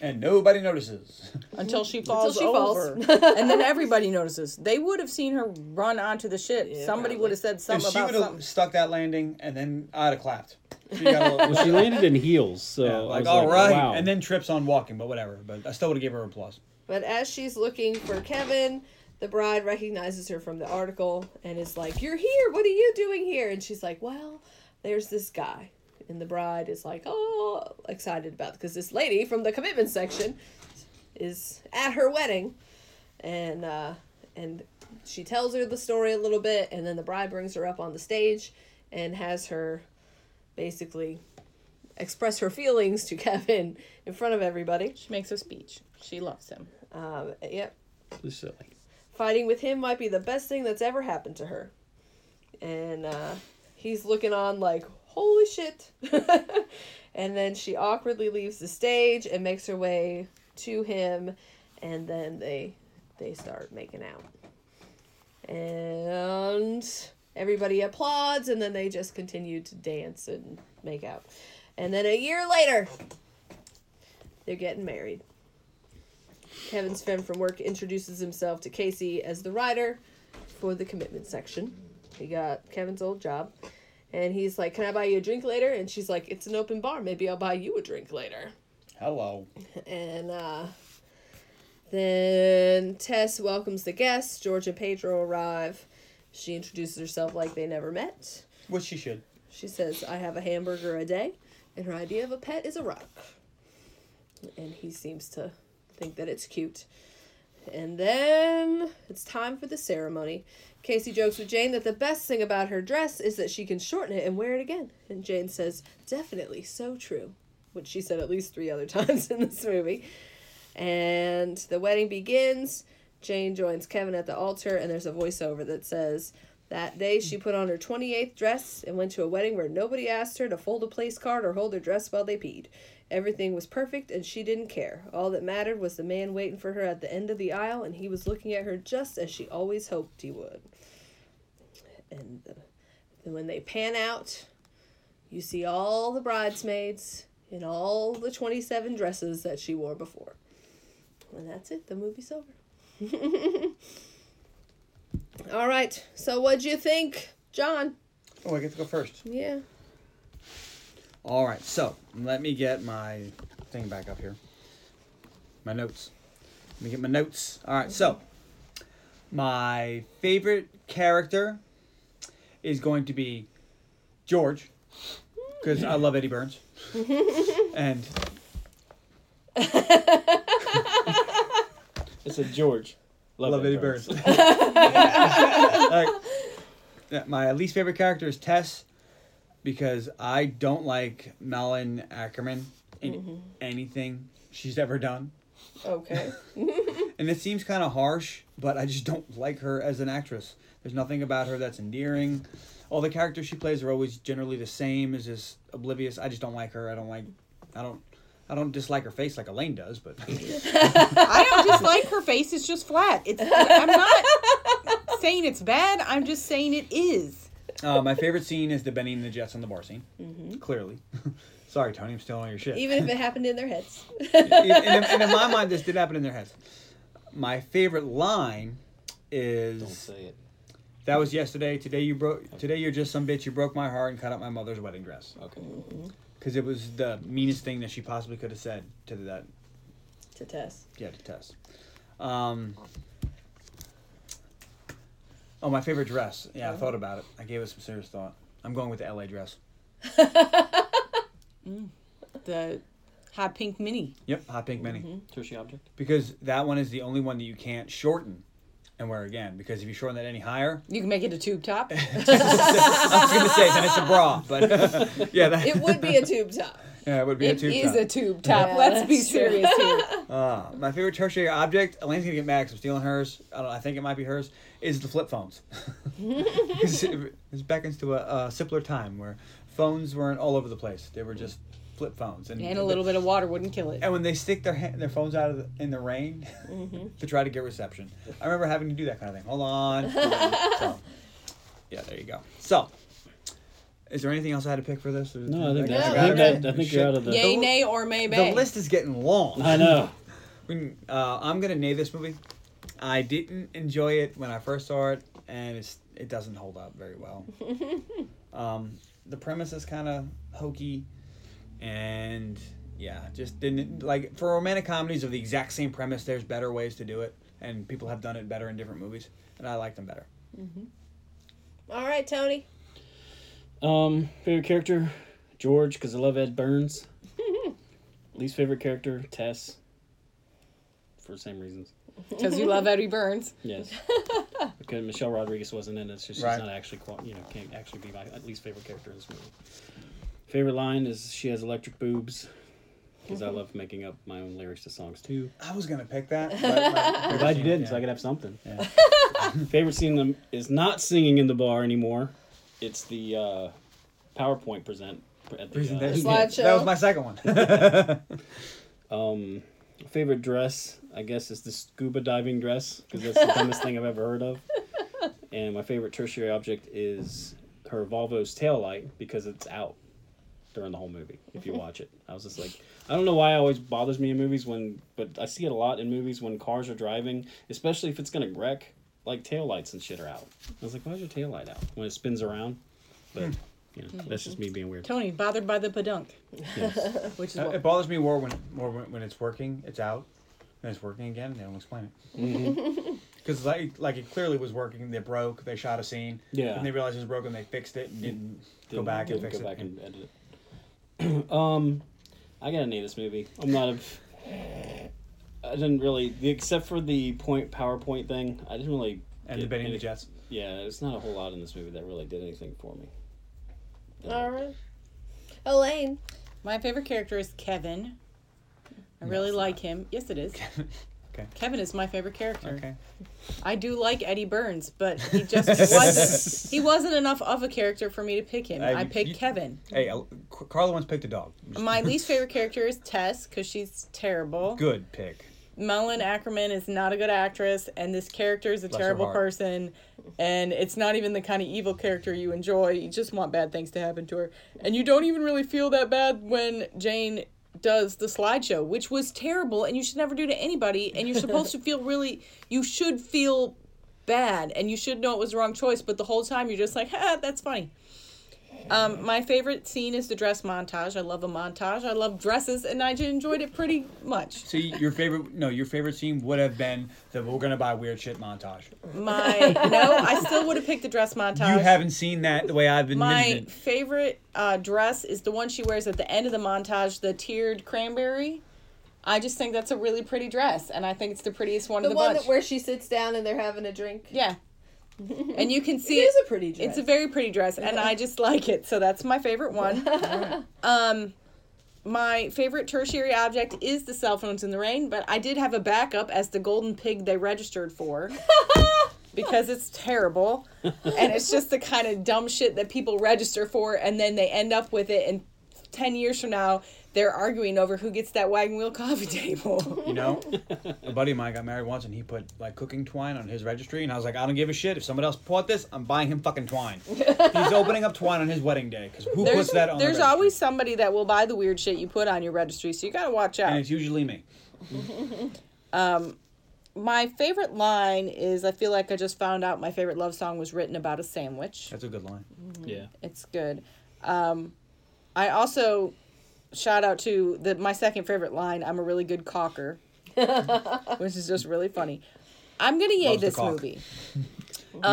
D: And nobody notices.
B: until she falls
C: she falls.
B: over, and then everybody notices. They would have seen her run onto the ship. Somebody would have said
D: If
B: something
D: she
B: about
D: would
B: something.
D: have stuck that landing and then I'd have clapped. She got a little,
E: Well, she landed in heels, so I
D: like,
E: was
D: all right.
E: wow.
D: And then trips on walking, but whatever. But I still would have gave her applause.
C: But as she's looking for Kevin, the bride recognizes her from the article and is like, You're here. What are you doing here? And she's like, Well, there's this guy. And the bride is like, Oh, excited about because this lady from the commitment section is at her wedding. And, uh, and she tells her the story a little bit. And then the bride brings her up on the stage and has her basically express her feelings to Kevin in front of everybody.
B: She makes a speech. She loves him.
C: Um, yep.
E: It's silly.
C: Fighting with him might be the best thing that's ever happened to her. And uh, he's looking on like, holy shit. and then she awkwardly leaves the stage and makes her way to him. And then they they start making out. And everybody applauds. And then they just continue to dance and make out. And then a year later, they're getting married. Kevin's friend from work introduces himself to Casey as the writer for the commitment section. He got Kevin's old job. And he's like, Can I buy you a drink later? And she's like, It's an open bar. Maybe I'll buy you a drink later.
D: Hello.
C: And uh, then Tess welcomes the guests. George and Pedro arrive. She introduces herself like they never met.
D: Which she should.
C: She says, I have a hamburger a day, and her idea of a pet is a rock. And he seems to think that it's cute. And then it's time for the ceremony. Casey jokes with Jane that the best thing about her dress is that she can shorten it and wear it again. And Jane says, Definitely so true. Which she said at least three other times in this movie. And the wedding begins. Jane joins Kevin at the altar, and there's a voiceover that says, That day, she put on her 28th dress and went to a wedding where nobody asked her to fold a place card or hold her dress while they peed. Everything was perfect and she didn't care. All that mattered was the man waiting for her at the end of the aisle and he was looking at her just as she always hoped he would. And uh, then when they pan out, you see all the bridesmaids in all the 27 dresses that she wore before. And that's it, the movie's over. All right, so what'd you think, John?
D: Oh, I get to go first.
C: Yeah.
D: All right, so let me get my thing back up here. My notes. Let me get my notes. All right, so my favorite character is going to be George because I love Eddie Burns. and
E: It's a George.
D: I love Eddie Burns. Like, yeah, my least favorite character is Tess because I don't like Melon Ackerman in anything she's ever done.
C: Okay.
D: And it seems kind of harsh, but I just don't like her as an actress. There's nothing about her that's endearing. All the characters she plays are always generally the same, is just oblivious. I just don't like her. I don't like I don't I don't dislike her face like Elaine does, but
B: I don't dislike her face. It's just flat. It's I'm not saying it's bad. I'm just saying it is.
D: uh, my favorite scene is the Benny and the Jets on the bar scene. Clearly. Sorry, Tony, I'm stealing all your shit.
C: Even if it happened in their heads.
D: and, and, and in my mind, this did happen in their heads. My favorite line is
E: Don't say it.
D: That was yesterday. Today you broke. Today you're just some bitch. You broke my heart and cut up my mother's wedding dress.
E: Okay.
D: Because it was the meanest thing that she possibly could have said to that.
C: to Tess.
D: Yeah, to Tess. Um, oh, my favorite dress. Yeah, I thought about it. I gave it some serious thought. I'm going with the LA dress.
B: The hot pink mini.
D: Yep, hot pink mini.
E: Tertiary object.
D: Because that one is the only one that you can't shorten and wear again. Because if you shorten that any higher,
B: You can make it a tube top.
D: I was gonna say then it's a bra, but yeah, that
C: It would be a tube top.
D: yeah, it would be a
B: It
D: tube
B: is
D: top.
B: a tube top.
C: Yeah,
B: Let's be
C: that's true.
B: serious here.
D: Uh, my favorite tertiary object, Elaine's gonna get mad 'cause I'm stealing hers. I don't. know, I think it might be hers. Is the flip phones? 'Cause it- this beckons to a, a simpler time where phones weren't all over the place. They were just flip phones and,
B: And a little bit of water wouldn't kill it.
D: And when they stick their hand, their phones out of the, in the rain
B: Mm-hmm.
D: to try to get reception, I remember having to do that kind of thing. Hold on. so, yeah, there you go. So, is there anything else I had to pick for this?
E: No, I think,
C: Yeah,
E: that's, I
C: that's
E: think,
C: right.
E: that, I think you're out of the.
B: Yay, nay, or maybe.
D: The list is getting long.
E: I know.
D: When, uh, I'm gonna nay this movie. I didn't enjoy it when I first saw it, and it's it doesn't hold up very well. um, the premise is kind of hokey, and yeah, just didn't like for romantic comedies of the exact same premise. There's better ways to do it, and people have done it better in different movies, and I like them better.
C: All right, Tony.
E: Um, favorite character, George, because I love Ed Burns. Least favorite character, Tess. For the same reasons.
B: Because you love Eddie Burns.
E: Yes. because Michelle Rodriguez wasn't in it, so she's
D: Right.
E: not actually, qual- you know, can't actually be my uh, least favorite character in this movie. Favorite line is she has electric boobs. Because I love making up my own lyrics to songs too.
D: I was gonna pick that. But
E: I'm
D: my-
E: glad you did,
D: Yeah.
E: so I could have something.
D: Yeah.
E: Favorite scene in the- is not singing in the bar anymore. It's the uh, PowerPoint present at the, uh,
D: Presentation.
C: Slideshow.
D: That was my second one.
E: Um, favorite dress, I guess, is the scuba diving dress because that's the dumbest thing I've ever heard of. And my favorite tertiary object is her Volvo's taillight because it's out during the whole movie if you watch it. I was just like, I don't know why it always bothers me in movies when, but I see it a lot in movies when cars are driving, especially if it's gonna wreck. Like taillights and shit are out. I was like, why's your taillight out when it spins around? But you know, that's just me being weird.
B: Tony, bothered by the padunk.
E: Yes.
B: Which is
D: Uh,
B: what.
D: It bothers me more when more when, when it's working, it's out, and it's working again. They don't explain it. Because like like it clearly was working. They broke. They shot a scene.
E: Yeah.
D: And they realized it was broken. They fixed it and didn't go
E: Didn't-
D: back and
E: didn't
D: fix
E: go
D: it.
E: back and edit it. um, I gotta name this movie. I'm not a. I didn't really, the- except for the point PowerPoint thing. I didn't really.
D: and the
E: get
D: Benny and the
E: any-
D: Jets.
E: Yeah, it's not a whole lot in this movie that really did anything for me.
C: All right. Elaine.
B: My favorite character is Kevin. I really like him. Yes, it is.
D: Okay.
B: Kevin is my favorite character.
D: Okay.
B: I do like Eddie Burns, but he just wasn't he wasn't enough of a character for me to pick him.
D: I-
B: I picked
D: you-
B: Kevin.
D: Hey, I'll- C- Carla once picked a dog.
B: My least favorite character is Tess because she's terrible.
D: Good pick.
B: Melon Ackerman is not a good actress, and this character is a
D: her
B: terrible
D: heart.
B: person. And it's not even the kind of evil character you enjoy. You just want bad things to happen to her. And you don't even really feel that bad when Jane does the slideshow, which was terrible and you should never do to anybody. And you're supposed to feel really, you should feel bad and you should know it was the wrong choice. But the whole time you're just like, ha, that's funny. Um, my favorite scene is the dress montage. I love a montage. I love dresses, and I enjoyed it pretty much.
D: So y- your favorite? No, your favorite scene would have been the "We're gonna buy weird shit" montage.
B: My no, I still would have picked the dress montage.
D: You haven't seen that the way I've been.
B: My
D: envisioning.
B: favorite uh, dress is the one she wears at the end of the montage, the tiered cranberry. I just think that's a really pretty dress, and I think it's the prettiest one
C: The,
B: of the
C: one
B: bunch.
C: that where she sits down and they're having a drink.
B: yeah, and you can see
C: It is a pretty dress.
B: It's a very pretty dress, and I just like it. So that's my favorite one. um, my favorite tertiary object is the cell phones in the rain, but I did have a backup as the golden pig they registered for. Because it's terrible, and it's just the kind of dumb shit that people register for, and then they end up with it, and ten years from now they're arguing over who gets that wagon wheel coffee table.
D: you know, a buddy of mine got married once, and he put like cooking twine on his registry, and I was like, I don't give a shit if somebody else bought this. I'm buying him fucking twine. He's opening up twine on his wedding day because who
B: There's,
D: puts that on? the
B: there's
D: registry?
B: always somebody that will buy the weird shit you put on your registry, so you gotta watch out.
D: and it's usually me.
B: my favorite line is I feel like I just found out my favorite love song was written about a sandwich.
D: That's a good line.
B: Mm.
E: Yeah.
B: It's good. Um, I also shout out to the my second favorite line. I'm a really good cocker, which is just really funny. I'm gonna yay
D: Loves the
B: this
D: cock. Mm.
B: movie.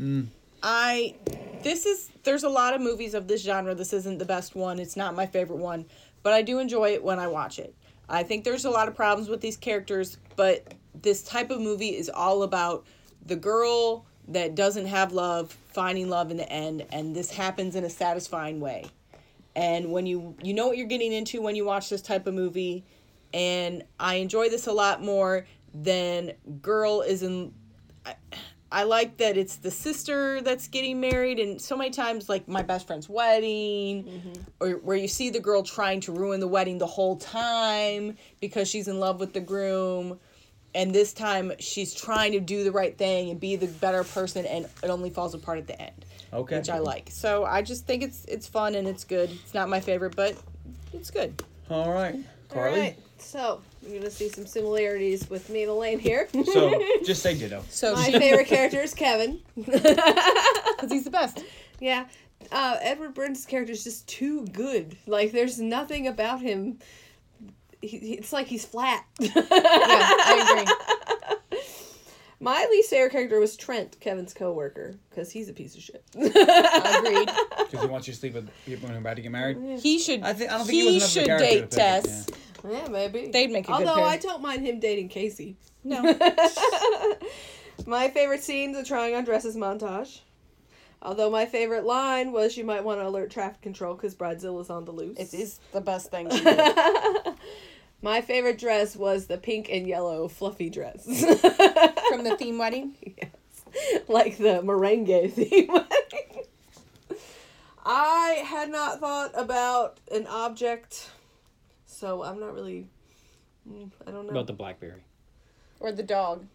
B: Um, I this is there's a lot of movies of this genre. This isn't the best one. It's not my favorite one, but I do enjoy it when I watch it. I think there's a lot of problems with these characters, but this type of movie is all about the girl that doesn't have love finding love in the end, and this happens in a satisfying way. And when you you know what you're getting into when you watch this type of movie, and I enjoy this a lot more than girl is in I like that it's the sister that's getting married, and so many times, like my best friend's wedding, or where you see the girl trying to ruin the wedding the whole time because she's in love with the groom, and this time she's trying to do the right thing and be the better person, and it only falls apart at the end.
D: Okay.
B: which I like. So I just think it's it's fun and it's good. It's not my favorite, but it's good.
D: All right,
C: All
D: Carly.
C: right. So you're gonna see some similarities with me and Elaine here.
D: So just say ditto.
B: So
C: My
B: she
C: favorite character is Kevin.
B: because he's the best.
C: Yeah. Uh, Edward Burns' character is just too good. Like, there's nothing about him. He, he- it's like he's flat.
B: Yeah, I agree.
C: My least favorite character was Trent, Kevin's coworker, because he's a piece of shit.
B: Agreed.
D: Because he wants you to sleep with people who are about to get married.
B: He should.
D: I think- I don't think he was
B: he
D: enough of a
B: should
D: character to
B: date
D: pick, yeah.
B: Tess.
C: yeah, maybe
B: They'd make a good
C: Although
B: pair.
C: I don't mind him dating Casey.
B: No.
C: My favorite scene's the trying on dresses montage. Although my favorite line was, "You might want to alert traffic control because Bridezilla's on the loose."
B: It is the best thing. she did.
C: My favorite dress was the pink and yellow fluffy dress,
B: From the theme wedding,
C: like the merengue theme. I had not thought about an object, so I'm not really. mm, I don't know.
E: About the Blackberry.
B: or the dog.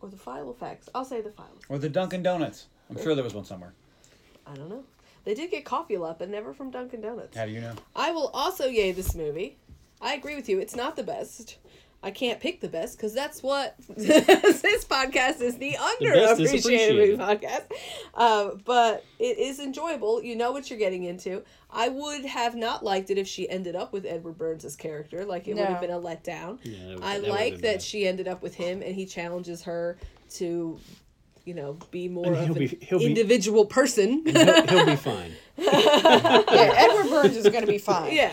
C: or the Filofax. I'll say the Filofax.
D: Or the Dunkin' Donuts. I'm sure there was one somewhere.
C: I don't know. They did get coffee a lot, but never from Dunkin' Donuts.
D: How do you know?
C: I will also yay this movie. I agree with you. It's not the best. I can't pick the best because that's what this podcast is the
E: best is
C: underappreciated movie
E: appreciated.
C: podcast. Um, but it is enjoyable. You know what you're getting into. I would have not liked it if she ended up with Edward Burns' character. Like it would
B: No.
C: have been a letdown.
E: Yeah, that would-
C: I
E: that would have
C: like
E: been
C: that
E: bad.
C: she ended up with him and he challenges her to, you know, be more
E: And
C: of
E: he'll
C: an
E: be- he'll be-
C: individual person.
E: He'll, he'll be fine.
B: Yeah, Edward Burns is gonna be fine.
C: Yeah.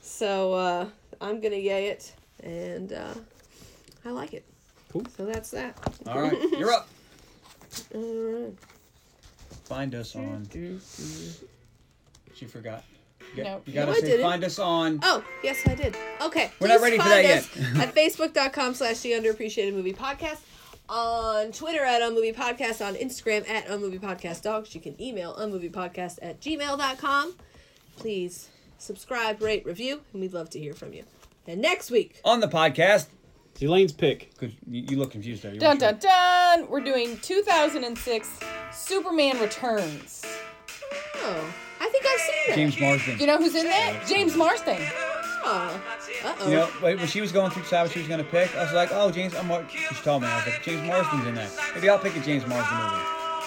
C: So uh, I'm gonna yay it, and uh, I like it.
E: Cool.
C: So that's that.
D: All right, you're up.
C: Alright.
D: Find us on. She forgot. You,
B: Nope.
D: you gotta
C: No, I
D: say,
C: didn't.
D: find us on.
C: Oh, yes, I did. Okay.
D: We're not
C: please
D: ready for
C: find
D: that
C: us
D: yet.
C: at facebook.com slash the underappreciated movie podcast. On Twitter at Unmovie Podcast, on Instagram at Unmovie Podcast Dogs. You can email unmoviepodcast at gmail.com. Please subscribe, rate, review, and we'd love to hear from you. And next week,
D: On the podcast.
E: It's Elaine's pick.
D: Good. You, you look confused there. You
B: Dun
D: weren't sure.
B: dun dun! We're doing 2006 Superman Returns.
C: oh, I think I've seen that.
D: James Marsden.
B: You know who's in that? James Marsden.
C: Oh, uh-oh.
D: You know, wait, when she was going through decide what she was gonna pick, I was like, "Oh, James, I'm Mar-. she told me I was like, James Marsden's in there. Maybe I'll pick a James Marsden movie."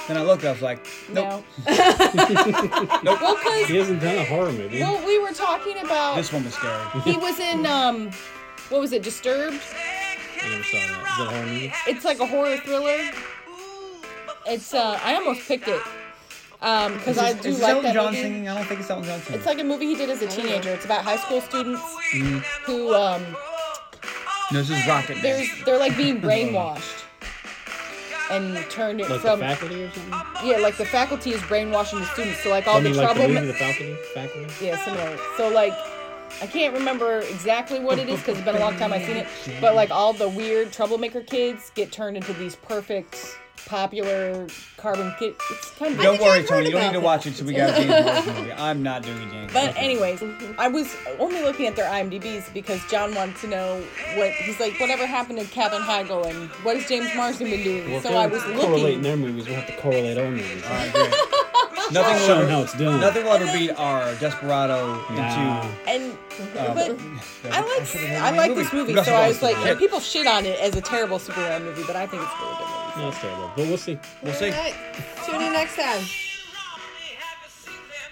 D: Then I looked, I was like, "Nope."
B: No. Well,
E: He
B: because
E: hasn't done a horror movie.
B: well, we were talking about
D: This one was scary.
B: he was in um, what was it? Disturbed.
E: I never saw that. Is that a horror movie?
B: It's like a horror thriller. It's uh, I almost picked it um, because I do
D: is this
B: like
D: Elton
B: that
D: John
B: movie.
D: singing? Oh. I don't think it's Elton John singing.
B: It's like a movie he did as a teenager. It's about high school students who um,
D: no, this is Rocket. Man.
B: there's they're like being brainwashed and turned it
E: Oh. Like
B: from
E: the faculty or something?
B: yeah like the faculty is brainwashing the students. So like all
E: I mean,
B: the
E: like the
B: trouble.
E: movie, the faculty, faculty.
B: Yeah, similar. So like, I can't remember exactly what it is because it's been a long time I've seen it. But like all the weird troublemaker kids get turned into these perfect, popular carbon kids. It's kind of
D: don't
C: think
D: worry,
C: I've
D: Tony.
C: heard
D: You don't
C: about
D: need to
C: that.
D: watch it. So we got a James Marsden movie. I'm not doing a James.
B: But
D: Marsden.
B: anyways, I was only looking at their IMDb's because John wanted to know what he's like. Whatever happened to Cabin Heigl and what has James Marsden been doing?
E: Well, if
B: so
E: they're
B: I was
E: correlating
B: looking.
E: their movies. We'll have to correlate our movies.
D: All right, great. nothing will
E: Show 'em
D: ever-
E: how it's done.
D: Uh, Nothing will ever beat our Desperado
E: Nah.
D: into.
B: And
D: Um,
B: but I like I like this movie, so I was like, and people shit on it as a terrible superhero movie, but I think it's a really good movie.
E: No, it's terrible, but we'll see.
D: We'll see.
C: All right. Tune in next time.
E: Mm-hmm.